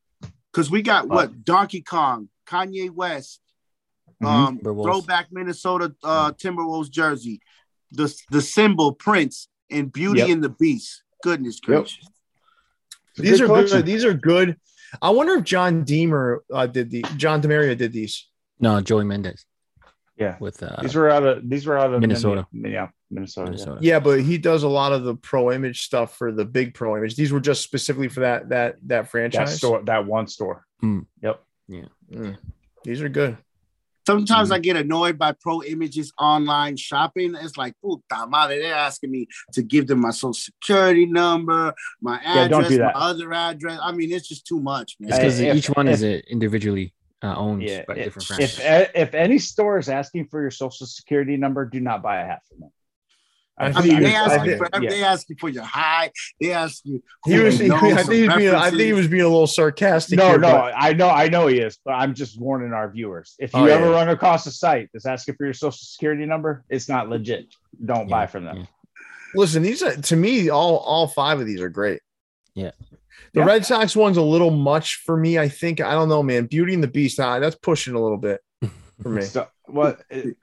[SPEAKER 3] Cause we got what Donkey Kong, Kanye West,
[SPEAKER 4] Mm-hmm.
[SPEAKER 3] um,
[SPEAKER 1] Timberwolves.
[SPEAKER 3] throwback Minnesota uh, Timberwolves jersey, the the symbol Prince and Beauty
[SPEAKER 4] Yep.
[SPEAKER 3] and the Beast. Goodness gracious!
[SPEAKER 2] These
[SPEAKER 4] Good
[SPEAKER 2] are
[SPEAKER 4] collection.
[SPEAKER 2] good. These are good. I wonder if John Deemer uh, did the John Demaria did these.
[SPEAKER 1] No, Joey Mendez.
[SPEAKER 4] Yeah.
[SPEAKER 1] with uh,
[SPEAKER 4] these were out of these were out of
[SPEAKER 1] Minnesota.
[SPEAKER 4] Minne- yeah, Minnesota.
[SPEAKER 1] Minnesota.
[SPEAKER 2] Yeah, but he does a lot of the pro image stuff for the big pro image. These were just specifically for that that that
[SPEAKER 4] Yeah. That
[SPEAKER 2] franchise.
[SPEAKER 4] store, that one store.
[SPEAKER 2] Mm. These are good.
[SPEAKER 3] Sometimes I get annoyed by Pro Images online shopping. It's like, puta madre, they're asking me to give them my social security number, my
[SPEAKER 4] Yeah,
[SPEAKER 3] address,
[SPEAKER 4] don't do that.
[SPEAKER 3] my other address. I mean, it's just too much, man.
[SPEAKER 1] It's because
[SPEAKER 4] Hey, if-
[SPEAKER 1] each one
[SPEAKER 4] if-
[SPEAKER 1] is uh, individually uh, owned
[SPEAKER 4] Yeah,
[SPEAKER 1] by
[SPEAKER 4] if
[SPEAKER 1] different
[SPEAKER 4] if,
[SPEAKER 1] brands.
[SPEAKER 4] if any store is asking for your social security number, do not buy a hat from them.
[SPEAKER 2] I
[SPEAKER 3] I
[SPEAKER 2] think
[SPEAKER 3] mean,
[SPEAKER 2] he
[SPEAKER 3] they
[SPEAKER 2] was-
[SPEAKER 3] ask
[SPEAKER 2] I
[SPEAKER 3] you
[SPEAKER 2] think-
[SPEAKER 3] for
[SPEAKER 4] Yeah.
[SPEAKER 3] they ask you for your height. They ask you.
[SPEAKER 2] He
[SPEAKER 3] who
[SPEAKER 2] was.
[SPEAKER 3] you
[SPEAKER 2] he-
[SPEAKER 3] know,
[SPEAKER 2] I
[SPEAKER 3] some
[SPEAKER 2] think he was being. I think he
[SPEAKER 3] references.
[SPEAKER 2] was being a little sarcastic.
[SPEAKER 4] No,
[SPEAKER 2] here,
[SPEAKER 4] no,
[SPEAKER 2] but-
[SPEAKER 4] I know, I know he is, but I'm just warning our viewers. If you
[SPEAKER 2] Oh, yeah,
[SPEAKER 4] ever
[SPEAKER 2] yeah.
[SPEAKER 4] run across a site that's asking for your social security number, it's not legit. Don't
[SPEAKER 1] Yeah,
[SPEAKER 4] buy from them.
[SPEAKER 1] yeah.
[SPEAKER 2] Listen, these are, to me, all all five of these are great.
[SPEAKER 1] Yeah.
[SPEAKER 2] The
[SPEAKER 4] Yeah.
[SPEAKER 2] Red Sox one's a little much for me. I think I don't know, man. Beauty and the Beast, ah, that's pushing a little bit for me.
[SPEAKER 4] So, well, it,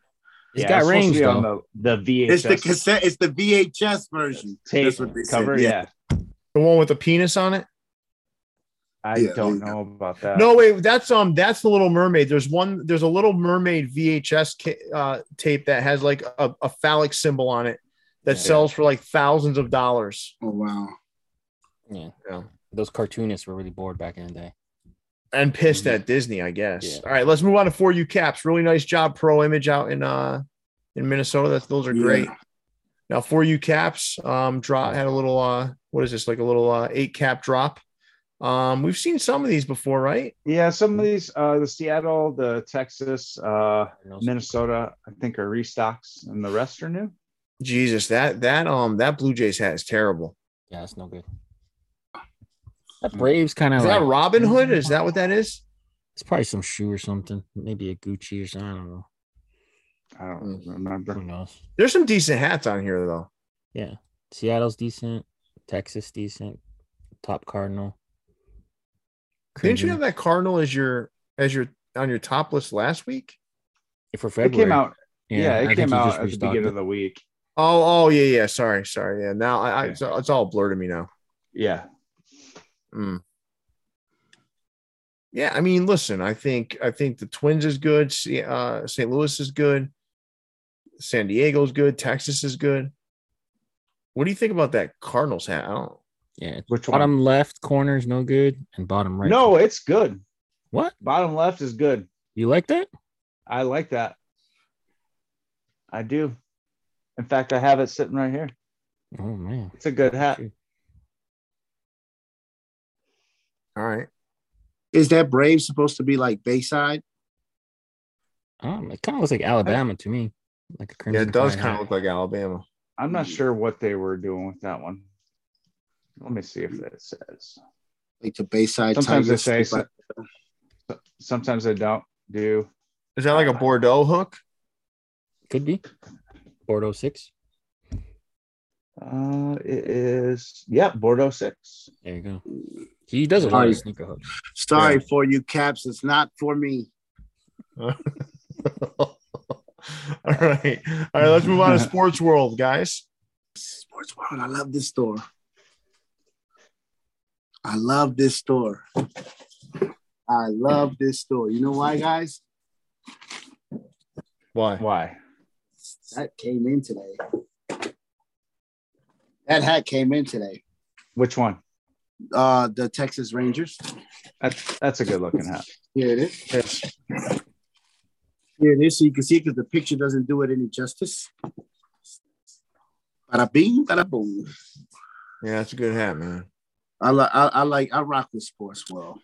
[SPEAKER 1] He's
[SPEAKER 4] yeah,
[SPEAKER 1] got
[SPEAKER 4] it's supposed to
[SPEAKER 1] range,
[SPEAKER 4] be on
[SPEAKER 1] though.
[SPEAKER 4] the, the VHS
[SPEAKER 3] It's the cassette. It's the VHS version.
[SPEAKER 4] tape
[SPEAKER 3] That's what they said,
[SPEAKER 4] cover.
[SPEAKER 3] yeah.
[SPEAKER 4] Yeah.
[SPEAKER 2] The one with the penis on it.
[SPEAKER 4] I
[SPEAKER 3] Yeah,
[SPEAKER 4] don't
[SPEAKER 3] yeah.
[SPEAKER 4] know about that.
[SPEAKER 2] No, wait, that's um, that's the Little Mermaid. There's one. There's a Little Mermaid VHS ca- uh, tape that has like a, a phallic symbol on it that
[SPEAKER 1] Yeah.
[SPEAKER 2] sells for like thousands of dollars.
[SPEAKER 3] Oh wow!
[SPEAKER 1] yeah.
[SPEAKER 2] Yeah.
[SPEAKER 1] Those cartoonists were really bored back in the day.
[SPEAKER 2] And pissed at Disney, I guess.
[SPEAKER 1] Mm-hmm. Yeah.
[SPEAKER 2] All right, let's move on to four U caps. Really nice job, Pro Image out in uh in Minnesota. That's those are great.
[SPEAKER 3] Yeah.
[SPEAKER 2] Now four U caps um drop had a little uh what is this like a little uh eight cap drop Um, we've seen some of these before, right?
[SPEAKER 4] Yeah, some of these, uh, the Seattle, the Texas, uh, Minnesota, I think are restocks, and the rest are new.
[SPEAKER 2] Jesus, that that um that Blue Jays hat is terrible.
[SPEAKER 1] Yeah, it's no good. That Braves kind of
[SPEAKER 2] Is
[SPEAKER 1] like, Mm-hmm.
[SPEAKER 2] that Robin Hood? Is that what that is?
[SPEAKER 1] it's probably some shoe or something, maybe a Gucci or something. I don't know.
[SPEAKER 4] I don't remember.
[SPEAKER 1] Who knows?
[SPEAKER 2] There's some decent hats on here though.
[SPEAKER 1] Yeah, Seattle's decent, Texas decent, top Cardinal.
[SPEAKER 2] Didn't
[SPEAKER 1] Cringing.
[SPEAKER 2] you have that Cardinal as your as your on your top list last week?
[SPEAKER 1] for
[SPEAKER 4] It
[SPEAKER 1] February?
[SPEAKER 4] came out. Yeah,
[SPEAKER 1] I
[SPEAKER 4] it
[SPEAKER 1] think
[SPEAKER 4] came
[SPEAKER 1] he
[SPEAKER 4] out
[SPEAKER 1] just
[SPEAKER 4] at the
[SPEAKER 1] restocked
[SPEAKER 4] beginning
[SPEAKER 1] it.
[SPEAKER 4] of the week.
[SPEAKER 2] Oh, oh yeah, yeah. Sorry, sorry. Yeah, now I, I
[SPEAKER 4] Yeah.
[SPEAKER 2] it's, it's all blurred to me now.
[SPEAKER 4] Yeah,
[SPEAKER 2] Mm. Yeah, I mean, listen, I think I think the Twins is good. Se- Uh, St. Louis is good. San Diego's good. Texas is good. What do you think about that Cardinals hat? I don't.
[SPEAKER 1] Yeah,
[SPEAKER 4] which
[SPEAKER 1] bottom left corner is no good, and bottom
[SPEAKER 4] one?
[SPEAKER 1] right.
[SPEAKER 4] No, it's good.
[SPEAKER 1] what
[SPEAKER 4] Bottom left is good.
[SPEAKER 1] you like that?
[SPEAKER 4] I like that. I do. In fact, I have it sitting right here.
[SPEAKER 1] Oh man,
[SPEAKER 4] It's a good hat.
[SPEAKER 2] All right.
[SPEAKER 3] Is that Brave supposed to be like Bayside?
[SPEAKER 1] um, it kind of looks like Alabama to me, like a
[SPEAKER 2] Yeah,
[SPEAKER 1] crimson.
[SPEAKER 2] it does
[SPEAKER 1] Tide
[SPEAKER 2] kind of
[SPEAKER 1] hat.
[SPEAKER 2] look like Alabama.
[SPEAKER 4] I'm not sure what they were doing with that one. Let me see if that says.
[SPEAKER 3] Like the Bayside
[SPEAKER 4] Sometimes they
[SPEAKER 3] Tigers?
[SPEAKER 4] say. so- Sometimes they don't do.
[SPEAKER 2] Is that like a Bordeaux hook?
[SPEAKER 1] Could be Bordeaux six.
[SPEAKER 4] Uh, it is. Yeah, Bordeaux six.
[SPEAKER 1] There you go. He does a lot
[SPEAKER 3] Nice.
[SPEAKER 1] of sneaker hooks.
[SPEAKER 3] Sorry
[SPEAKER 2] Yeah.
[SPEAKER 3] for you, Caps. It's not for me.
[SPEAKER 2] all right. All right. Let's move on to sports world, guys.
[SPEAKER 3] Sports World. I love this store. I love this store. I love this store. You know why, guys?
[SPEAKER 2] Why?
[SPEAKER 4] Why?
[SPEAKER 3] That came in today. That hat came in today.
[SPEAKER 4] Which one?
[SPEAKER 3] Uh, the Texas Rangers.
[SPEAKER 4] That's that's a good looking hat.
[SPEAKER 3] Here it is. Here it is, so you can see it because the picture doesn't do it any justice. Bada bing, bada boom.
[SPEAKER 2] Yeah, that's a good hat, man.
[SPEAKER 3] I, li- I, I like, I rock with sports world.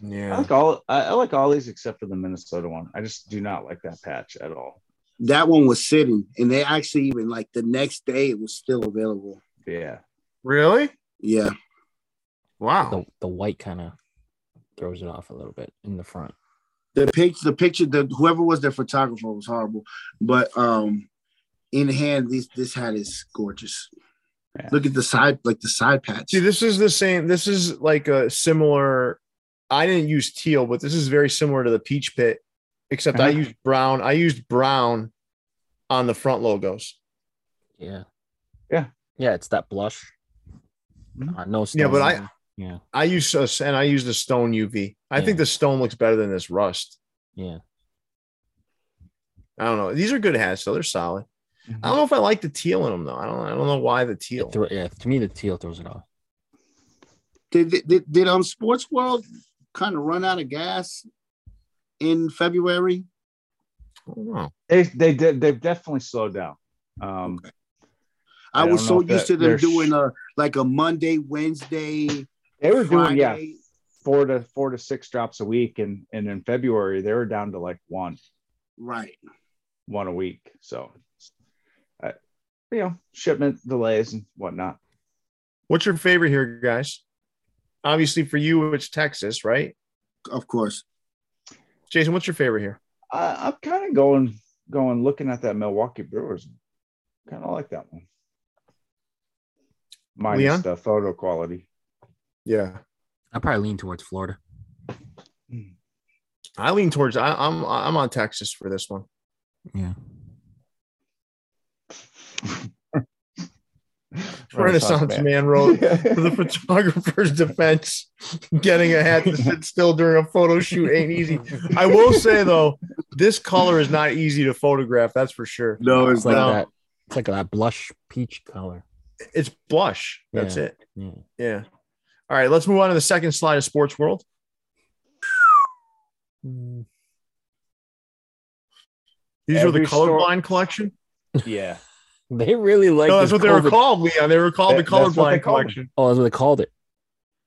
[SPEAKER 4] I
[SPEAKER 2] Yeah.
[SPEAKER 4] like all. I, I like all these except for the Minnesota one. I just do not like that patch at all.
[SPEAKER 3] That one was sitting, and they actually even like the next day it was still available.
[SPEAKER 4] Yeah.
[SPEAKER 2] Really?
[SPEAKER 3] Yeah,
[SPEAKER 2] Wow.
[SPEAKER 1] The the white kind of throws it off a little bit in the front.
[SPEAKER 3] the picture, the picture, the whoever was their photographer was horrible, but um, in hand, this this hat is gorgeous.
[SPEAKER 4] Yeah.
[SPEAKER 3] Look at the side, like the side patch.
[SPEAKER 2] See, this is the same. This is like a similar. I didn't use teal, but this is very similar to the peach pit, except I
[SPEAKER 4] Uh-huh.
[SPEAKER 2] used brown. I used brown on the front logos.
[SPEAKER 1] Yeah.
[SPEAKER 4] Yeah.
[SPEAKER 1] Yeah, it's that blush.
[SPEAKER 4] Mhm.
[SPEAKER 1] Uh, no
[SPEAKER 2] Mm-hmm. Yeah, but
[SPEAKER 1] stone.
[SPEAKER 2] I
[SPEAKER 1] Yeah.
[SPEAKER 2] I used a, and I used the stone UV. I
[SPEAKER 1] Yeah.
[SPEAKER 2] think the stone looks better than this rust.
[SPEAKER 1] Yeah.
[SPEAKER 2] I don't know. These are good hats, though. They're solid. I don't know if I like the teal in them though. I don't. I don't know why the teal.
[SPEAKER 1] It thro- yeah. To me, the teal throws it off.
[SPEAKER 3] did, did- did did um sports world kind of run out of gas in february
[SPEAKER 2] I don't know.
[SPEAKER 4] They they did. They've definitely slowed down. Um,
[SPEAKER 3] i,
[SPEAKER 4] I
[SPEAKER 3] was
[SPEAKER 4] don't
[SPEAKER 3] so
[SPEAKER 4] know if
[SPEAKER 3] used to
[SPEAKER 4] that-
[SPEAKER 3] them
[SPEAKER 4] they're sh-
[SPEAKER 3] doing a like a monday wednesday
[SPEAKER 4] they were doing yeah
[SPEAKER 3] Friday.
[SPEAKER 4] four to four to six drops a week, and and in February they were down to like one.
[SPEAKER 3] right
[SPEAKER 4] one a week. So, uh, you know, shipment delays and whatnot.
[SPEAKER 2] What's your favorite here, guys? Obviously, for you, it's Texas, right?
[SPEAKER 3] of course
[SPEAKER 2] Jason, what's your favorite here?
[SPEAKER 4] I, I'm kind of going, going looking at that Milwaukee Brewers. Kind of like that one. Minus
[SPEAKER 2] Leon?
[SPEAKER 4] the photo quality.
[SPEAKER 2] Yeah,
[SPEAKER 1] I probably lean towards Florida.
[SPEAKER 2] I lean towards. I, I'm I'm on Texas for this one.
[SPEAKER 1] Oh, Yeah.
[SPEAKER 2] Renaissance man, wrote to the photographer's defense, getting a hat to sit still during a photo shoot ain't easy. I will say though, this color is not easy to photograph. That's for sure.
[SPEAKER 3] no
[SPEAKER 1] It's like
[SPEAKER 2] No.
[SPEAKER 1] that. It's like that blush peach color.
[SPEAKER 2] It's blush. That's
[SPEAKER 1] Yeah.
[SPEAKER 2] it.
[SPEAKER 1] Yeah.
[SPEAKER 2] Yeah. All right, let's move on to the second slide of sports world.
[SPEAKER 1] Mm.
[SPEAKER 2] These were
[SPEAKER 4] Every
[SPEAKER 2] the
[SPEAKER 4] store-
[SPEAKER 2] colorblind collection.
[SPEAKER 4] yeah.
[SPEAKER 1] They really like.
[SPEAKER 2] No, that's what they were called, Leon. They were called
[SPEAKER 4] That-
[SPEAKER 2] the
[SPEAKER 4] that's what they
[SPEAKER 2] colorblind
[SPEAKER 4] called
[SPEAKER 2] collection.
[SPEAKER 1] Oh, that's what they called it.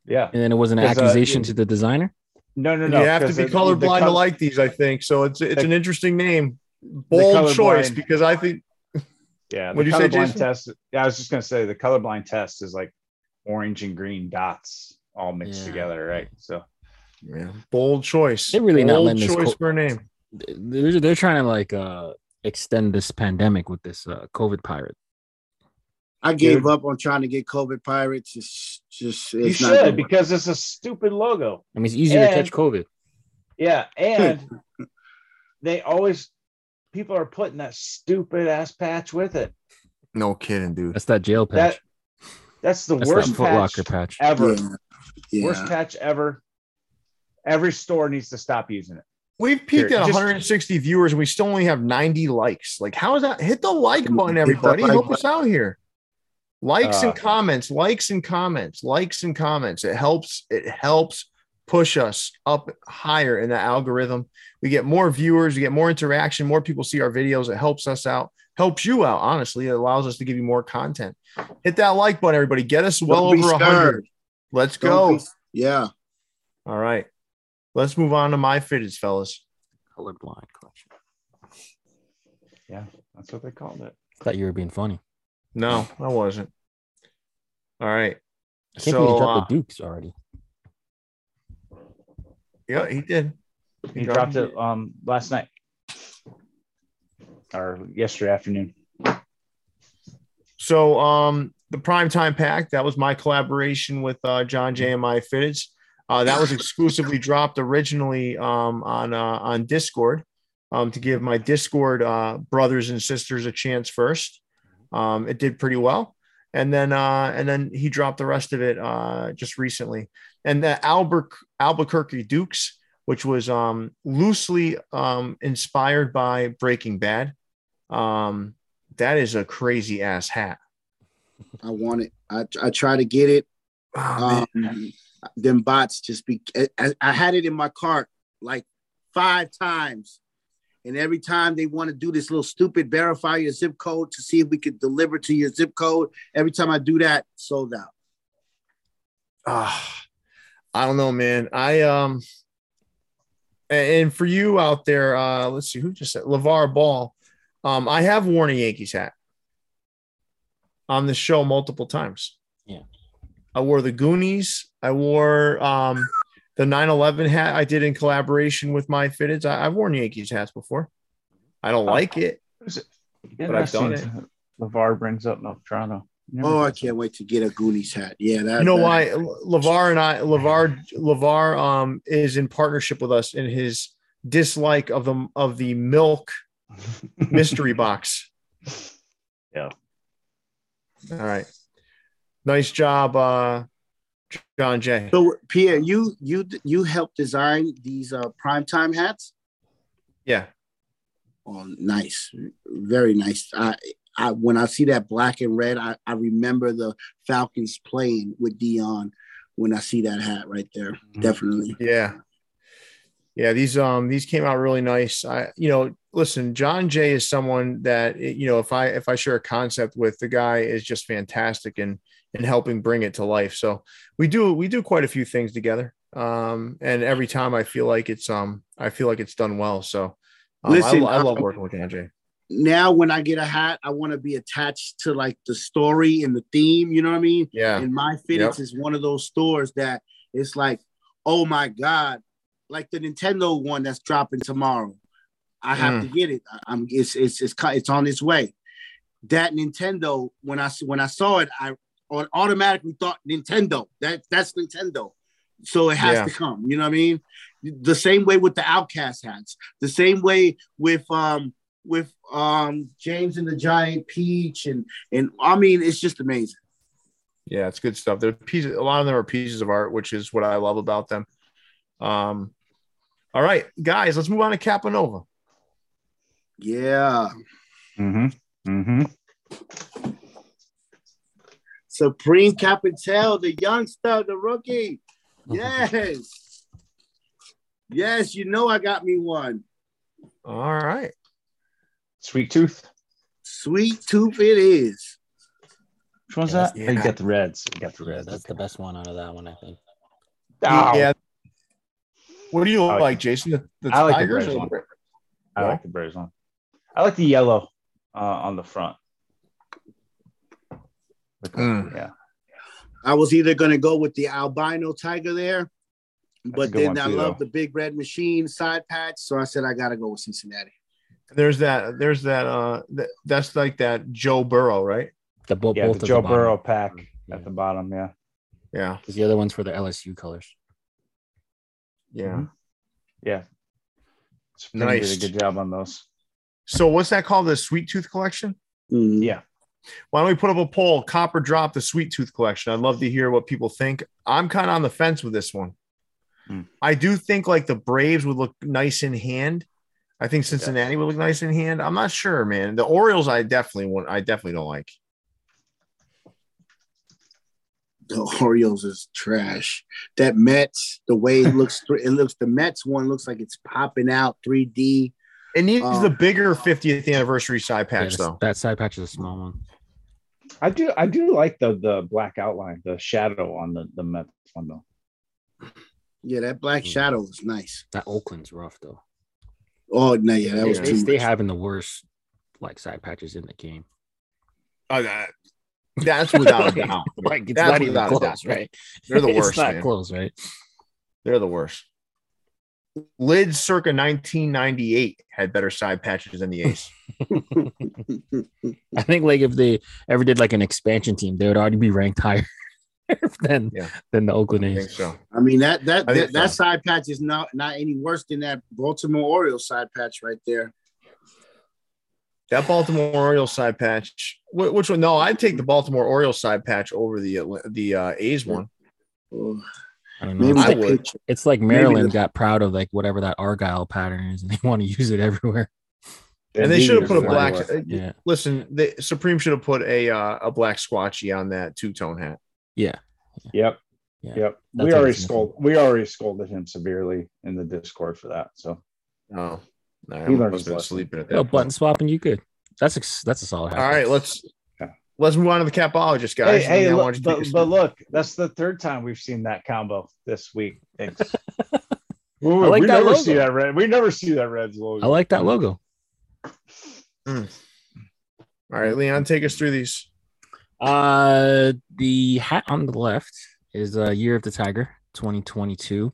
[SPEAKER 4] Yeah.
[SPEAKER 1] And then it was an
[SPEAKER 4] 'Cause, uh,
[SPEAKER 1] accusation
[SPEAKER 4] you-
[SPEAKER 1] to the designer.
[SPEAKER 4] No, no, no.
[SPEAKER 2] you have to
[SPEAKER 4] 'cause
[SPEAKER 2] be
[SPEAKER 4] the- the
[SPEAKER 2] colorblind
[SPEAKER 4] col-
[SPEAKER 2] to like these, I think. So it's it's
[SPEAKER 4] The-
[SPEAKER 2] an interesting name, bold choice
[SPEAKER 4] colorblind-
[SPEAKER 2] because I think
[SPEAKER 4] Yeah. The
[SPEAKER 2] What'd you say,
[SPEAKER 4] colorblind
[SPEAKER 2] Jason?
[SPEAKER 4] test. Yeah, I was just gonna say the colorblind test is like orange and green dots all mixed
[SPEAKER 1] Yeah.
[SPEAKER 4] together, right? So
[SPEAKER 2] yeah, bold choice.
[SPEAKER 1] They're really not
[SPEAKER 2] bold
[SPEAKER 1] letting this
[SPEAKER 2] choice
[SPEAKER 1] co-
[SPEAKER 2] for a name.
[SPEAKER 1] They're, they're trying to like uh extend this pandemic with this uh COVID pirate.
[SPEAKER 3] I gave
[SPEAKER 4] Dude.
[SPEAKER 3] up on trying to get COVID pirates. It's just
[SPEAKER 4] you
[SPEAKER 3] it's not
[SPEAKER 4] should
[SPEAKER 3] good.
[SPEAKER 4] because it's a stupid logo.
[SPEAKER 1] I mean, it's easier to
[SPEAKER 4] And-
[SPEAKER 1] catch COVID.
[SPEAKER 4] Yeah, and they always people are putting that stupid ass patch with it.
[SPEAKER 2] No kidding, dude.
[SPEAKER 1] That's that jail patch.
[SPEAKER 4] That that's the
[SPEAKER 1] That's
[SPEAKER 4] worst
[SPEAKER 1] that Foot
[SPEAKER 4] patch
[SPEAKER 1] Locker patch.
[SPEAKER 4] ever.
[SPEAKER 3] Yeah. Yeah.
[SPEAKER 4] Worst patch ever. Every store needs to stop using it.
[SPEAKER 2] We've peaked
[SPEAKER 4] Here,
[SPEAKER 2] at
[SPEAKER 4] just-
[SPEAKER 2] 160 viewers and we still only have 90 likes. Like, how is that? Hit the like
[SPEAKER 3] Hit the
[SPEAKER 2] button, everybody.
[SPEAKER 3] like
[SPEAKER 2] Help us out here. Likes
[SPEAKER 4] Uh,
[SPEAKER 2] and comments, likes and comments, likes and comments. It helps. It helps push us up higher in the algorithm. We get more viewers, we get more interaction, more people see our videos. It helps us out, helps you out. Honestly, it allows us to give you more content. Hit that like button, everybody. Get us well
[SPEAKER 3] Don't be
[SPEAKER 2] over 100.
[SPEAKER 3] scared.
[SPEAKER 2] Let's
[SPEAKER 3] Don't
[SPEAKER 2] go.
[SPEAKER 3] be- yeah.
[SPEAKER 2] All right. Let's move on to my fitteds, fellas.
[SPEAKER 1] Colorblind collection.
[SPEAKER 4] That's what they called it.
[SPEAKER 1] Thought you were being funny.
[SPEAKER 2] No, I wasn't. All right.
[SPEAKER 1] I can't believe
[SPEAKER 2] So
[SPEAKER 1] you dropped
[SPEAKER 2] uh,
[SPEAKER 1] the Dukes already.
[SPEAKER 2] yeah, he did.
[SPEAKER 4] He dropped it um last night or yesterday afternoon.
[SPEAKER 2] So um the primetime pack, that was my collaboration with uh John J and my fitteds. Uh that was exclusively dropped originally um on uh on Discord um to give my Discord uh brothers and sisters a chance first. Um it did pretty well. And then uh and then he dropped the rest of it uh just recently. And the Albert Albuquerque Dukes, which was um loosely um inspired by Breaking Bad. Um that is a crazy ass hat.
[SPEAKER 3] I want it. I I try to get it.
[SPEAKER 2] Oh,
[SPEAKER 3] Um, them bots just be. I, I had it in my cart like five times, and every time they want to do this little stupid verify your zip code to see if we could deliver to your zip code. Every time I do that, sold out.
[SPEAKER 2] Ah. I don't know, man. I um and and for you out there, uh let's see who just said LeVar Ball. Um, I have worn a Yankees hat on the show multiple times.
[SPEAKER 1] Yeah.
[SPEAKER 2] I wore the Goonies, I wore um the 9-11 hat I did in collaboration with my fitteds. I, I've worn Yankees hats before. I don't like it.
[SPEAKER 4] But
[SPEAKER 2] I've done it.
[SPEAKER 4] LeVar brings up North Toronto. Never
[SPEAKER 3] Oh, I
[SPEAKER 4] does
[SPEAKER 3] can't wait to get a Goonies hat. Yeah, that.
[SPEAKER 2] you know
[SPEAKER 3] that-
[SPEAKER 2] why Lavar and I Lavar Lavar um is in partnership with us in his dislike of the of the milk
[SPEAKER 4] that.
[SPEAKER 2] mystery box.
[SPEAKER 4] Yeah.
[SPEAKER 2] All right. Nice job, uh John Jay.
[SPEAKER 3] So Pierre, you you you helped design these uh, primetime hats.
[SPEAKER 2] Yeah.
[SPEAKER 3] Oh, nice, very nice. I, I when I see that black and red, I, I remember the Falcons playing with Dion. When I see that hat right there,
[SPEAKER 4] Mm-hmm.
[SPEAKER 3] definitely.
[SPEAKER 2] Yeah. Yeah, these um these came out really nice. I you know, listen, John Jay is someone that you know, if I if I share a concept with, the guy is just fantastic and and helping bring it to life. So we do we do quite a few things together. Um and every time I feel like it's um I feel like it's done well. So um,
[SPEAKER 3] Listen,
[SPEAKER 2] I, I love
[SPEAKER 3] um,
[SPEAKER 2] working with John Jay.
[SPEAKER 3] Now, when I get a hat, I want to be attached to like the story and the theme. You know what I mean?
[SPEAKER 2] Yeah.
[SPEAKER 3] And my Fitness is one of those stores that it's like, oh my god, like the Nintendo one that's dropping tomorrow. I have
[SPEAKER 2] Mm.
[SPEAKER 3] to get it. I- I'm it's it's it's cu- it's on its way. That Nintendo when I s- when I saw it, I on automatically thought Nintendo. That that's Nintendo. So it has
[SPEAKER 2] Yeah.
[SPEAKER 3] to come. You know what I mean? The same way with the Outcast hats. The same way with um with um James and the Giant Peach and and I mean it's just amazing.
[SPEAKER 2] Yeah, it's good stuff. They're pieces. A lot of them are pieces of art, which is what I love about them. Um, all right, guys, let's move on to Capanova.
[SPEAKER 3] Yeah.
[SPEAKER 4] Mhm. Mhm.
[SPEAKER 3] Supreme Capitel, the youngster, the rookie. Yes. yes, you know I got me one.
[SPEAKER 2] All right.
[SPEAKER 4] Sweet Tooth.
[SPEAKER 3] Sweet tooth it is.
[SPEAKER 4] Which one's
[SPEAKER 1] Yeah,
[SPEAKER 4] that?
[SPEAKER 2] that's-
[SPEAKER 4] Oh, you
[SPEAKER 2] yeah.
[SPEAKER 4] got the reds. You got the
[SPEAKER 1] Yeah,
[SPEAKER 4] reds.
[SPEAKER 1] that's the best one out of that one, I think.
[SPEAKER 4] Ow.
[SPEAKER 2] Yeah. What do you look
[SPEAKER 4] I like-
[SPEAKER 2] like, Jason? The, the
[SPEAKER 4] I like the
[SPEAKER 2] Tigers
[SPEAKER 4] Braves
[SPEAKER 2] or
[SPEAKER 4] one.
[SPEAKER 2] Braves?
[SPEAKER 4] I like the Braves one. I like the yellow uh, on the front.
[SPEAKER 2] Mm.
[SPEAKER 4] Yeah,
[SPEAKER 3] I was either going to go with the albino tiger there,
[SPEAKER 4] a
[SPEAKER 3] but
[SPEAKER 4] good
[SPEAKER 3] then
[SPEAKER 4] one
[SPEAKER 3] I
[SPEAKER 4] too,
[SPEAKER 3] love
[SPEAKER 4] though.
[SPEAKER 3] the big red machine side patch, so I said I got to go with Cincinnati.
[SPEAKER 2] There's that. There's that. Uh, th- that's like that Joe Burrow, right?
[SPEAKER 1] The bo-
[SPEAKER 4] yeah,
[SPEAKER 1] both
[SPEAKER 4] the
[SPEAKER 1] of
[SPEAKER 4] Joe
[SPEAKER 1] the bottom. Mm,
[SPEAKER 4] Burrow pack
[SPEAKER 1] Yeah.
[SPEAKER 4] at the bottom. Yeah,
[SPEAKER 2] Yeah.
[SPEAKER 1] 'Cause the other ones for the LSU colors.
[SPEAKER 2] Yeah.
[SPEAKER 4] Mhm. yeah. Supreme
[SPEAKER 2] Nice.
[SPEAKER 4] Did a good job on those.
[SPEAKER 2] So what's that called? The Sweet Tooth Collection?
[SPEAKER 3] Mm,
[SPEAKER 4] Yeah,
[SPEAKER 2] Why don't we put up a poll? Copper drop the Sweet Tooth Collection. I'd love to hear what people think. I'm kind of on the fence with this one.
[SPEAKER 4] Hmm.
[SPEAKER 2] I do think like the Braves would look nice in hand. I think Cincinnati would look nice in hand. I'm not sure, man. The Orioles, I definitely want. I definitely don't like.
[SPEAKER 3] The Orioles is trash. That Mets, the way it looks, it looks the Mets one looks like it's popping out 3D.
[SPEAKER 2] It needs
[SPEAKER 3] Oh.
[SPEAKER 2] the
[SPEAKER 1] Um,
[SPEAKER 2] bigger 50th anniversary side
[SPEAKER 1] Yeah,
[SPEAKER 2] patch,
[SPEAKER 1] this-
[SPEAKER 2] though.
[SPEAKER 1] that side patch is a small one.
[SPEAKER 4] I do. I do like the the black outline, the shadow on the the Mets one though.
[SPEAKER 3] Yeah, that
[SPEAKER 4] Mm.
[SPEAKER 3] black shadow is nice.
[SPEAKER 1] That Oakland's rough though.
[SPEAKER 3] Oh no, yeah, that was
[SPEAKER 1] they,
[SPEAKER 3] too
[SPEAKER 1] they
[SPEAKER 3] much.
[SPEAKER 1] having the worst like side patches in the game.
[SPEAKER 2] Oh, that- that's without a doubt.
[SPEAKER 1] Like it's
[SPEAKER 2] That's
[SPEAKER 1] not even
[SPEAKER 2] without a
[SPEAKER 1] close,
[SPEAKER 2] doubt.
[SPEAKER 1] right?
[SPEAKER 2] They're the worst,
[SPEAKER 1] It's not
[SPEAKER 2] man.
[SPEAKER 1] close, right?
[SPEAKER 2] They're the worst. Lids circa 1998 had better side patches than the Ace.
[SPEAKER 1] I think like if they ever did like an expansion team, they would already be ranked higher than
[SPEAKER 2] Yeah.
[SPEAKER 1] than the Oakland
[SPEAKER 2] I
[SPEAKER 1] A's.
[SPEAKER 2] think so.
[SPEAKER 3] I mean that that
[SPEAKER 2] I
[SPEAKER 3] that,
[SPEAKER 2] think
[SPEAKER 3] that
[SPEAKER 2] so.
[SPEAKER 3] side patch is not not any worse than that Baltimore Orioles side patch right there.
[SPEAKER 2] That Baltimore Orioles side patch. Wh- Which one? No, I'd take the Baltimore Orioles side patch over the Atl- the uh, A's one.
[SPEAKER 3] Oh,
[SPEAKER 1] I don't know.
[SPEAKER 3] maybe
[SPEAKER 1] It's
[SPEAKER 2] I
[SPEAKER 1] like,
[SPEAKER 3] the
[SPEAKER 2] would.
[SPEAKER 3] picture.
[SPEAKER 1] it's like
[SPEAKER 3] maybe
[SPEAKER 1] Maryland
[SPEAKER 3] the-
[SPEAKER 1] got proud of like whatever that Argyle pattern is, and they want to use it everywhere.
[SPEAKER 2] And they should have put a
[SPEAKER 1] Yeah.
[SPEAKER 2] black.
[SPEAKER 1] Yeah.
[SPEAKER 2] Listen, the Supreme should have put a uh, a black squatchy on that two tone hat.
[SPEAKER 1] Yeah.
[SPEAKER 4] Yep.
[SPEAKER 1] Yeah.
[SPEAKER 4] Yep.
[SPEAKER 1] That's
[SPEAKER 4] we
[SPEAKER 1] what
[SPEAKER 4] already
[SPEAKER 1] it's missing.
[SPEAKER 4] scold. We already scolded him severely in the Discord for that. So
[SPEAKER 2] Oh, no,
[SPEAKER 4] He learned
[SPEAKER 2] I'm
[SPEAKER 4] his
[SPEAKER 2] supposed to
[SPEAKER 4] lesson.
[SPEAKER 2] sleep at that.
[SPEAKER 1] No
[SPEAKER 2] point.
[SPEAKER 1] button swapping, you good. That's a, that's a solid.
[SPEAKER 2] All
[SPEAKER 1] hat.
[SPEAKER 2] right, let's let's move on to the capologist,
[SPEAKER 4] hey,
[SPEAKER 2] guys.
[SPEAKER 4] hey,
[SPEAKER 2] Leon, why
[SPEAKER 4] look,
[SPEAKER 2] don't you take
[SPEAKER 4] but,
[SPEAKER 2] us-
[SPEAKER 4] but look, that's the third time we've seen that combo this week. Thanks. Ooh,
[SPEAKER 1] I like
[SPEAKER 4] we
[SPEAKER 1] that
[SPEAKER 4] never
[SPEAKER 1] logo.
[SPEAKER 4] see that red. We never see that Reds logo.
[SPEAKER 1] I like that logo.
[SPEAKER 2] All right, Leon, take us through these.
[SPEAKER 1] Uh, the hat on the left is uh, Year of the Tiger 2022.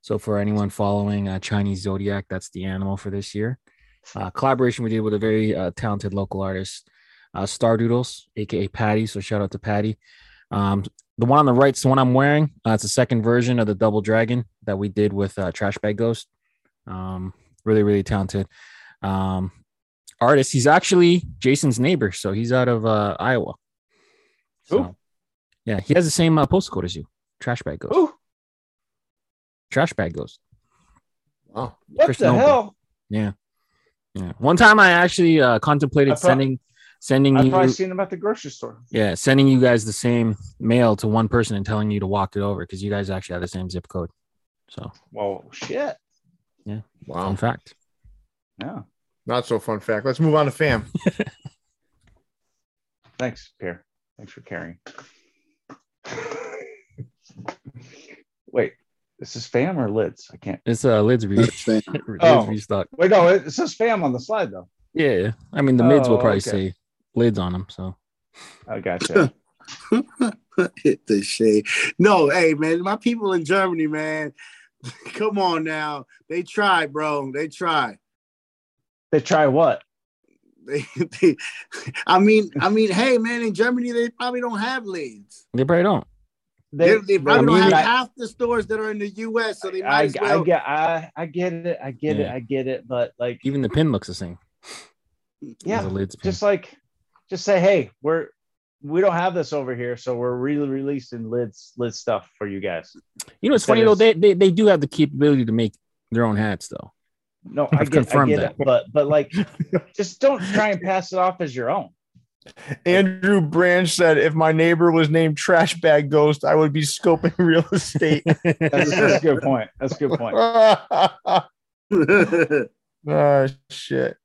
[SPEAKER 1] So, for anyone following uh, Chinese Zodiac, that's the animal for this year. Uh, collaboration we did with a very uh, talented local artist, uh, Star Doodles, aka Patty. So, shout out to Patty. Um, the one on the right is the one I'm wearing. Uh, it's the second version of the Double Dragon that we did with uh, Trash Bag Ghost. Um, really, really talented um, artist. He's actually Jason's neighbor. So, he's out of uh, Iowa.
[SPEAKER 4] Who?
[SPEAKER 1] So, yeah, he has the same uh, postcode as you. Trash bag goes.
[SPEAKER 4] Ooh,
[SPEAKER 1] Trash bag goes.
[SPEAKER 2] Oh,
[SPEAKER 4] what
[SPEAKER 1] Chris
[SPEAKER 4] the
[SPEAKER 1] Noble.
[SPEAKER 4] hell?
[SPEAKER 1] Yeah. One time I actually uh, contemplated
[SPEAKER 4] I prob-
[SPEAKER 1] sending sending
[SPEAKER 4] I've
[SPEAKER 1] you
[SPEAKER 4] probably seen him at the grocery store.
[SPEAKER 1] yeah, sending you guys the same mail to one person and telling you to walk it over because you guys actually have the same zip code. So
[SPEAKER 4] Well, shit.
[SPEAKER 1] fun
[SPEAKER 2] wow,
[SPEAKER 1] fact.
[SPEAKER 4] Yeah.
[SPEAKER 2] not so fun fact. Let's move on to fam.
[SPEAKER 4] Thanks, Pierre. Thanks for carrying. Wait, this is fam or lids? I can't.
[SPEAKER 1] It's uh lids re-
[SPEAKER 3] That's fair.
[SPEAKER 1] lids
[SPEAKER 4] Oh.
[SPEAKER 1] restock.
[SPEAKER 4] Wait, no, it says fam on the slide though.
[SPEAKER 1] Yeah, yeah. I mean the mids will
[SPEAKER 4] Oh,
[SPEAKER 1] probably
[SPEAKER 4] okay.
[SPEAKER 1] say lids on them. So
[SPEAKER 4] I gotcha.
[SPEAKER 3] Hit the shade. No, hey man, my people in Germany, man. Come on now. They try, bro. They try.
[SPEAKER 4] they try what?
[SPEAKER 3] They, they, I mean, I mean, hey man, in Germany they probably don't have lanes.
[SPEAKER 1] they probably don't.
[SPEAKER 3] They,
[SPEAKER 4] They,
[SPEAKER 3] they probably
[SPEAKER 4] I
[SPEAKER 3] don't
[SPEAKER 4] mean,
[SPEAKER 3] have
[SPEAKER 4] I-
[SPEAKER 3] half the stores that are in the US, so they might
[SPEAKER 4] I,
[SPEAKER 3] as well.
[SPEAKER 4] I get I, I get it. I get it.
[SPEAKER 1] Yeah.
[SPEAKER 4] I get it. But like
[SPEAKER 1] Even the pin looks the same. as
[SPEAKER 4] yeah,
[SPEAKER 1] a lids pin.
[SPEAKER 4] just like just say, hey, we're we don't have this over here, so we're really releasing lids lid stuff for you guys.
[SPEAKER 1] you know, it's funny
[SPEAKER 4] that
[SPEAKER 1] though.
[SPEAKER 4] is-
[SPEAKER 1] They, they they do have the capability to make their own hats though.
[SPEAKER 4] No, I
[SPEAKER 1] I've
[SPEAKER 4] get, I
[SPEAKER 1] confirmed
[SPEAKER 4] get
[SPEAKER 1] that.
[SPEAKER 4] it, but but like just don't try and pass it off as your own.
[SPEAKER 2] Andrew Branch said, "If my neighbor was named Trash Bag Ghost, I would be scoping real estate."
[SPEAKER 4] That's, that's a good point. That's a good point.
[SPEAKER 2] oh Ah, shit!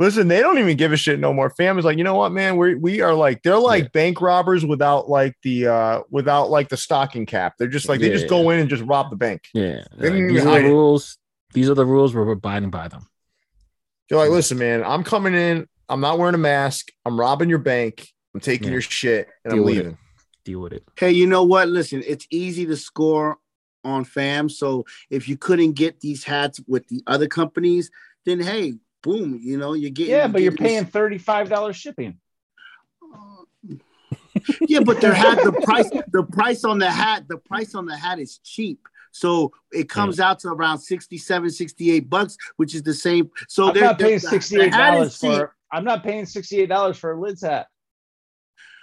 [SPEAKER 2] Listen, they don't even give a shit no more. Fam is like, you know what, man? We we are like they're like
[SPEAKER 1] Yeah.
[SPEAKER 2] bank robbers without like the uh without like the stocking cap. They're just like they just
[SPEAKER 1] Yeah.
[SPEAKER 2] go in and just rob the bank.
[SPEAKER 1] Yeah.
[SPEAKER 2] They didn't
[SPEAKER 1] these
[SPEAKER 2] even
[SPEAKER 1] are
[SPEAKER 2] hide
[SPEAKER 1] the
[SPEAKER 2] it.
[SPEAKER 1] rules. These are the rules where we're abiding by them.
[SPEAKER 2] They're like, listen, man, I'm coming in. I'm not wearing a mask. I'm robbing your bank. I'm taking
[SPEAKER 1] Yeah.
[SPEAKER 2] your shit and
[SPEAKER 1] Deal
[SPEAKER 2] I'm
[SPEAKER 1] with it.
[SPEAKER 2] leaving.
[SPEAKER 1] Deal with it.
[SPEAKER 3] Hey, you know what? Listen, it's easy to score on fam. So if you couldn't get these hats with the other companies, then hey, boom, you know, you're getting.
[SPEAKER 4] Yeah, but you're
[SPEAKER 3] getting
[SPEAKER 4] paying thirty-five dollars shipping.
[SPEAKER 3] this- Yeah, but their hat, the price, the price on the hat, the price on the hat is cheap. So it comes out to around 67, 68 bucks, which is the same. So
[SPEAKER 4] I'm
[SPEAKER 3] they're
[SPEAKER 4] not paying
[SPEAKER 3] the- the
[SPEAKER 4] sixty-eight
[SPEAKER 3] hat
[SPEAKER 4] dollars
[SPEAKER 3] is cheap.
[SPEAKER 4] for. I'm not paying sixty-eight dollars for a lids hat.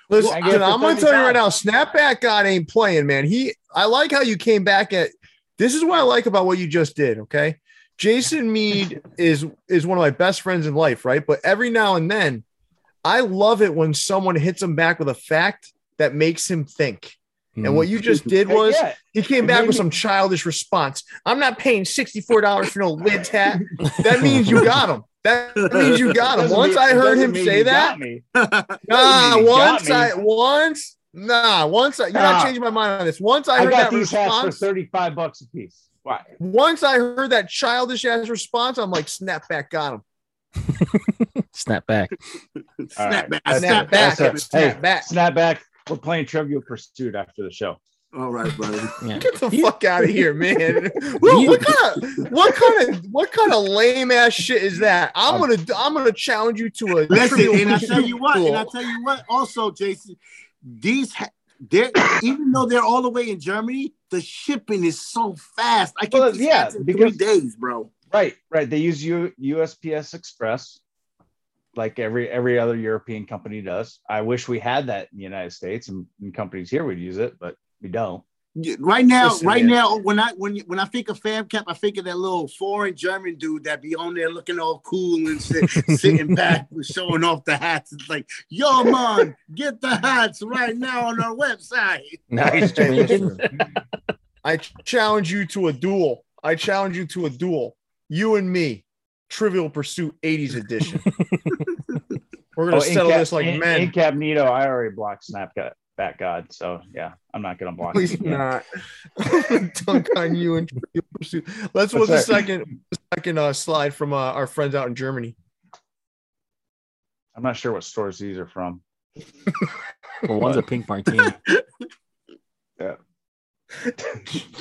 [SPEAKER 2] Listen,
[SPEAKER 4] I get it
[SPEAKER 2] dude,
[SPEAKER 4] for
[SPEAKER 2] I'm gonna tell you right now,
[SPEAKER 4] 35.
[SPEAKER 2] snapback God ain't playing, man. He, I like how you came back at. This is what I like about what you just did. Okay, Jason Mead is is one of my best friends in life, right? But every now and then, I love it when someone hits him back with a fact that makes him think. And what you just did was
[SPEAKER 4] Yeah,
[SPEAKER 2] he came
[SPEAKER 4] It
[SPEAKER 2] back
[SPEAKER 4] made
[SPEAKER 2] with
[SPEAKER 4] me-
[SPEAKER 2] some childish response. I'm not paying sixty four dollars for no lid hat. That means you got him. That means you got him.
[SPEAKER 4] Doesn't
[SPEAKER 2] Once
[SPEAKER 4] mean-
[SPEAKER 2] I heard
[SPEAKER 4] doesn't
[SPEAKER 2] him
[SPEAKER 4] mean
[SPEAKER 2] say
[SPEAKER 4] you
[SPEAKER 2] that,
[SPEAKER 4] got me.
[SPEAKER 2] Nah,
[SPEAKER 4] You got
[SPEAKER 2] once
[SPEAKER 4] me.
[SPEAKER 2] I once nah, once I, you're
[SPEAKER 4] Nah.
[SPEAKER 2] not changing my mind on this. Once I
[SPEAKER 4] I
[SPEAKER 2] heard that
[SPEAKER 4] got these hats
[SPEAKER 2] response,
[SPEAKER 4] for thirty-five bucks a piece. Why?
[SPEAKER 2] once I heard that childish ass response, I'm like, snap back, got him.
[SPEAKER 1] Mm-hmm. Snap back.
[SPEAKER 4] All
[SPEAKER 3] Snap
[SPEAKER 4] right.
[SPEAKER 3] back,
[SPEAKER 4] That's
[SPEAKER 3] snap
[SPEAKER 4] it.
[SPEAKER 3] back,
[SPEAKER 4] That's it.
[SPEAKER 2] snap
[SPEAKER 4] hey,
[SPEAKER 2] back.
[SPEAKER 4] Snap back. We're playing Trivial Pursuit after the show.
[SPEAKER 3] All right, brother.
[SPEAKER 1] Yeah.
[SPEAKER 2] Get the fuck out of here, man. what, what kind of what kind of what kind of lame ass shit is that? I'm gonna I'm gonna challenge you to a
[SPEAKER 3] Um, Listen,
[SPEAKER 2] trivial
[SPEAKER 3] and I tell
[SPEAKER 2] pursuit
[SPEAKER 3] you what, and I
[SPEAKER 2] duel.
[SPEAKER 3] tell you what, also, Jason, these ha- they're even though they're all the way in Germany, the shipping is so fast. I get
[SPEAKER 4] Well,
[SPEAKER 3] these
[SPEAKER 4] yeah,
[SPEAKER 3] hats in
[SPEAKER 4] because-
[SPEAKER 3] three days, bro.
[SPEAKER 4] Right, right. They use U- USPS Express, like every every other European company does. I wish we had that in the United States, and, and companies here would use it, but we don't.
[SPEAKER 3] Yeah, Right now,
[SPEAKER 2] Listen,
[SPEAKER 3] right
[SPEAKER 2] man.
[SPEAKER 3] now, when I when you- when I think of FabCap, I think of that little foreign German dude that be on there looking all cool and sit, sitting back, with showing off the hats. It's like, yo, man, get the hats right now on our website.
[SPEAKER 1] Nice,
[SPEAKER 2] Hey,
[SPEAKER 1] Jamaican.
[SPEAKER 2] listen. I challenge you to a duel. I challenge you to a duel. You and me, Trivial Pursuit 80s edition. We're gonna settle
[SPEAKER 4] Incap-
[SPEAKER 2] this like
[SPEAKER 4] Oh, In-
[SPEAKER 2] men.
[SPEAKER 4] Incognito, I already blocked Snap Go- Back God, so yeah, I'm not gonna block.
[SPEAKER 2] Please
[SPEAKER 4] it.
[SPEAKER 2] not. I'm gonna dunk on you and Trivial Pursuit. Let's what's the
[SPEAKER 4] That's right.
[SPEAKER 2] second the second uh, slide from uh, our friends out in Germany.
[SPEAKER 4] I'm not sure what stores these are from.
[SPEAKER 1] Well, one's a pink martini.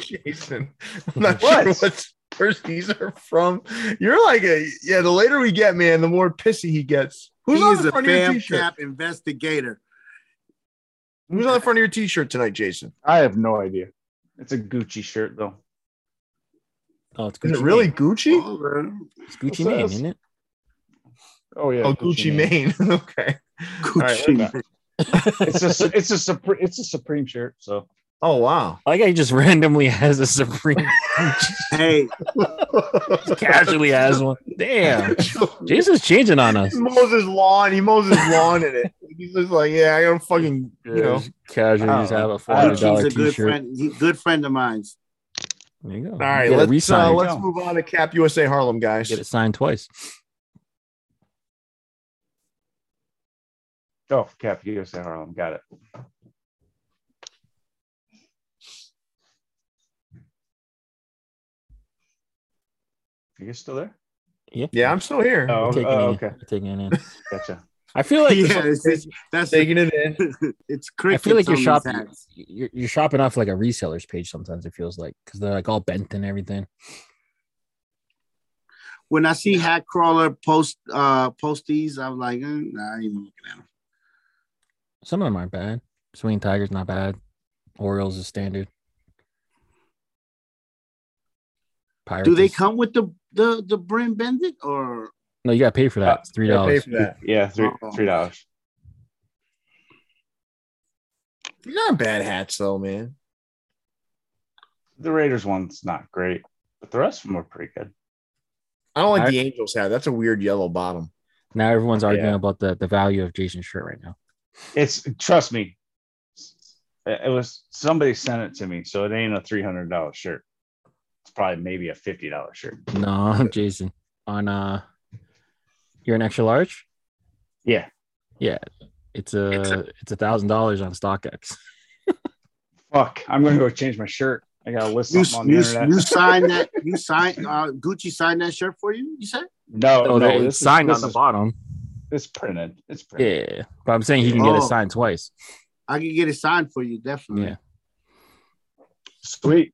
[SPEAKER 2] Jason, I'm not
[SPEAKER 4] What?
[SPEAKER 2] sure what stores these are from. You're like a yeah. The later we get, man, the more pissy he gets. Who's
[SPEAKER 3] he
[SPEAKER 2] on
[SPEAKER 3] is
[SPEAKER 2] the
[SPEAKER 3] a
[SPEAKER 2] front of your t-shirt?
[SPEAKER 3] FabCap investigator.
[SPEAKER 2] Who's on the front of your t-shirt tonight, Jason?
[SPEAKER 4] I have no idea. It's a Gucci shirt though.
[SPEAKER 1] Oh, it's Gucci.
[SPEAKER 2] Is it really
[SPEAKER 1] Mane.
[SPEAKER 2] Gucci?
[SPEAKER 3] Oh, man.
[SPEAKER 1] It's Gucci
[SPEAKER 4] What's
[SPEAKER 1] Mane,
[SPEAKER 4] this?
[SPEAKER 1] isn't it?
[SPEAKER 4] Oh yeah,
[SPEAKER 2] Oh, Gucci
[SPEAKER 4] Mane.
[SPEAKER 2] Mane. okay. All right,
[SPEAKER 3] Gucci.
[SPEAKER 2] we're back.
[SPEAKER 4] It's a su- it's a supre- it's a Supreme shirt. So
[SPEAKER 2] Oh wow.
[SPEAKER 1] I like how he just randomly has a Supreme.
[SPEAKER 3] Hey,
[SPEAKER 1] casually has one. Damn. Jason's changing on us.
[SPEAKER 2] He mows his lawn. He mows his lawn in it. He's just like, yeah, I gotta fucking, you know. Oh. Uh,
[SPEAKER 1] casually
[SPEAKER 4] I don't
[SPEAKER 1] just
[SPEAKER 4] know.
[SPEAKER 1] have a four
[SPEAKER 4] I
[SPEAKER 1] hundred
[SPEAKER 3] Gucci's
[SPEAKER 4] don't
[SPEAKER 1] dollar
[SPEAKER 3] a
[SPEAKER 1] t
[SPEAKER 3] good
[SPEAKER 1] shirt.
[SPEAKER 3] friend. He, good friend of mine.
[SPEAKER 1] There you go.
[SPEAKER 2] All right,
[SPEAKER 1] get
[SPEAKER 2] let's
[SPEAKER 1] it
[SPEAKER 2] uh,
[SPEAKER 1] re-signed.
[SPEAKER 2] let's move on to Cap USA Harlem, guys.
[SPEAKER 1] get it signed twice.
[SPEAKER 4] oh, Cap USA Harlem, got it. Are you still there?
[SPEAKER 2] Yeah, I'm still here.
[SPEAKER 4] Oh,
[SPEAKER 1] We're taking,
[SPEAKER 4] uh,
[SPEAKER 1] it in.
[SPEAKER 4] okay,
[SPEAKER 1] We're taking it in.
[SPEAKER 4] gotcha.
[SPEAKER 1] I feel like
[SPEAKER 3] yeah, it's, it's, that's
[SPEAKER 2] Taking it in.
[SPEAKER 3] it's
[SPEAKER 1] I
[SPEAKER 3] crickets.
[SPEAKER 1] feel like you're
[SPEAKER 3] on
[SPEAKER 1] shopping.
[SPEAKER 3] these hats.
[SPEAKER 1] You're, you're shopping off like a reseller's page sometimes. It feels like because they're like all bent and everything.
[SPEAKER 3] When I see Hat Crawler post uh posties, I'm like, mm, nah, I ain't even looking at them.
[SPEAKER 1] Some of them aren't bad. Swinging Tigers not bad. Orioles is standard. Pirates.
[SPEAKER 3] Do they
[SPEAKER 1] is-
[SPEAKER 3] come with the the the brim bended or
[SPEAKER 1] No, you got to pay for that. It's three
[SPEAKER 2] Yeah, pay
[SPEAKER 1] dollars.
[SPEAKER 2] for that.
[SPEAKER 4] Yeah, three
[SPEAKER 3] Uh-oh.
[SPEAKER 4] three dollars.
[SPEAKER 2] They're not bad hats though, man.
[SPEAKER 4] The Raiders one's not great, but the rest of them are pretty good.
[SPEAKER 2] I don't like
[SPEAKER 1] I-
[SPEAKER 2] the Angels hat. That's a weird yellow bottom.
[SPEAKER 1] Now everyone's arguing
[SPEAKER 4] Yeah.
[SPEAKER 1] about the, the value of Jason's shirt right now.
[SPEAKER 4] It's trust me, it it was somebody sent it to me, so it ain't a three hundred dollar shirt. It's probably maybe a fifty dollar shirt.
[SPEAKER 1] No, Jason. On uh You're an extra large.
[SPEAKER 4] Yeah.
[SPEAKER 1] Yeah, it's a it's a thousand dollars on StockX.
[SPEAKER 4] Fuck, I'm gonna go change my shirt. I got a list
[SPEAKER 3] You,
[SPEAKER 4] something on the
[SPEAKER 3] you,
[SPEAKER 4] internet.
[SPEAKER 3] you signed that. You signed uh, Gucci signed that shirt for you. You said
[SPEAKER 4] no,
[SPEAKER 1] Oh,
[SPEAKER 4] no,
[SPEAKER 1] no,
[SPEAKER 4] this
[SPEAKER 1] it's
[SPEAKER 4] is-
[SPEAKER 1] signed
[SPEAKER 4] this
[SPEAKER 1] on the
[SPEAKER 4] is-
[SPEAKER 1] bottom.
[SPEAKER 4] It's printed. It's printed.
[SPEAKER 1] Yeah, but I'm saying he can get it
[SPEAKER 3] Oh.
[SPEAKER 1] signed twice.
[SPEAKER 3] I can get it signed for you. Definitely.
[SPEAKER 1] Yeah.
[SPEAKER 4] Sweet.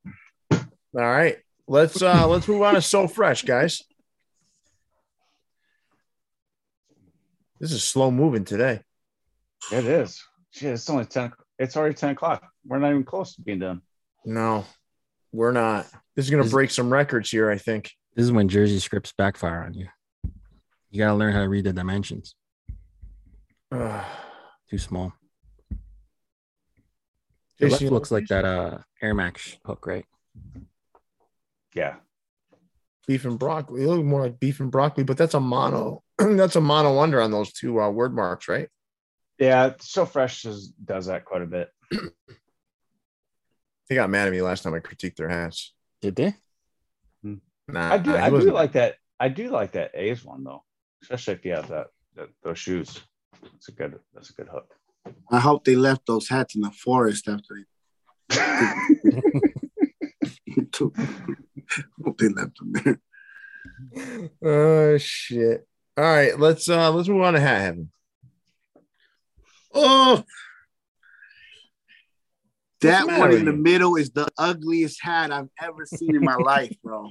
[SPEAKER 2] All right. Let's uh let's move on to so fresh, guys. This is slow moving today.
[SPEAKER 4] It is. Shit, it's only ten. It's already ten o'clock. We're not even close to being done.
[SPEAKER 2] No, we're not. This is gonna
[SPEAKER 1] This-
[SPEAKER 2] break some records here, I think.
[SPEAKER 1] This is when Jersey scripts backfire on you. You gotta learn how to read the dimensions.
[SPEAKER 2] Uh,
[SPEAKER 1] Too small. The left looks like that uh Air Max hook, right?
[SPEAKER 4] Yeah.
[SPEAKER 2] beef and broccoli. It looked more like beef and broccoli, but that's a mono. that's a mono under on those two uh, word marks, right?
[SPEAKER 4] Yeah. So fresh is, does that quite a bit.
[SPEAKER 2] They got mad at me last time I critiqued their hats.
[SPEAKER 1] Did they?
[SPEAKER 2] Nah,
[SPEAKER 4] I do.
[SPEAKER 2] it
[SPEAKER 4] I do
[SPEAKER 2] wasn't-
[SPEAKER 4] like that. I do like that A's one though, especially if you have that, that those shoes. That's a good. That's a good hook.
[SPEAKER 3] I hope they left those hats in the forest after they. took- hope they left them there.
[SPEAKER 2] Oh shit! All right, let's uh let's move on to hat heaven.
[SPEAKER 3] Oh.
[SPEAKER 2] the
[SPEAKER 3] That
[SPEAKER 2] matter
[SPEAKER 3] one
[SPEAKER 2] with
[SPEAKER 3] in the
[SPEAKER 2] you?
[SPEAKER 3] middle is the ugliest hat I've ever seen in my life, bro.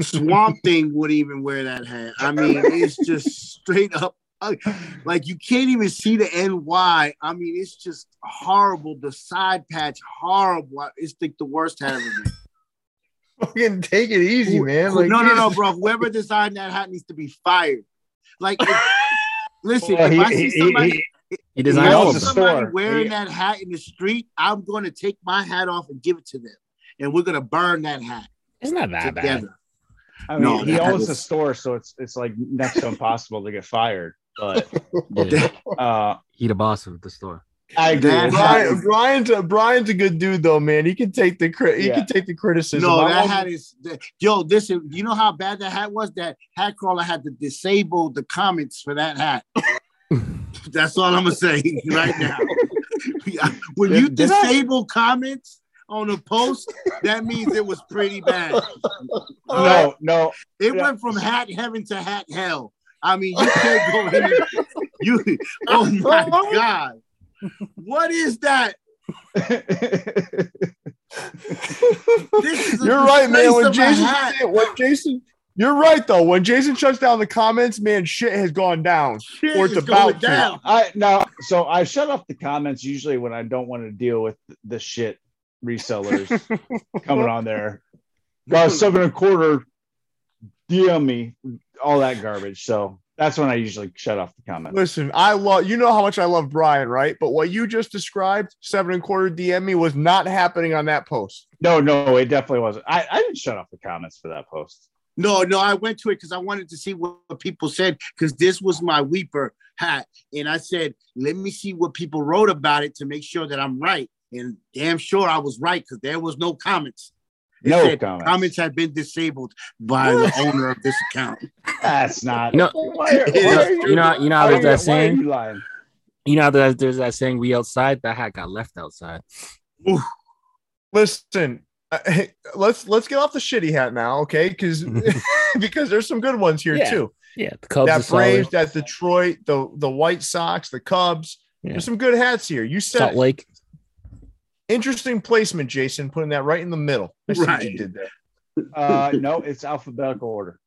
[SPEAKER 3] Swamp Thing would even wear that hat. I mean, it's just straight up ug- like you can't even see the NY. I mean, it's just horrible. The side patch, horrible. I- It's like the worst hat ever. made.
[SPEAKER 2] Fucking take it easy,
[SPEAKER 3] Who-
[SPEAKER 2] man.
[SPEAKER 3] who-
[SPEAKER 2] Like
[SPEAKER 3] no, no, no,
[SPEAKER 2] Jesus.
[SPEAKER 3] bro. Whoever designed that hat needs to be fired. Like, if- listen,
[SPEAKER 4] Well,
[SPEAKER 3] if I see somebody,
[SPEAKER 1] He
[SPEAKER 3] if
[SPEAKER 1] designed
[SPEAKER 4] knows
[SPEAKER 1] all
[SPEAKER 3] I
[SPEAKER 1] of
[SPEAKER 4] the
[SPEAKER 3] see
[SPEAKER 1] them.
[SPEAKER 4] stuff.
[SPEAKER 3] somebody
[SPEAKER 4] store.
[SPEAKER 3] wearing
[SPEAKER 4] Yeah.
[SPEAKER 3] that hat in the street, I'm going to take my hat off and give it to them, and we're going to burn that hat
[SPEAKER 1] It's not that bad.
[SPEAKER 3] together.
[SPEAKER 4] I mean,
[SPEAKER 3] No,
[SPEAKER 4] he
[SPEAKER 3] that
[SPEAKER 4] owns
[SPEAKER 3] was-
[SPEAKER 4] the store, so it's it's like next to impossible to get fired. But
[SPEAKER 1] Yeah.
[SPEAKER 4] uh,
[SPEAKER 1] He the boss of the store.
[SPEAKER 4] I agree.
[SPEAKER 3] That
[SPEAKER 4] with
[SPEAKER 3] hat
[SPEAKER 4] that.
[SPEAKER 2] Brian, Brian's a Brian's a good dude though, man. He can take the cri- he
[SPEAKER 4] Yeah.
[SPEAKER 2] can take the criticism.
[SPEAKER 3] No,
[SPEAKER 2] I
[SPEAKER 3] that
[SPEAKER 2] won't-
[SPEAKER 3] hat is that, yo. This is you know how bad that hat was. That hat crawler had to disable the comments for that hat. That's all I'm gonna say right now. when you
[SPEAKER 4] Did- did I-
[SPEAKER 3] disable comments on a post, that means it was pretty bad.
[SPEAKER 4] No, no,
[SPEAKER 3] It
[SPEAKER 4] Yeah.
[SPEAKER 3] went from hat heaven to hat hell. I mean, you can't go in. You, oh my
[SPEAKER 2] Uh-huh.
[SPEAKER 3] god, what is that? This is a
[SPEAKER 2] You're right, man.
[SPEAKER 3] disgrace
[SPEAKER 2] When
[SPEAKER 3] of a
[SPEAKER 2] Jason,
[SPEAKER 3] hat.
[SPEAKER 2] when Jason, you're right though. When Jason shuts down the comments, man, shit has gone down.
[SPEAKER 3] Shit
[SPEAKER 2] Or it's
[SPEAKER 3] is
[SPEAKER 2] about
[SPEAKER 3] going
[SPEAKER 2] to.
[SPEAKER 3] down.
[SPEAKER 4] I no. So I shut off the comments usually when I don't want to deal with the shit resellers coming on there. Got seven and a quarter. DM me all that garbage. So that's when I usually shut off the comments.
[SPEAKER 2] Listen, I love you know how much I love Brian, right? But what you just described, seven and quarter DM me, was not happening on that post.
[SPEAKER 4] No, no, it definitely wasn't. I, I didn't shut off the comments for that post.
[SPEAKER 3] No, no, I went to it because I wanted to see what people said because this was my weeper hat, and I said, let me see what people wrote about it to make sure that I'm right. And damn sure I was right because there was no comments. It
[SPEAKER 4] No
[SPEAKER 3] said,
[SPEAKER 4] comments.
[SPEAKER 3] Comments have been disabled by the owner of this account.
[SPEAKER 4] That's not.
[SPEAKER 1] No.
[SPEAKER 4] Why are-
[SPEAKER 1] You
[SPEAKER 4] why
[SPEAKER 1] know,
[SPEAKER 4] are
[SPEAKER 1] you know, you know
[SPEAKER 4] why
[SPEAKER 1] how there's
[SPEAKER 4] are you- why are
[SPEAKER 1] that saying.
[SPEAKER 4] you lying?
[SPEAKER 1] You know how there's there's that saying. We outside. That hat got left outside.
[SPEAKER 2] Listen, I- let's let's get off the shitty hat now, okay? Because because there's some good ones here
[SPEAKER 1] Yeah.
[SPEAKER 2] too.
[SPEAKER 1] Yeah, the Cubs are
[SPEAKER 2] that
[SPEAKER 1] solid.
[SPEAKER 2] Braves, that Detroit, the the White Sox, the Cubs.
[SPEAKER 1] Yeah.
[SPEAKER 2] There's some good hats here. You said
[SPEAKER 1] Salt Lake.
[SPEAKER 2] interesting placement, Jason, putting that right in the middle. I see what you
[SPEAKER 3] Right.
[SPEAKER 2] did there.
[SPEAKER 4] Uh, no, it's alphabetical order.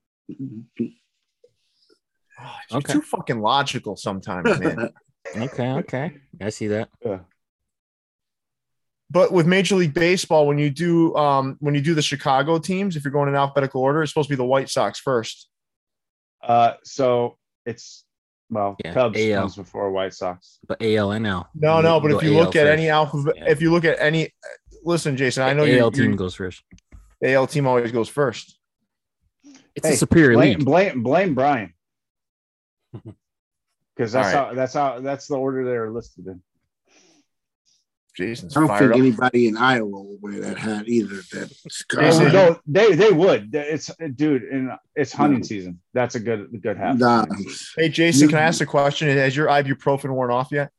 [SPEAKER 2] Oh, you're
[SPEAKER 1] Okay.
[SPEAKER 2] too fucking logical sometimes, man.
[SPEAKER 1] Okay, okay. I see that.
[SPEAKER 2] but with Major League Baseball, when you do um when you do the Chicago teams, if you're going in alphabetical order, it's supposed to be the White Sox first.
[SPEAKER 4] Uh, so it's well,
[SPEAKER 1] Yeah,
[SPEAKER 4] Cubs
[SPEAKER 1] AL.
[SPEAKER 4] comes before White Sox.
[SPEAKER 1] But ALNL.
[SPEAKER 2] No, no, but if you look at any alphabet,
[SPEAKER 1] Yeah.
[SPEAKER 2] if you look at any, listen, Jason, I know
[SPEAKER 1] AL
[SPEAKER 2] you. AL
[SPEAKER 1] team goes first.
[SPEAKER 2] AL team always goes first.
[SPEAKER 1] It's a
[SPEAKER 4] Hey,
[SPEAKER 1] superior
[SPEAKER 4] Blame,
[SPEAKER 1] league.
[SPEAKER 4] blame, blame Brian. Because that's
[SPEAKER 2] All right.
[SPEAKER 4] how that's how that's the order they're listed in.
[SPEAKER 2] Jason's
[SPEAKER 3] I don't
[SPEAKER 2] fired
[SPEAKER 3] think
[SPEAKER 2] up.
[SPEAKER 3] anybody in Iowa will wear that hat either. That
[SPEAKER 2] Is
[SPEAKER 4] They,
[SPEAKER 2] it-
[SPEAKER 4] no, they they would. It's dude, and it's hunting season. That's a good good hat.
[SPEAKER 3] Nah.
[SPEAKER 2] Hey, Jason, can I ask a question? Has your ibuprofen worn off yet?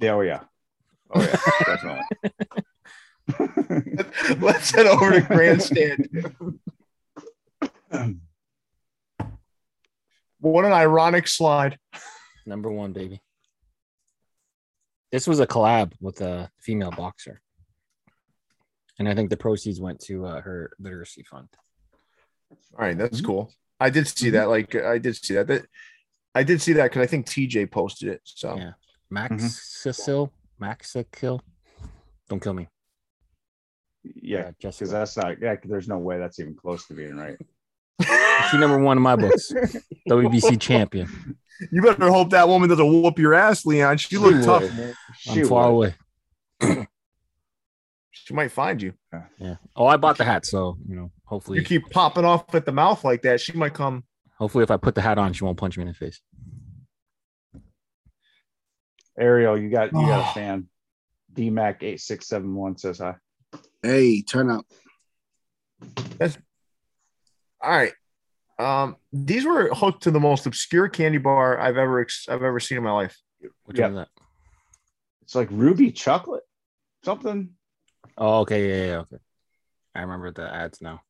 [SPEAKER 4] Yeah, oh yeah,
[SPEAKER 2] Oh yeah, definitely. Let's head over to grandstand. What an ironic slide.
[SPEAKER 1] Number one, baby. This was a collab with a female boxer. And I think the proceeds went to uh, her literacy fund.
[SPEAKER 2] All right, that's cool. I did see that. Like, I did see that. That I did see that because I think TJ posted it. So
[SPEAKER 1] Yeah. Max
[SPEAKER 4] Mhm.
[SPEAKER 1] Cecil, Max Cecil. Don't kill me. Uh,
[SPEAKER 4] yeah.
[SPEAKER 1] Jessica.
[SPEAKER 4] Because that's not. Yeah, 'cause there's no way that's even close to being right.
[SPEAKER 1] She number one in my books. WBC champion.
[SPEAKER 2] you better hope that woman doesn't whoop your ass, Leon. She looked tough.
[SPEAKER 4] would. She
[SPEAKER 1] I'm far
[SPEAKER 4] would.
[SPEAKER 1] away.
[SPEAKER 2] She might find you.
[SPEAKER 1] Yeah. Oh, I bought the hat, so you know, hopefully,
[SPEAKER 2] You keep popping off at the mouth like that. She might come.
[SPEAKER 1] hopefully, if I put the hat on, she won't punch me in the face.
[SPEAKER 4] Ariel, you got you got
[SPEAKER 2] Oh.
[SPEAKER 4] a fan. DMAC eight six seven one says hi.
[SPEAKER 3] Hey, turn up.
[SPEAKER 2] All right. Um, these were hooked to the most obscure candy bar I've ever ex- I've ever seen in my life.
[SPEAKER 1] Which
[SPEAKER 4] Yep.
[SPEAKER 1] one is that?
[SPEAKER 4] It's like ruby chocolate, something.
[SPEAKER 1] Oh, okay, yeah, yeah, yeah, okay. I remember the ads now.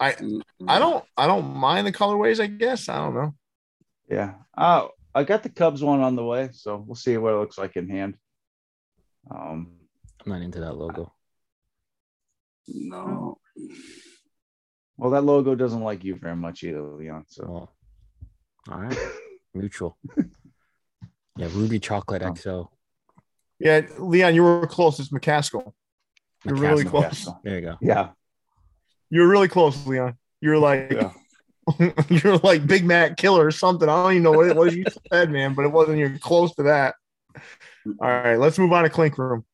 [SPEAKER 2] I don't I don't mind the colorways. I guess I don't know.
[SPEAKER 4] Yeah. Oh, I got the Cubs one on the way, so we'll see what it looks like in hand. Um,
[SPEAKER 1] I'm not into that logo.
[SPEAKER 3] No.
[SPEAKER 4] well, that logo doesn't like you very much either, Leon. So
[SPEAKER 1] Well, all right, mutual. Yeah, Ruby Chocolate
[SPEAKER 4] Oh.
[SPEAKER 1] XO.
[SPEAKER 2] Yeah, Leon, you were close. It's McCaskill. You're really
[SPEAKER 1] McCaskill.
[SPEAKER 2] close.
[SPEAKER 1] There you go.
[SPEAKER 4] Yeah.
[SPEAKER 2] You were really close, Leon. You were like
[SPEAKER 4] Yeah.
[SPEAKER 2] you were like Big Mac Killer or something. I don't even know what it was you said, man, but it wasn't even close to that. All right, let's move on to Clink Room.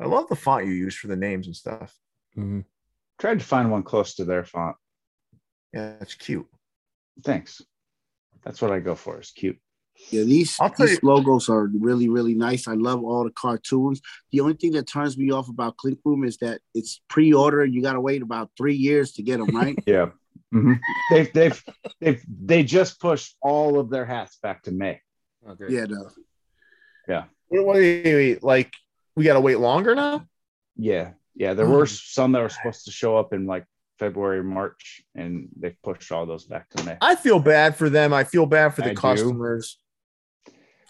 [SPEAKER 2] I love the font you use for the names and stuff.
[SPEAKER 1] Mhm.
[SPEAKER 4] Tried to find one close to their font.
[SPEAKER 2] Yeah, it's cute.
[SPEAKER 4] Thanks. That's what I go for. Is cute.
[SPEAKER 3] Yeah, these,
[SPEAKER 2] I'll tell
[SPEAKER 3] these
[SPEAKER 2] you-
[SPEAKER 3] logos are really, really nice. I love all the cartoons. The only thing that turns me off about Click Room is that it's pre-order and you gotta wait about three years to get them, right?
[SPEAKER 4] Yeah. Mhm. they've they've they've they just pushed all of their hats back to May.
[SPEAKER 1] Okay.
[SPEAKER 3] yeah, the,
[SPEAKER 2] Wait, wait, wait, wait, like we gotta wait longer now?
[SPEAKER 4] Yeah. Yeah. There were some that were supposed to show up in like February, March, and they pushed all those back to May.
[SPEAKER 2] I feel bad for them. I feel bad for the
[SPEAKER 4] I do.
[SPEAKER 2] customers.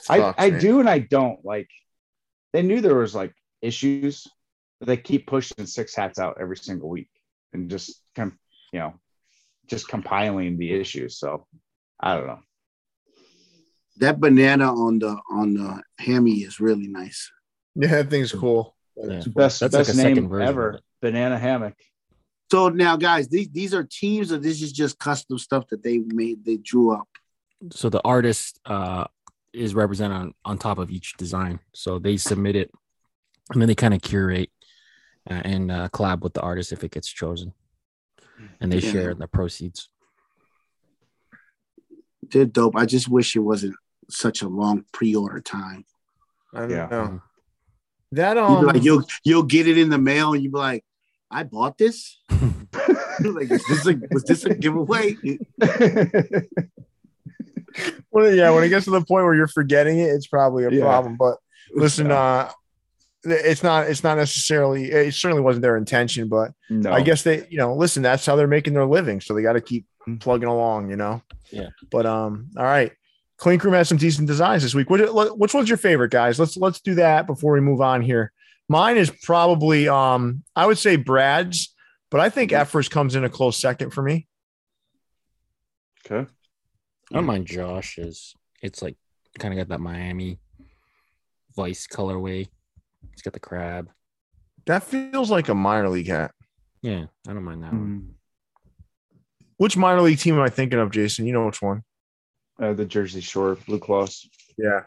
[SPEAKER 2] Sucks,
[SPEAKER 4] I, I
[SPEAKER 2] man.
[SPEAKER 4] do and I don't like they knew there was like issues, but they keep pushing six hats out every single week and just com- you know, just compiling the issues. So I don't know.
[SPEAKER 3] that banana on the on the hammy is really nice.
[SPEAKER 2] Yeah, that thing's cool.
[SPEAKER 1] Yeah.
[SPEAKER 4] Best
[SPEAKER 1] That's like
[SPEAKER 4] best
[SPEAKER 1] a second
[SPEAKER 4] name
[SPEAKER 1] version of
[SPEAKER 4] ever,
[SPEAKER 1] it.
[SPEAKER 4] banana hammock.
[SPEAKER 3] So now guys, these these are teams or this is just custom stuff that they made they drew up.
[SPEAKER 1] So the artist uh, is represented on, on top of each design. So they submit it, and then they kind of curate uh, and uh, collab with the artist if it gets chosen, and they
[SPEAKER 3] Yeah.
[SPEAKER 1] share in the proceeds.
[SPEAKER 3] They're dope. I just wish it wasn't such a long pre-order time.
[SPEAKER 2] I don't
[SPEAKER 4] Yeah.
[SPEAKER 2] know. That
[SPEAKER 3] You'd
[SPEAKER 2] um
[SPEAKER 1] Oh.
[SPEAKER 3] be like you'll you'll get it in the mail and you'd be like, I bought this. like is this a, was this a giveaway?
[SPEAKER 2] When, yeah, when it gets to the point where you're forgetting it, it's probably a
[SPEAKER 4] Yeah.
[SPEAKER 2] problem. But listen, uh, it's not it's not necessarily it certainly wasn't their intention, but
[SPEAKER 4] no.
[SPEAKER 2] I guess they you know listen that's how they're making their living, so they got to keep
[SPEAKER 4] Mhm.
[SPEAKER 2] plugging along, you know.
[SPEAKER 1] Yeah.
[SPEAKER 2] But um, all right, Clink Room has some decent designs this week. Which which one's your favorite, guys? Let's let's do that before we move on here. Mine is probably um I would say Brad's, but I
[SPEAKER 4] Hmm.
[SPEAKER 2] think Effers comes in a close second for me.
[SPEAKER 4] Okay.
[SPEAKER 1] I don't mind Josh's. It's like kind of got that Miami Vice colorway. It's got the crab.
[SPEAKER 2] That feels like a minor league hat.
[SPEAKER 1] Yeah, I don't mind that one.
[SPEAKER 4] Mm,
[SPEAKER 2] Which minor league team am I thinking of, Jason? You know which one?
[SPEAKER 4] uh, the Jersey Shore Blue Claws.
[SPEAKER 2] Yeah.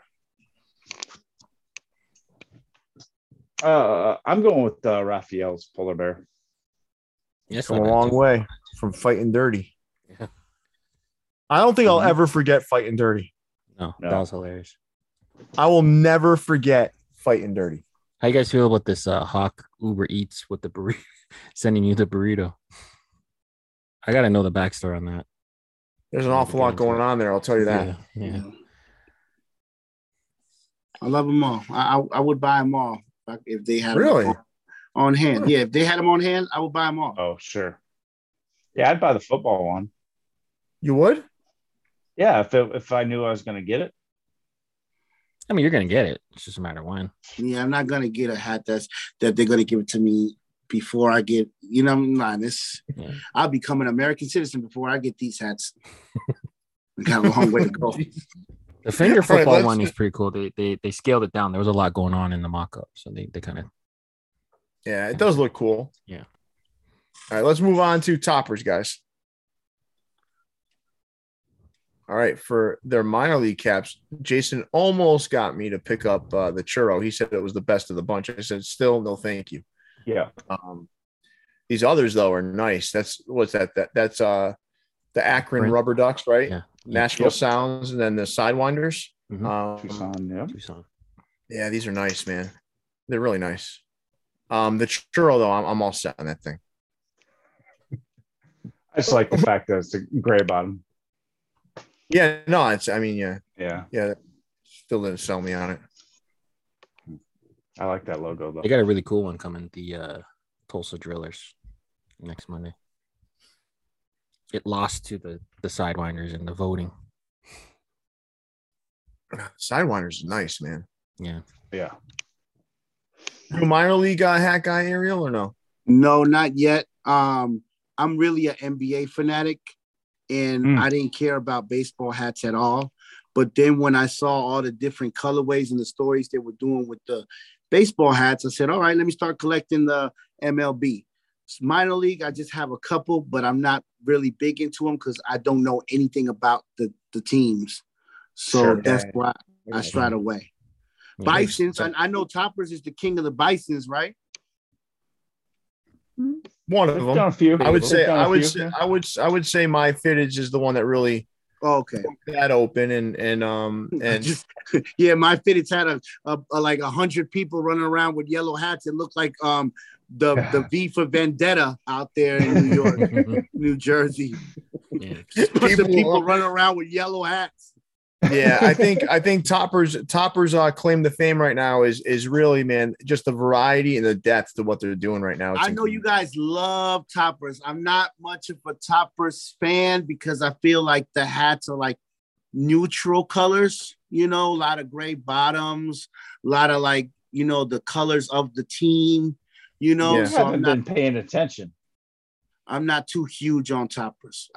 [SPEAKER 4] Uh, I'm going with uh, Raphael's polar bear.
[SPEAKER 1] Yes,
[SPEAKER 2] Come a long way from fighting dirty. I don't think I'll
[SPEAKER 1] Mm-hmm.
[SPEAKER 2] ever forget fighting dirty.
[SPEAKER 1] No,
[SPEAKER 4] No.
[SPEAKER 1] that was hilarious.
[SPEAKER 2] I will never forget fighting dirty.
[SPEAKER 1] How you guys feel about this uh, Hawk Uber Eats with the burrito sending you the burrito? I gotta know the backstory on that.
[SPEAKER 2] There's an awful lot going on there. I'll tell you that.
[SPEAKER 1] Yeah, yeah.
[SPEAKER 3] I love them all. I, I I would buy them all if I- if they had 'em
[SPEAKER 2] Really?
[SPEAKER 3] on, on hand. Yeah, if they had them on hand, I would buy them all.
[SPEAKER 4] Oh, sure. Yeah, I'd buy the football one.
[SPEAKER 2] You would?
[SPEAKER 4] Yeah, if it, if I knew I was going to get it.
[SPEAKER 1] I mean, you're gonna get it. It's just a matter of when.
[SPEAKER 3] Yeah, I'm not gonna get a hat that's that they're gonna give it to me before I get. You know, I'm not. This
[SPEAKER 1] Yeah.
[SPEAKER 3] I'll become an American citizen before I get these hats. We got a long way to go.
[SPEAKER 1] The finger
[SPEAKER 2] All right,
[SPEAKER 1] football
[SPEAKER 2] let's-
[SPEAKER 1] one is pretty cool. They, they they scaled it down. There was a lot going on in the mock-up, so they, they kind of
[SPEAKER 2] Yeah, it does look cool.
[SPEAKER 1] Yeah.
[SPEAKER 2] All right, let's move on to toppers, guys. All right, for their minor league caps, Jason almost got me to pick up uh, the churro. He said it was the best of the bunch. I said, still, no, thank you.
[SPEAKER 4] Yeah.
[SPEAKER 2] Um, these others though are nice. That's what's that? That that's uh the Akron
[SPEAKER 1] Brent-
[SPEAKER 2] Rubber Ducks, right?
[SPEAKER 1] Yeah.
[SPEAKER 2] Nashville
[SPEAKER 4] Yep.
[SPEAKER 2] Sounds, and then the Sidewinders.
[SPEAKER 1] Mhm.
[SPEAKER 2] Um,
[SPEAKER 4] Tucson. Yeah.
[SPEAKER 1] Tucson.
[SPEAKER 2] yeah, these are nice, man. They're really nice. Um, the churro though, I'm, I'm all set on that thing.
[SPEAKER 4] I just like the fact that it's a gray bottom.
[SPEAKER 2] Yeah, no, it's. I mean, yeah,
[SPEAKER 4] Yeah.
[SPEAKER 2] yeah. Still didn't sell me on it.
[SPEAKER 4] I like that logo though.
[SPEAKER 1] They got a really cool one coming. The uh, Tulsa Drillers next Monday. It lost to the the Sidewinders in the voting.
[SPEAKER 2] Sidewinders is nice, man.
[SPEAKER 1] Yeah,
[SPEAKER 4] yeah.
[SPEAKER 2] You a minor league uh, hat guy, Ariel, or no?
[SPEAKER 3] No, not yet. Um, I'm really an NBA fanatic, and
[SPEAKER 4] Mm.
[SPEAKER 3] I didn't care about baseball hats at all. But then when I saw all the different colorways and the stories they were doing with the baseball hats, I said, "All right, let me start collecting the MLB." It's minor league, I just have a couple, but I'm not really big into them because I don't know anything about the the teams. So
[SPEAKER 2] Sure.
[SPEAKER 3] that's why I stride away.
[SPEAKER 1] Yeah.
[SPEAKER 3] Bisons, I, I know Toppers is the king of the Bisons, right?
[SPEAKER 2] One of
[SPEAKER 4] They've
[SPEAKER 2] them.
[SPEAKER 4] done a few.
[SPEAKER 2] I would say.
[SPEAKER 4] They've done a
[SPEAKER 2] I would.
[SPEAKER 4] few,
[SPEAKER 2] Say,
[SPEAKER 4] yeah.
[SPEAKER 2] I would. I would say my fittage is the one that really
[SPEAKER 3] Okay.
[SPEAKER 2] that open and and um and
[SPEAKER 3] Just- yeah, my fitteds had a, a, a- like a hundred people running around with yellow hats. It looked like um the the V for Vendetta out there in New York, New Jersey.
[SPEAKER 1] yeah.
[SPEAKER 3] Just a bunch of
[SPEAKER 2] People-
[SPEAKER 3] people running around with yellow hats.
[SPEAKER 2] yeah i think i think toppers toppers uh claim the fame right now is is really man just the variety and the depth to what they're doing right now It's
[SPEAKER 3] I know you
[SPEAKER 2] incredible.
[SPEAKER 3] guys love toppers. I'm not much of a toppers fan because I feel like the hats are like neutral colors, you know, a lot of gray bottoms, a lot of like, you know, the colors of the team, you know.
[SPEAKER 2] Yeah.
[SPEAKER 4] You
[SPEAKER 3] So I'm
[SPEAKER 4] haven't
[SPEAKER 3] not
[SPEAKER 4] been paying attention.
[SPEAKER 3] I'm not too huge on toppers.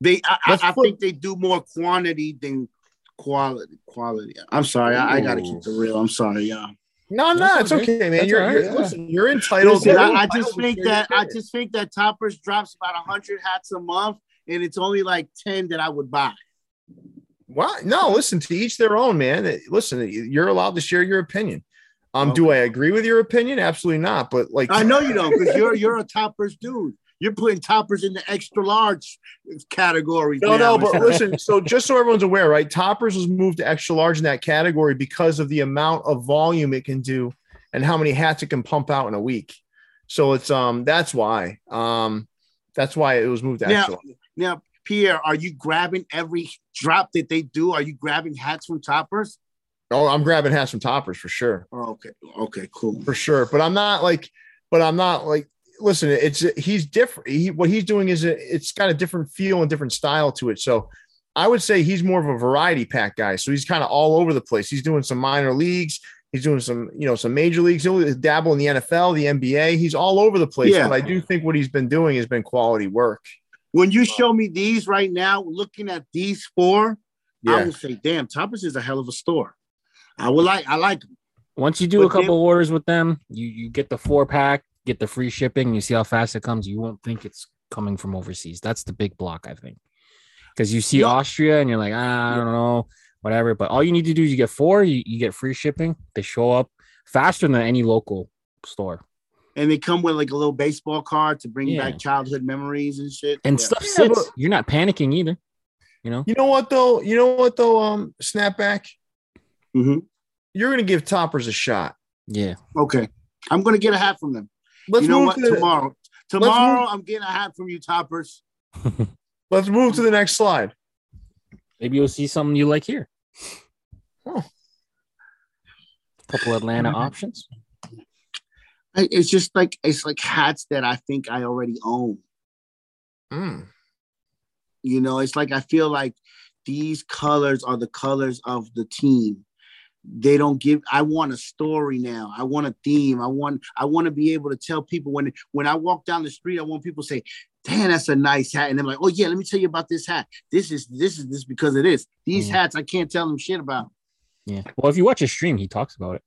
[SPEAKER 3] They, I, I,
[SPEAKER 2] Let's
[SPEAKER 3] I
[SPEAKER 2] put-
[SPEAKER 3] think they do more quantity than quality. Quality. I'm sorry, I, I gotta keep the real. I'm sorry, y'all.
[SPEAKER 2] no no
[SPEAKER 1] That's
[SPEAKER 2] it's okay, man
[SPEAKER 1] That's
[SPEAKER 2] you're,
[SPEAKER 1] all right,
[SPEAKER 2] you're
[SPEAKER 1] yeah.
[SPEAKER 2] listen you're entitled
[SPEAKER 3] Listen,
[SPEAKER 2] to
[SPEAKER 3] I, I just think that I just think that toppers drops about hundred hats a month, and it's only like ten that I would buy.
[SPEAKER 2] what no listen to each their own man listen you're allowed to share your opinion um do i agree with your opinion absolutely not but like
[SPEAKER 3] I know you don't, because you're you're a toppers dude. You're putting toppers in the extra large category.
[SPEAKER 2] No,
[SPEAKER 3] now.
[SPEAKER 2] no, but listen. So, just so everyone's aware, right? Toppers was moved to extra large in that category because of the amount of volume it can do and how many hats it can pump out in a week. So it's um that's why um that's why it was moved to
[SPEAKER 3] Yeah.
[SPEAKER 2] extra. large.
[SPEAKER 3] now, Pierre, are you grabbing every drop that they do? Are you grabbing hats from toppers?
[SPEAKER 2] Oh, I'm grabbing hats from Toppers for sure,
[SPEAKER 3] Oh, okay, okay, cool.
[SPEAKER 2] for sure. But I'm not like, but I'm not like. Listen, it's he's different. He, what he's doing is it, it's got a different feel and different style to it. So. I would say he's more of a variety pack guy. So he's kind of all over the place. He's doing some minor leagues. He's doing some, you know, some major leagues. He'll dabble in the NFL, the NBA. He's all over the place.
[SPEAKER 3] Yeah.
[SPEAKER 2] But I do think what he's been doing has been quality work.
[SPEAKER 3] When you show me these right now, looking at these four, I
[SPEAKER 2] Yeah.
[SPEAKER 3] would say, "Damn, Toppers is a hell of a store." I would like, I like. 'em.
[SPEAKER 1] Once you do
[SPEAKER 3] But
[SPEAKER 1] a couple
[SPEAKER 3] they-
[SPEAKER 1] orders with them, you you get the four pack, get the free shipping. You see how fast it comes. You won't think it's coming from overseas. That's the big block, I think, because you see
[SPEAKER 3] Yeah.
[SPEAKER 1] Austria and you're like, ah, I don't know, whatever. But all you need to do is you get four, you, you get free shipping. They show up faster than any local store.
[SPEAKER 3] And they come with like a little baseball card to bring
[SPEAKER 1] Yeah.
[SPEAKER 3] back childhood memories and shit.
[SPEAKER 1] and
[SPEAKER 3] Yeah.
[SPEAKER 1] stuff
[SPEAKER 2] Yeah,
[SPEAKER 1] sits.
[SPEAKER 2] but-
[SPEAKER 1] You're not panicking either. You know,
[SPEAKER 2] You know what though? You know what though? Um, snapback.
[SPEAKER 3] Mhm.
[SPEAKER 2] You're gonna give toppers a shot.
[SPEAKER 1] yeah.
[SPEAKER 3] Okay. I'm gonna get a hat from them.
[SPEAKER 2] Let's
[SPEAKER 3] you know
[SPEAKER 2] move
[SPEAKER 3] what?
[SPEAKER 2] to the,
[SPEAKER 3] Tomorrow. Tomorrow I'm getting a hat from you, Toppers.
[SPEAKER 2] let's move to the next slide.
[SPEAKER 1] Maybe you'll see something you like here.
[SPEAKER 2] Oh.
[SPEAKER 1] Couple Atlanta options.
[SPEAKER 3] I- It's just like it's like hats that I think I already own.
[SPEAKER 2] Mm.
[SPEAKER 3] You know, it's like I feel like these colors are the colors of the team. They don't give I want a story now. I want a theme. I want I want to be able to tell people when when I walk down the street, I want people to say, "Damn, that's a nice hat." And they're like, "Oh yeah, let me tell you about this hat. This is this is this because of this. These
[SPEAKER 1] Mhm.
[SPEAKER 3] hats I can't tell them shit about."
[SPEAKER 1] Yeah. Well, if you watch his stream, he talks about it.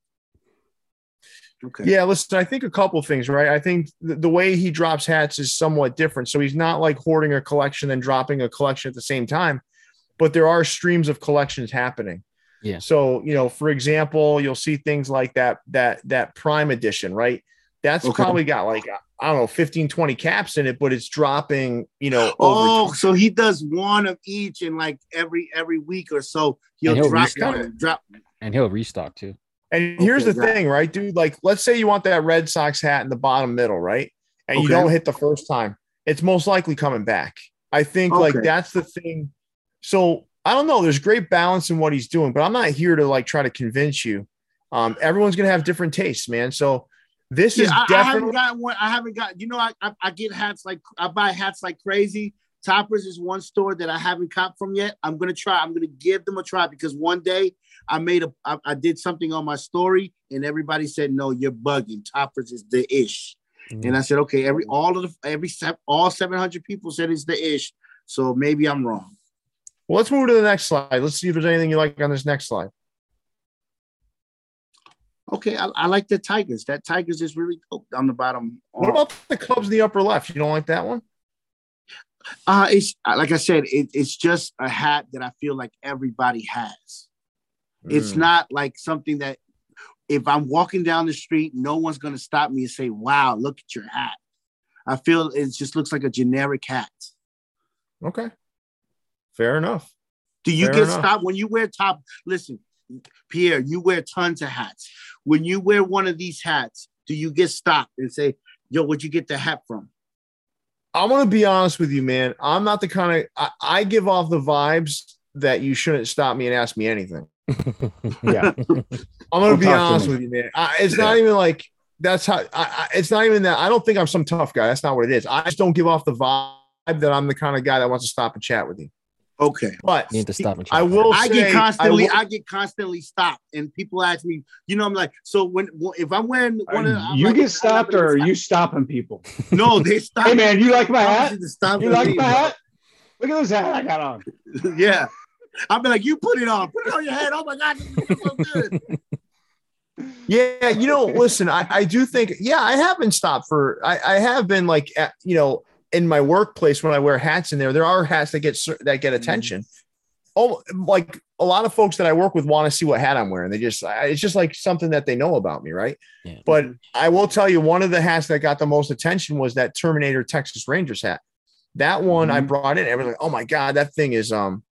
[SPEAKER 3] Okay.
[SPEAKER 2] Yeah, listen, I think a couple things, right? I think the, the way he drops hats is somewhat different. So he's not like hoarding a collection and dropping a collection at the same time, but there are streams of collections happening.
[SPEAKER 1] Yeah.
[SPEAKER 2] So, you know, for example, you'll see things like that that that prime edition, right? That's
[SPEAKER 3] Okay.
[SPEAKER 2] probably got like I don't know, 15, 20 caps in it, but it's dropping, you know, over
[SPEAKER 3] Oh, so he does one of each, and like every every week or so, he'll,
[SPEAKER 1] And he'll
[SPEAKER 3] drop
[SPEAKER 1] restock
[SPEAKER 3] one. and Drop.
[SPEAKER 1] And he'll restock too.
[SPEAKER 2] And here's
[SPEAKER 3] Okay,
[SPEAKER 2] the
[SPEAKER 3] got it.
[SPEAKER 2] thing, right, dude? Like, let's say you want that Red Sox hat in the bottom middle, right? And you
[SPEAKER 3] Okay.
[SPEAKER 2] don't hit the first time, it's most likely coming back. I think, like,
[SPEAKER 3] Okay.
[SPEAKER 2] that's the thing. So I don't know. There's great balance in what he's doing, but I'm not here to like try to convince you. Um, everyone's gonna have different tastes, man. So this
[SPEAKER 3] Yeah,
[SPEAKER 2] is
[SPEAKER 3] I, I haven't
[SPEAKER 2] definitely
[SPEAKER 3] got one. I haven't got. You know, I, I I get hats like I buy hats like crazy. Toppers is one store that I haven't copped from yet. I'm gonna try. I'm gonna give them a try because one day I made a I, I did something on my story and everybody said no, you're bugging. Toppers is the ish, and I said okay. Every all of the every se- all 700 people said it's the ish, so maybe I'm wrong.
[SPEAKER 2] well, let's move to the next slide. Let's see if there's anything you like on this next slide.
[SPEAKER 3] Okay, I, I like the Tigers. That Tigers is really dope on the bottom.
[SPEAKER 2] What about the clubs in the upper left? You don't like that one?
[SPEAKER 3] Uh, it's uh, like I said, it, it's just a hat that I feel like everybody has. It's
[SPEAKER 2] Mm.
[SPEAKER 3] not like something that if I'm walking down the street, no one's gonna stop me and say, "Wow, look at your hat." I feel it just looks like a generic hat.
[SPEAKER 2] Hmm, okay. Fair enough.
[SPEAKER 3] Do you
[SPEAKER 2] Fair
[SPEAKER 3] get
[SPEAKER 2] enough.
[SPEAKER 3] stopped when you wear top? Listen, Pierre, you wear tons of hats. When you wear one of these hats, do you get stopped and say, "Yo, where'd you get the hat from?"
[SPEAKER 2] I'm gonna be honest with you, man. I'm not the kind of I, I give off the vibes that you shouldn't stop me and ask me anything.
[SPEAKER 4] Yeah.
[SPEAKER 2] I'm gonna
[SPEAKER 4] Don't
[SPEAKER 2] be
[SPEAKER 4] talk to
[SPEAKER 2] honest
[SPEAKER 4] me.
[SPEAKER 2] with you, man. I, it's not even like that's how I, I, it's not even that I don't think I'm some tough guy. That's not what it is. I just don't give off the vibe that I'm the kind of guy that wants to stop and chat with you.
[SPEAKER 3] Okay.
[SPEAKER 2] But
[SPEAKER 1] Need to stop and
[SPEAKER 2] I
[SPEAKER 1] chat.
[SPEAKER 2] will.
[SPEAKER 3] I
[SPEAKER 2] say-
[SPEAKER 3] get constantly,
[SPEAKER 2] will-
[SPEAKER 3] I, get constantly stopped, and people ask me, you know, I'm like, so when when- if I'm wearing one of, I'm
[SPEAKER 4] you
[SPEAKER 3] like,
[SPEAKER 4] get stopped
[SPEAKER 3] I
[SPEAKER 4] or are
[SPEAKER 3] love it.
[SPEAKER 4] you stopping people?
[SPEAKER 3] No, they stop.
[SPEAKER 4] Hey man, you like my
[SPEAKER 3] I
[SPEAKER 4] hat?
[SPEAKER 3] want you to stop
[SPEAKER 4] You
[SPEAKER 3] and
[SPEAKER 4] like
[SPEAKER 3] leave.
[SPEAKER 4] my hat? Look at this hat I got on.
[SPEAKER 3] yeah. I'll be like, you put it on, put it on your head. Oh my god, this is so good.
[SPEAKER 2] Yeah, you know, listen, I, I do think, yeah, I have been stopped for, I, I have been like, at, you know, in my workplace when I wear hats in there, there are hats that get cer- that get attention. Oh, like a lot of folks that I work with want to see what hat I'm wearing. They just, I, it's just like something that they know about me, right?
[SPEAKER 1] Yeah.
[SPEAKER 2] But I will tell you, one of the hats that got the most attention was that Terminator Texas Rangers hat. That one I brought in, everyone's like, oh my god, that thing is um,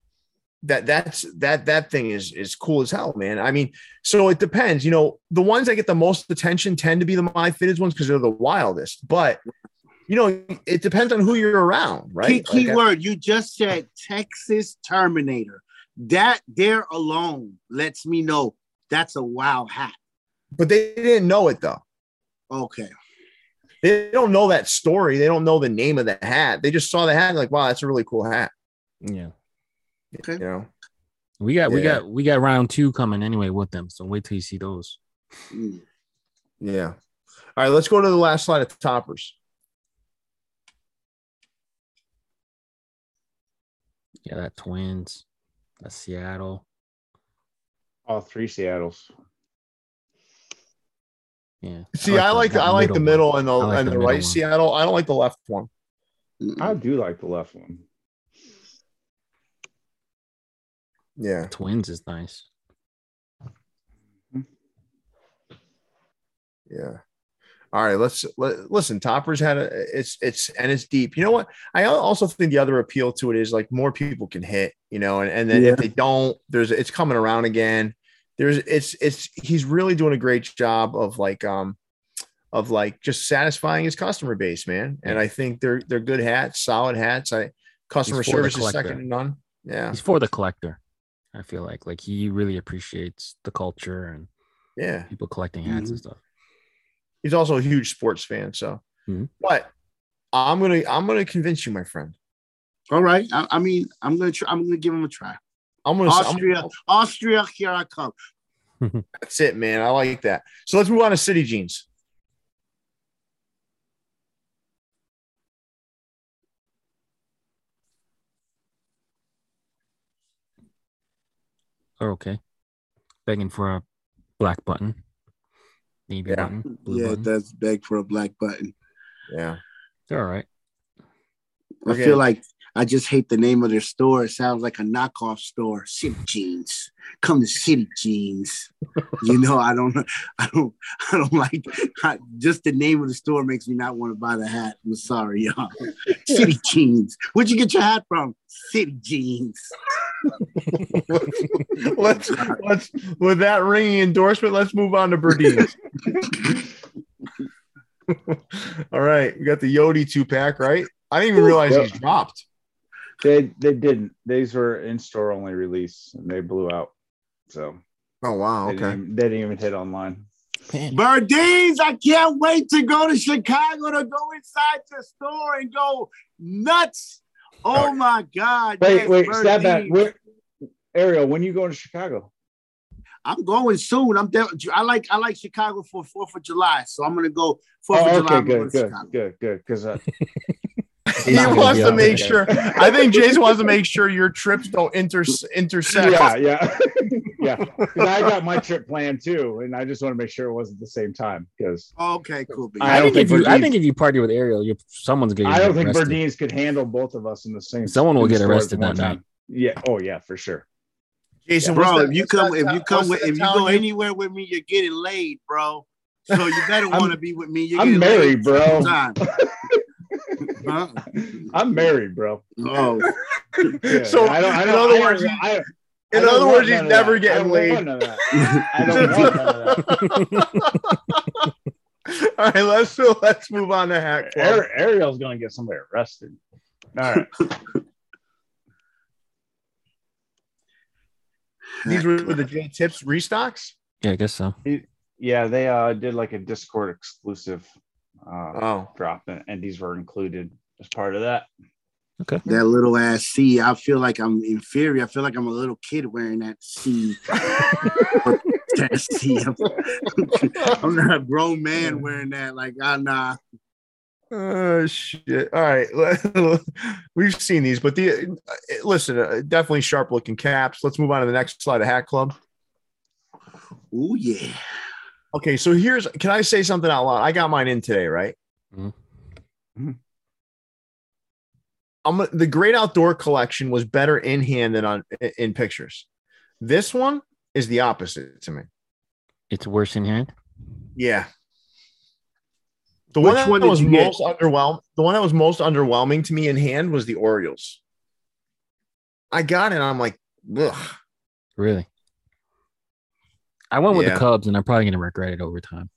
[SPEAKER 2] that that's that that thing is is cool as hell, man. I mean, so it depends. You know, the ones that get the most attention tend to be the my fittest ones because they're the wildest. But you know, it depends on who you're around,
[SPEAKER 3] Key,
[SPEAKER 2] right?
[SPEAKER 3] key
[SPEAKER 2] Like,
[SPEAKER 3] word, you just said Texas Terminator. That there alone lets me know that's a wow hat.
[SPEAKER 2] but they didn't know it though.
[SPEAKER 3] Okay.
[SPEAKER 2] They don't know that story. They don't know the name of the hat. They just saw the hat and like, wow, that's a really cool hat.
[SPEAKER 1] yeah.
[SPEAKER 2] You know,
[SPEAKER 1] We got we
[SPEAKER 2] Yeah.
[SPEAKER 1] got we got round two coming anyway with them. So wait till you see those.
[SPEAKER 3] Mm.
[SPEAKER 2] yeah. All right, let's go to the last slide at the toppers.
[SPEAKER 1] Yeah, that Twins, that Seattle.
[SPEAKER 4] All three Seattles.
[SPEAKER 1] Yeah.
[SPEAKER 2] See, I like the, I like the
[SPEAKER 1] one.
[SPEAKER 2] middle and the
[SPEAKER 1] I like
[SPEAKER 2] and
[SPEAKER 1] the
[SPEAKER 2] the,
[SPEAKER 1] middle
[SPEAKER 2] right
[SPEAKER 1] one.
[SPEAKER 2] Seattle. I don't like the left one.
[SPEAKER 4] I
[SPEAKER 3] Mm-mm.
[SPEAKER 4] do like the left one.
[SPEAKER 2] Yeah.
[SPEAKER 1] Twins is nice.
[SPEAKER 2] Yeah. All right, let's let, listen. Toppers had a it's it's and it's deep. You know what? I al- also think the other appeal to it is like more people can hit. You know, and and then
[SPEAKER 3] Yeah.
[SPEAKER 2] if they don't, there's it's coming around again. There's it's it's he's really doing a great job of like um of like just satisfying his customer base, man. And I think they're they're good hats, solid hats. I customer
[SPEAKER 1] He's for the
[SPEAKER 2] service is
[SPEAKER 1] collector.
[SPEAKER 2] second to none. Yeah,
[SPEAKER 1] He's for the collector. I feel like like he really appreciates the culture and
[SPEAKER 2] yeah.
[SPEAKER 1] people collecting hats
[SPEAKER 2] Mm-hmm.
[SPEAKER 1] and stuff.
[SPEAKER 2] he's also a huge sports fan. So,
[SPEAKER 1] Mhm.
[SPEAKER 2] but I'm gonna I'm gonna convince you, my friend.
[SPEAKER 3] All right. I, I mean, I'm gonna try. I'm gonna give him a try.
[SPEAKER 2] I'm gonna, I'm-
[SPEAKER 3] Austria, Austria, here I come.
[SPEAKER 2] That's it, man. I like that. So let's move on to City Jeans.
[SPEAKER 1] Or Oh, okay, begging for a black button, navy
[SPEAKER 2] Yeah.
[SPEAKER 1] button, blue
[SPEAKER 3] yeah,
[SPEAKER 4] Mm-hmm.
[SPEAKER 1] button.
[SPEAKER 3] that's beg for a black button.
[SPEAKER 2] Yeah,
[SPEAKER 1] They're all right.
[SPEAKER 3] I
[SPEAKER 2] Okay.
[SPEAKER 3] feel like I just hate the name of their store. It sounds like a knockoff store. City Jeans. Come to City Jeans. you know, I don't, I don't, I don't like. I, just the name of the store makes me not want to buy the hat. I'm sorry, y'all. City Jeans. Where'd you get your hat from? City Jeans.
[SPEAKER 2] let's let's with that ringing endorsement. Let's move on to Berdines. All right, we got the Yodi two pack, right? I didn't even realize
[SPEAKER 4] Yep.
[SPEAKER 2] he's dropped.
[SPEAKER 4] They they didn't. These were in store only release and they blew out. So
[SPEAKER 2] Oh wow,
[SPEAKER 4] they, didn't, even- they didn't even hit online.
[SPEAKER 3] Birdines, I can't wait to go to Chicago to go inside your store and go nuts. Oh
[SPEAKER 2] Oh.
[SPEAKER 3] my God.
[SPEAKER 4] Wait,
[SPEAKER 3] yes,
[SPEAKER 4] wait, stab that.
[SPEAKER 3] Birdines.
[SPEAKER 4] Where, Ariel, when you going to Chicago?
[SPEAKER 3] I'm going soon. I'm there. I like I like Chicago for Fourth of July, so I'm gonna go Fourth
[SPEAKER 4] Oh,
[SPEAKER 3] of July.
[SPEAKER 4] okay,
[SPEAKER 3] I'm going
[SPEAKER 4] good,
[SPEAKER 3] to
[SPEAKER 4] good,
[SPEAKER 3] Chicago.
[SPEAKER 4] good, good. Because uh,
[SPEAKER 2] He
[SPEAKER 1] Not gonna
[SPEAKER 2] wants
[SPEAKER 1] be
[SPEAKER 2] to
[SPEAKER 1] out
[SPEAKER 2] make
[SPEAKER 4] there.
[SPEAKER 2] sure. I think Jason wants to make sure your trips don't inter- intersect.
[SPEAKER 4] yeah, yeah, yeah. 'Cause I got my trip planned too, and I just want to make sure it wasn't the same time because
[SPEAKER 3] Okay, cool. B.
[SPEAKER 4] I
[SPEAKER 1] I,
[SPEAKER 4] don't
[SPEAKER 1] think,
[SPEAKER 4] think
[SPEAKER 1] if you, I
[SPEAKER 4] Verdees-
[SPEAKER 1] think if you party with Ariel, you someone's gonna.
[SPEAKER 4] I
[SPEAKER 1] get
[SPEAKER 4] don't think
[SPEAKER 1] arrested.
[SPEAKER 4] Berdines could handle both of us in the same.
[SPEAKER 1] Someone will
[SPEAKER 4] in the
[SPEAKER 1] get
[SPEAKER 4] store at
[SPEAKER 1] arrested
[SPEAKER 4] one
[SPEAKER 1] that
[SPEAKER 4] time. Yeah. Oh yeah, for sure.
[SPEAKER 2] Jason, what's
[SPEAKER 3] bro,
[SPEAKER 2] that-
[SPEAKER 3] if you
[SPEAKER 2] what's
[SPEAKER 3] come,
[SPEAKER 2] that
[SPEAKER 3] if
[SPEAKER 2] town-
[SPEAKER 3] you come
[SPEAKER 2] what's
[SPEAKER 3] with,
[SPEAKER 2] that
[SPEAKER 3] if you
[SPEAKER 2] town
[SPEAKER 3] go anywhere with me, you're getting laid, bro. So you better
[SPEAKER 4] I'm-
[SPEAKER 3] want to be with me. You're
[SPEAKER 4] I'm
[SPEAKER 3] getting laid
[SPEAKER 4] married, bro.
[SPEAKER 3] sometime. Huh?
[SPEAKER 4] I'm married, bro.
[SPEAKER 3] Oh,
[SPEAKER 4] Yeah,
[SPEAKER 2] So,
[SPEAKER 4] I don't. I
[SPEAKER 2] in other
[SPEAKER 4] don't, I don't-
[SPEAKER 2] words, you-
[SPEAKER 4] I, I
[SPEAKER 2] In
[SPEAKER 4] don't
[SPEAKER 2] other
[SPEAKER 4] want
[SPEAKER 2] words, he's
[SPEAKER 4] none of that.
[SPEAKER 2] never
[SPEAKER 4] I
[SPEAKER 2] getting
[SPEAKER 4] don't
[SPEAKER 2] laid.
[SPEAKER 4] want none of that. I don't want none of that.
[SPEAKER 2] All right, let's so let's move on to hack. Club.
[SPEAKER 4] Ar- Ariel's gonna get somebody arrested. All right.
[SPEAKER 2] These were the J Tips restocks.
[SPEAKER 1] Yeah, I guess so.
[SPEAKER 4] Yeah, they uh did like a Discord exclusive uh
[SPEAKER 2] Oh,
[SPEAKER 4] drop, and, and these were included as part of that.
[SPEAKER 3] that little ass C. I feel like I'm inferior. I feel like I'm a little kid wearing that C. that C. I'm not a grown man wearing that. Like, ah, nah.
[SPEAKER 2] oh shit! All right, we've seen these, but the uh, listen, uh, definitely sharp looking caps. Let's move on to the next slide of Hack Club.
[SPEAKER 3] Oh yeah.
[SPEAKER 2] Okay, so here's can I say something out loud? I got mine in today, right? Mm-hmm.
[SPEAKER 1] Mhm.
[SPEAKER 4] Mhm.
[SPEAKER 2] I'm the Great Outdoor Collection was better in hand than on in pictures. This one is the opposite to me.
[SPEAKER 1] It's worse in hand.
[SPEAKER 2] Yeah. The
[SPEAKER 3] Which
[SPEAKER 2] one that
[SPEAKER 3] one did
[SPEAKER 2] was
[SPEAKER 3] you get?
[SPEAKER 2] most underwhelming, the one that was most underwhelming to me in hand was the Orioles. I got it. and I'm like, ugh.
[SPEAKER 1] Really. I went with
[SPEAKER 2] Yeah.
[SPEAKER 1] the Cubs, and I'm probably gonna regret it over time.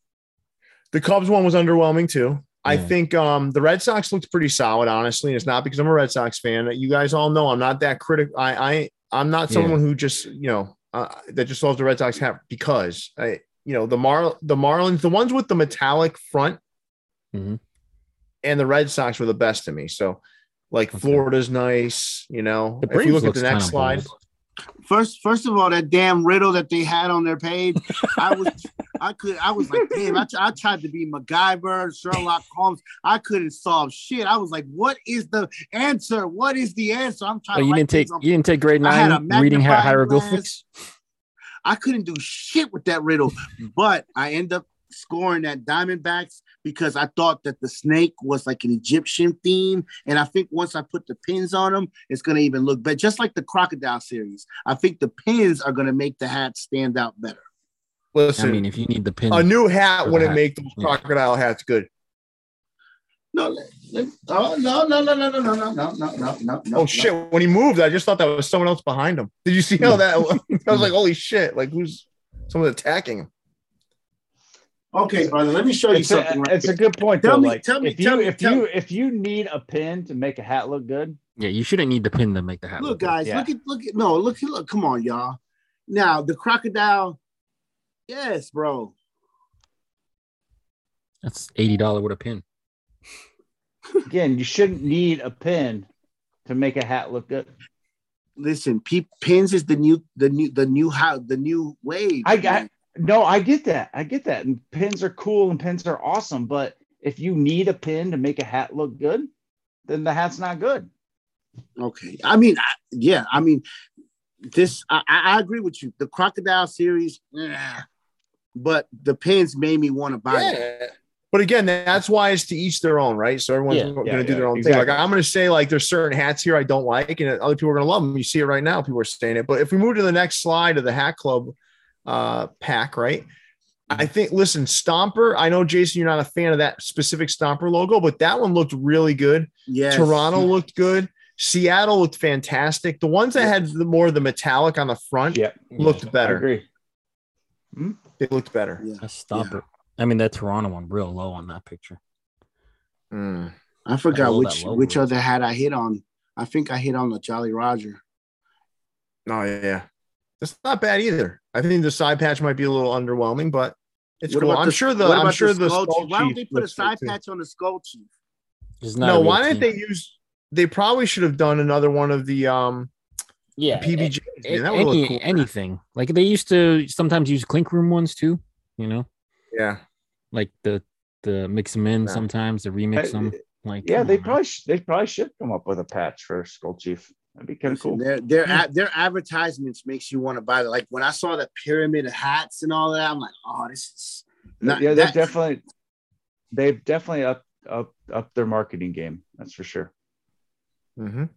[SPEAKER 2] The Cubs one was underwhelming too. I
[SPEAKER 1] Yeah.
[SPEAKER 2] think um, the Red Sox looked pretty solid, honestly. And it's not because I'm a Red Sox fan. You guys all know I'm not that critical. I, I I'm not
[SPEAKER 1] Yeah.
[SPEAKER 2] someone who just you know uh, that just loves the Red Sox hat because I you know the Mar the Marlins the ones with the metallic front
[SPEAKER 1] Mhm.
[SPEAKER 2] and the Red Sox were the best to me. So like
[SPEAKER 1] Okay.
[SPEAKER 2] Florida's nice, you know.
[SPEAKER 1] The
[SPEAKER 2] if
[SPEAKER 1] Braves
[SPEAKER 2] you look at
[SPEAKER 1] looks
[SPEAKER 2] the next
[SPEAKER 1] kinda
[SPEAKER 2] slide,
[SPEAKER 1] bold.
[SPEAKER 3] First, first of all, that damn riddle that they had on their page, I was, I could, I was like, damn, I, tr- I tried to be MacGyver, Sherlock Holmes, I couldn't solve shit. I was like, what is the answer? What is the answer? I'm
[SPEAKER 1] Oh,
[SPEAKER 3] trying. to
[SPEAKER 1] you
[SPEAKER 3] write
[SPEAKER 1] didn't take
[SPEAKER 3] things on-
[SPEAKER 1] you didn't take grade
[SPEAKER 3] I had
[SPEAKER 1] nine
[SPEAKER 3] a
[SPEAKER 1] reading hi-
[SPEAKER 3] magnifying
[SPEAKER 1] hieroglyphics.
[SPEAKER 3] I couldn't do shit with that riddle, but I end up scoring that Diamondbacks because I thought that the snake was like an Egyptian theme, and I think once I put the pins on them, it's gonna even look better. Just like the crocodile series, I think the pins are gonna make the hat stand out better.
[SPEAKER 2] Listen,
[SPEAKER 1] I mean, if you need the pin,
[SPEAKER 2] a new hat
[SPEAKER 1] For
[SPEAKER 2] wouldn't
[SPEAKER 1] that,
[SPEAKER 2] make those
[SPEAKER 1] yeah.
[SPEAKER 2] crocodile hats good.
[SPEAKER 3] No, let, let, oh, no, no, no, no, no, no, no, no, no, no, no, no.
[SPEAKER 2] Oh shit! When he moved, I just thought that was someone else behind him. Did you see how that? I was like, holy shit! Like who's someone attacking him?
[SPEAKER 3] Okay, brother, let me show you
[SPEAKER 4] It's a,
[SPEAKER 3] something. right
[SPEAKER 4] it's a
[SPEAKER 3] here.
[SPEAKER 4] good point
[SPEAKER 3] Tell
[SPEAKER 4] though.
[SPEAKER 3] me-
[SPEAKER 4] like
[SPEAKER 3] tell me-
[SPEAKER 4] if you
[SPEAKER 3] tell me-
[SPEAKER 4] if
[SPEAKER 3] tell
[SPEAKER 4] you
[SPEAKER 3] me.
[SPEAKER 4] if you need a pin to make a hat look good,
[SPEAKER 1] yeah, you shouldn't need the pin to make the hat.
[SPEAKER 3] look,
[SPEAKER 1] Look,
[SPEAKER 3] guys,
[SPEAKER 4] yeah.
[SPEAKER 3] look at look at no, look at look. Come on, y'all. Now the crocodile. Yes, bro.
[SPEAKER 1] that's eighty dollar with a pin.
[SPEAKER 4] again, you shouldn't need a pin to make a hat look good.
[SPEAKER 3] Listen, pe- pins is the new, the new, the new how, the new wave.
[SPEAKER 4] I got no, I get that. I get that. And pins are cool and pins are awesome, but if you need a pin to make a hat look good, then the hat's not good.
[SPEAKER 3] Okay. I mean, I, yeah. I mean, this. I, I I agree with you. The crocodile series, eh. but the pins made me want to buy it.
[SPEAKER 2] But again, that's why it's to each their own, right? So everyone's
[SPEAKER 1] Yeah,
[SPEAKER 2] going to
[SPEAKER 4] yeah,
[SPEAKER 2] do their
[SPEAKER 4] yeah,
[SPEAKER 2] own thing.
[SPEAKER 4] exactly.
[SPEAKER 2] Like I'm going to say, like there's certain hats here I don't like, and other people are going to love them. You see it right now; people are saying it. But if we move to the next slide of the Hat Club uh, pack, right? I think. Listen, Stomper. I know Jason, you're not a fan of that specific Stomper logo, but that one looked really good.
[SPEAKER 3] Yes.
[SPEAKER 2] Toronto looked good. Seattle looked fantastic. The ones that had the, more of the metallic on the front
[SPEAKER 4] Yeah,
[SPEAKER 2] looked
[SPEAKER 4] I
[SPEAKER 2] better.
[SPEAKER 4] agree.
[SPEAKER 2] They looked better.
[SPEAKER 3] Yeah.
[SPEAKER 1] That's stomper. I mean, that Toronto one real low on that picture.
[SPEAKER 2] Mm.
[SPEAKER 3] I
[SPEAKER 1] I
[SPEAKER 3] forgot
[SPEAKER 1] love
[SPEAKER 3] which
[SPEAKER 1] that logo.
[SPEAKER 3] which other hat I hit on. I think I hit on the Jolly Roger.
[SPEAKER 2] Oh yeah, that's not bad either. I think the side patch might be a little underwhelming, but it's
[SPEAKER 3] What
[SPEAKER 2] cool.
[SPEAKER 3] about
[SPEAKER 2] I'm
[SPEAKER 3] the-
[SPEAKER 2] sure the
[SPEAKER 3] what
[SPEAKER 2] I'm
[SPEAKER 3] about
[SPEAKER 2] sure the
[SPEAKER 3] skull
[SPEAKER 2] skull
[SPEAKER 3] chief? Why don't
[SPEAKER 2] chief
[SPEAKER 3] they put a
[SPEAKER 2] looks good,
[SPEAKER 3] side
[SPEAKER 2] too.
[SPEAKER 3] patch on the skull chief?
[SPEAKER 1] It's not a
[SPEAKER 2] No,
[SPEAKER 1] real
[SPEAKER 2] why didn't
[SPEAKER 1] team.
[SPEAKER 2] they use? They probably should have done another one of the um
[SPEAKER 1] Yeah,
[SPEAKER 2] PBJs.
[SPEAKER 1] a-
[SPEAKER 2] man. That would
[SPEAKER 1] any,
[SPEAKER 2] look cool.
[SPEAKER 1] anything like they used to sometimes use clink room ones too. You know,
[SPEAKER 2] Yeah,
[SPEAKER 1] like the the mix them in
[SPEAKER 2] Yeah.
[SPEAKER 1] sometimes, the remix them. Like
[SPEAKER 4] Yeah,
[SPEAKER 1] come
[SPEAKER 4] they
[SPEAKER 1] on, man.
[SPEAKER 4] probably sh- they probably should come up with a patch for Skull Chief. That'd be kind of cool.
[SPEAKER 3] Their their ad- their advertisements makes you want to buy it. Like when I saw the pyramid of hats and all that, I'm like, oh, this is not
[SPEAKER 4] yeah, they've
[SPEAKER 3] that,
[SPEAKER 4] definitely they've definitely up up up their marketing game. That's for sure.
[SPEAKER 2] Mhm.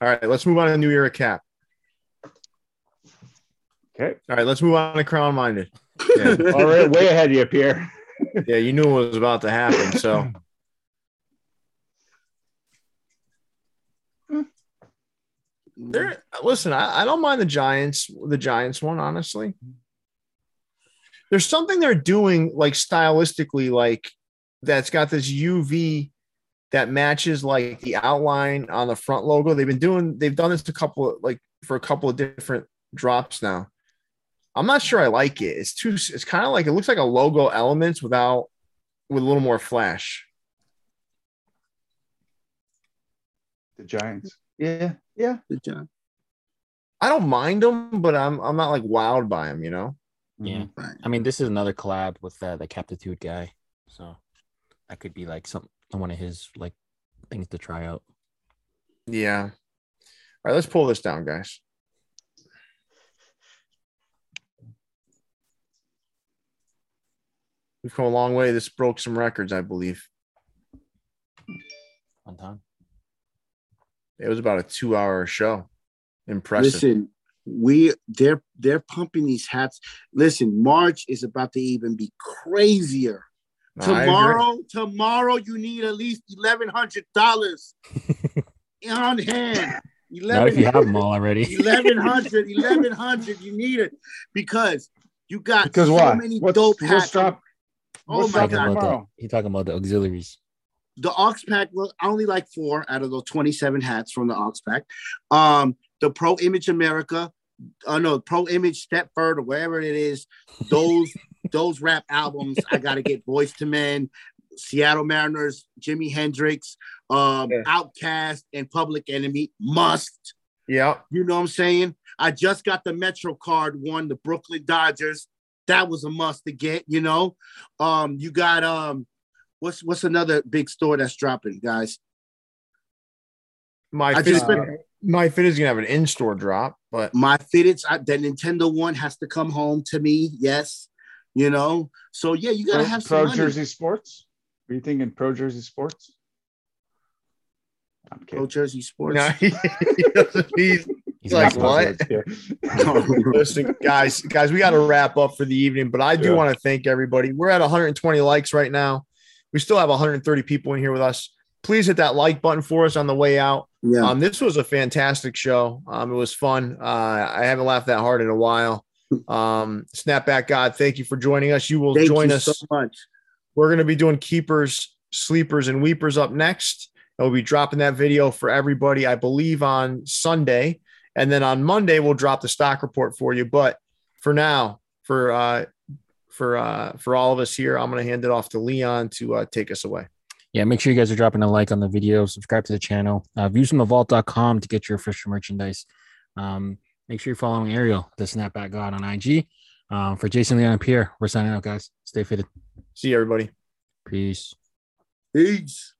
[SPEAKER 2] All right, let's move on to New Era Cap.
[SPEAKER 4] Okay.
[SPEAKER 2] All right, let's move on to Crown Minded. Yeah.
[SPEAKER 4] All right, way ahead of you, Pierre.
[SPEAKER 2] Yeah, you knew what was about to happen. So there, listen, I, I don't mind the Giants, the Giants one, honestly. There's something they're doing like stylistically, like that's got this UV that matches like the outline on the front logo. They've been doing they've done this a couple of like for a couple of different drops now. I'm not sure I like it. It's too it's kind of like it looks like a logo elements without with a little more flash.
[SPEAKER 4] The Giants. Yeah, yeah.
[SPEAKER 3] Good job.
[SPEAKER 2] I don't mind them, but I'm I'm not like wowed by them, you know.
[SPEAKER 1] Yeah.
[SPEAKER 4] Mhm.
[SPEAKER 3] Right.
[SPEAKER 1] I mean, this is another collab with uh, the Captitude guy, so that could be like some one of his like things to try out.
[SPEAKER 2] Yeah. All right, let's pull this down, guys. We've come a long way. This broke some records, I believe.
[SPEAKER 1] One time,
[SPEAKER 2] It was about a two-hour show. Impressive.
[SPEAKER 3] Listen, we they're they're pumping these hats. Listen, March is about to even be crazier.
[SPEAKER 2] I agree.
[SPEAKER 3] Tomorrow, tomorrow you need at least eleven hundred dollars on hand.
[SPEAKER 1] not if you
[SPEAKER 3] 11
[SPEAKER 1] have them all already.
[SPEAKER 3] 1100 1100 you need it because you got
[SPEAKER 4] Because
[SPEAKER 3] so
[SPEAKER 4] what?
[SPEAKER 3] many
[SPEAKER 4] What's,
[SPEAKER 3] dope
[SPEAKER 4] what's
[SPEAKER 3] hats
[SPEAKER 4] drop?
[SPEAKER 3] oh
[SPEAKER 4] what's
[SPEAKER 3] my
[SPEAKER 4] up
[SPEAKER 1] talking
[SPEAKER 3] god
[SPEAKER 1] about the,
[SPEAKER 4] tomorrow.
[SPEAKER 1] he talking about the auxiliaries.
[SPEAKER 3] the ox pack well, i only like four out of those 27 hats from the ox pack um the pro image america uh no pro image stepford or wherever it is those those rap albums i gotta get voice to men seattle mariners jimi hendrix um
[SPEAKER 2] Yeah.
[SPEAKER 3] outcast and public enemy must
[SPEAKER 2] Yeah.
[SPEAKER 3] You know what I'm saying? I just got the Metro card one, the Brooklyn Dodgers. That was a must to get, you know. Um, you got um what's what's another big store that's dropping, guys?
[SPEAKER 2] My
[SPEAKER 3] I
[SPEAKER 2] fit,
[SPEAKER 3] just
[SPEAKER 2] uh, my fit is gonna have an in-store drop, but
[SPEAKER 3] My fitteds, I, that Nintendo one has to come home to me, yes. You know, so yeah, you gotta
[SPEAKER 4] Pro,
[SPEAKER 3] have some
[SPEAKER 4] Pro
[SPEAKER 3] money.
[SPEAKER 4] Jersey Sports. Are you thinking Pro Jersey Sports? I'm
[SPEAKER 3] Pro
[SPEAKER 4] kidding.
[SPEAKER 3] Jersey Sports.
[SPEAKER 2] no, he, doesn't- he's-
[SPEAKER 1] He's not
[SPEAKER 2] Like
[SPEAKER 1] supposed
[SPEAKER 2] what?
[SPEAKER 1] to do it.
[SPEAKER 2] Listen, guys, guys, we got to wrap up for the evening, but I do
[SPEAKER 4] Yeah.
[SPEAKER 2] want to thank everybody. We're at 120 likes right now. We still have 130 people in here with us. Please hit that like button for us on the way out.
[SPEAKER 3] Yeah.
[SPEAKER 2] Um, this was a fantastic show. Um, it was fun. Uh, I haven't laughed that hard in a while. Um, Snapback God, thank you for joining us. You will
[SPEAKER 3] Thank
[SPEAKER 2] join
[SPEAKER 3] you
[SPEAKER 2] us.
[SPEAKER 3] so much.
[SPEAKER 2] We're going to be doing keepers, sleepers, and weepers up next. And we'll be dropping that video for everybody, I believe, on Sunday. And then on Monday, we'll drop the stock report for you. But for now, for uh, for uh, for all of us here, I'm going to hand it off to Leon to uh, take us away.
[SPEAKER 1] Yeah, make sure you guys are dropping a like on the video, subscribe to the channel, uh, viewsfromthevault.com to get your official merchandise. Um, make sure you're following Ariel, the Snapback God on IG. Um, for Jason Leon and Pierre, we're signing out, guys. Stay fitted.
[SPEAKER 2] See you, everybody.
[SPEAKER 1] Peace.
[SPEAKER 3] Peace.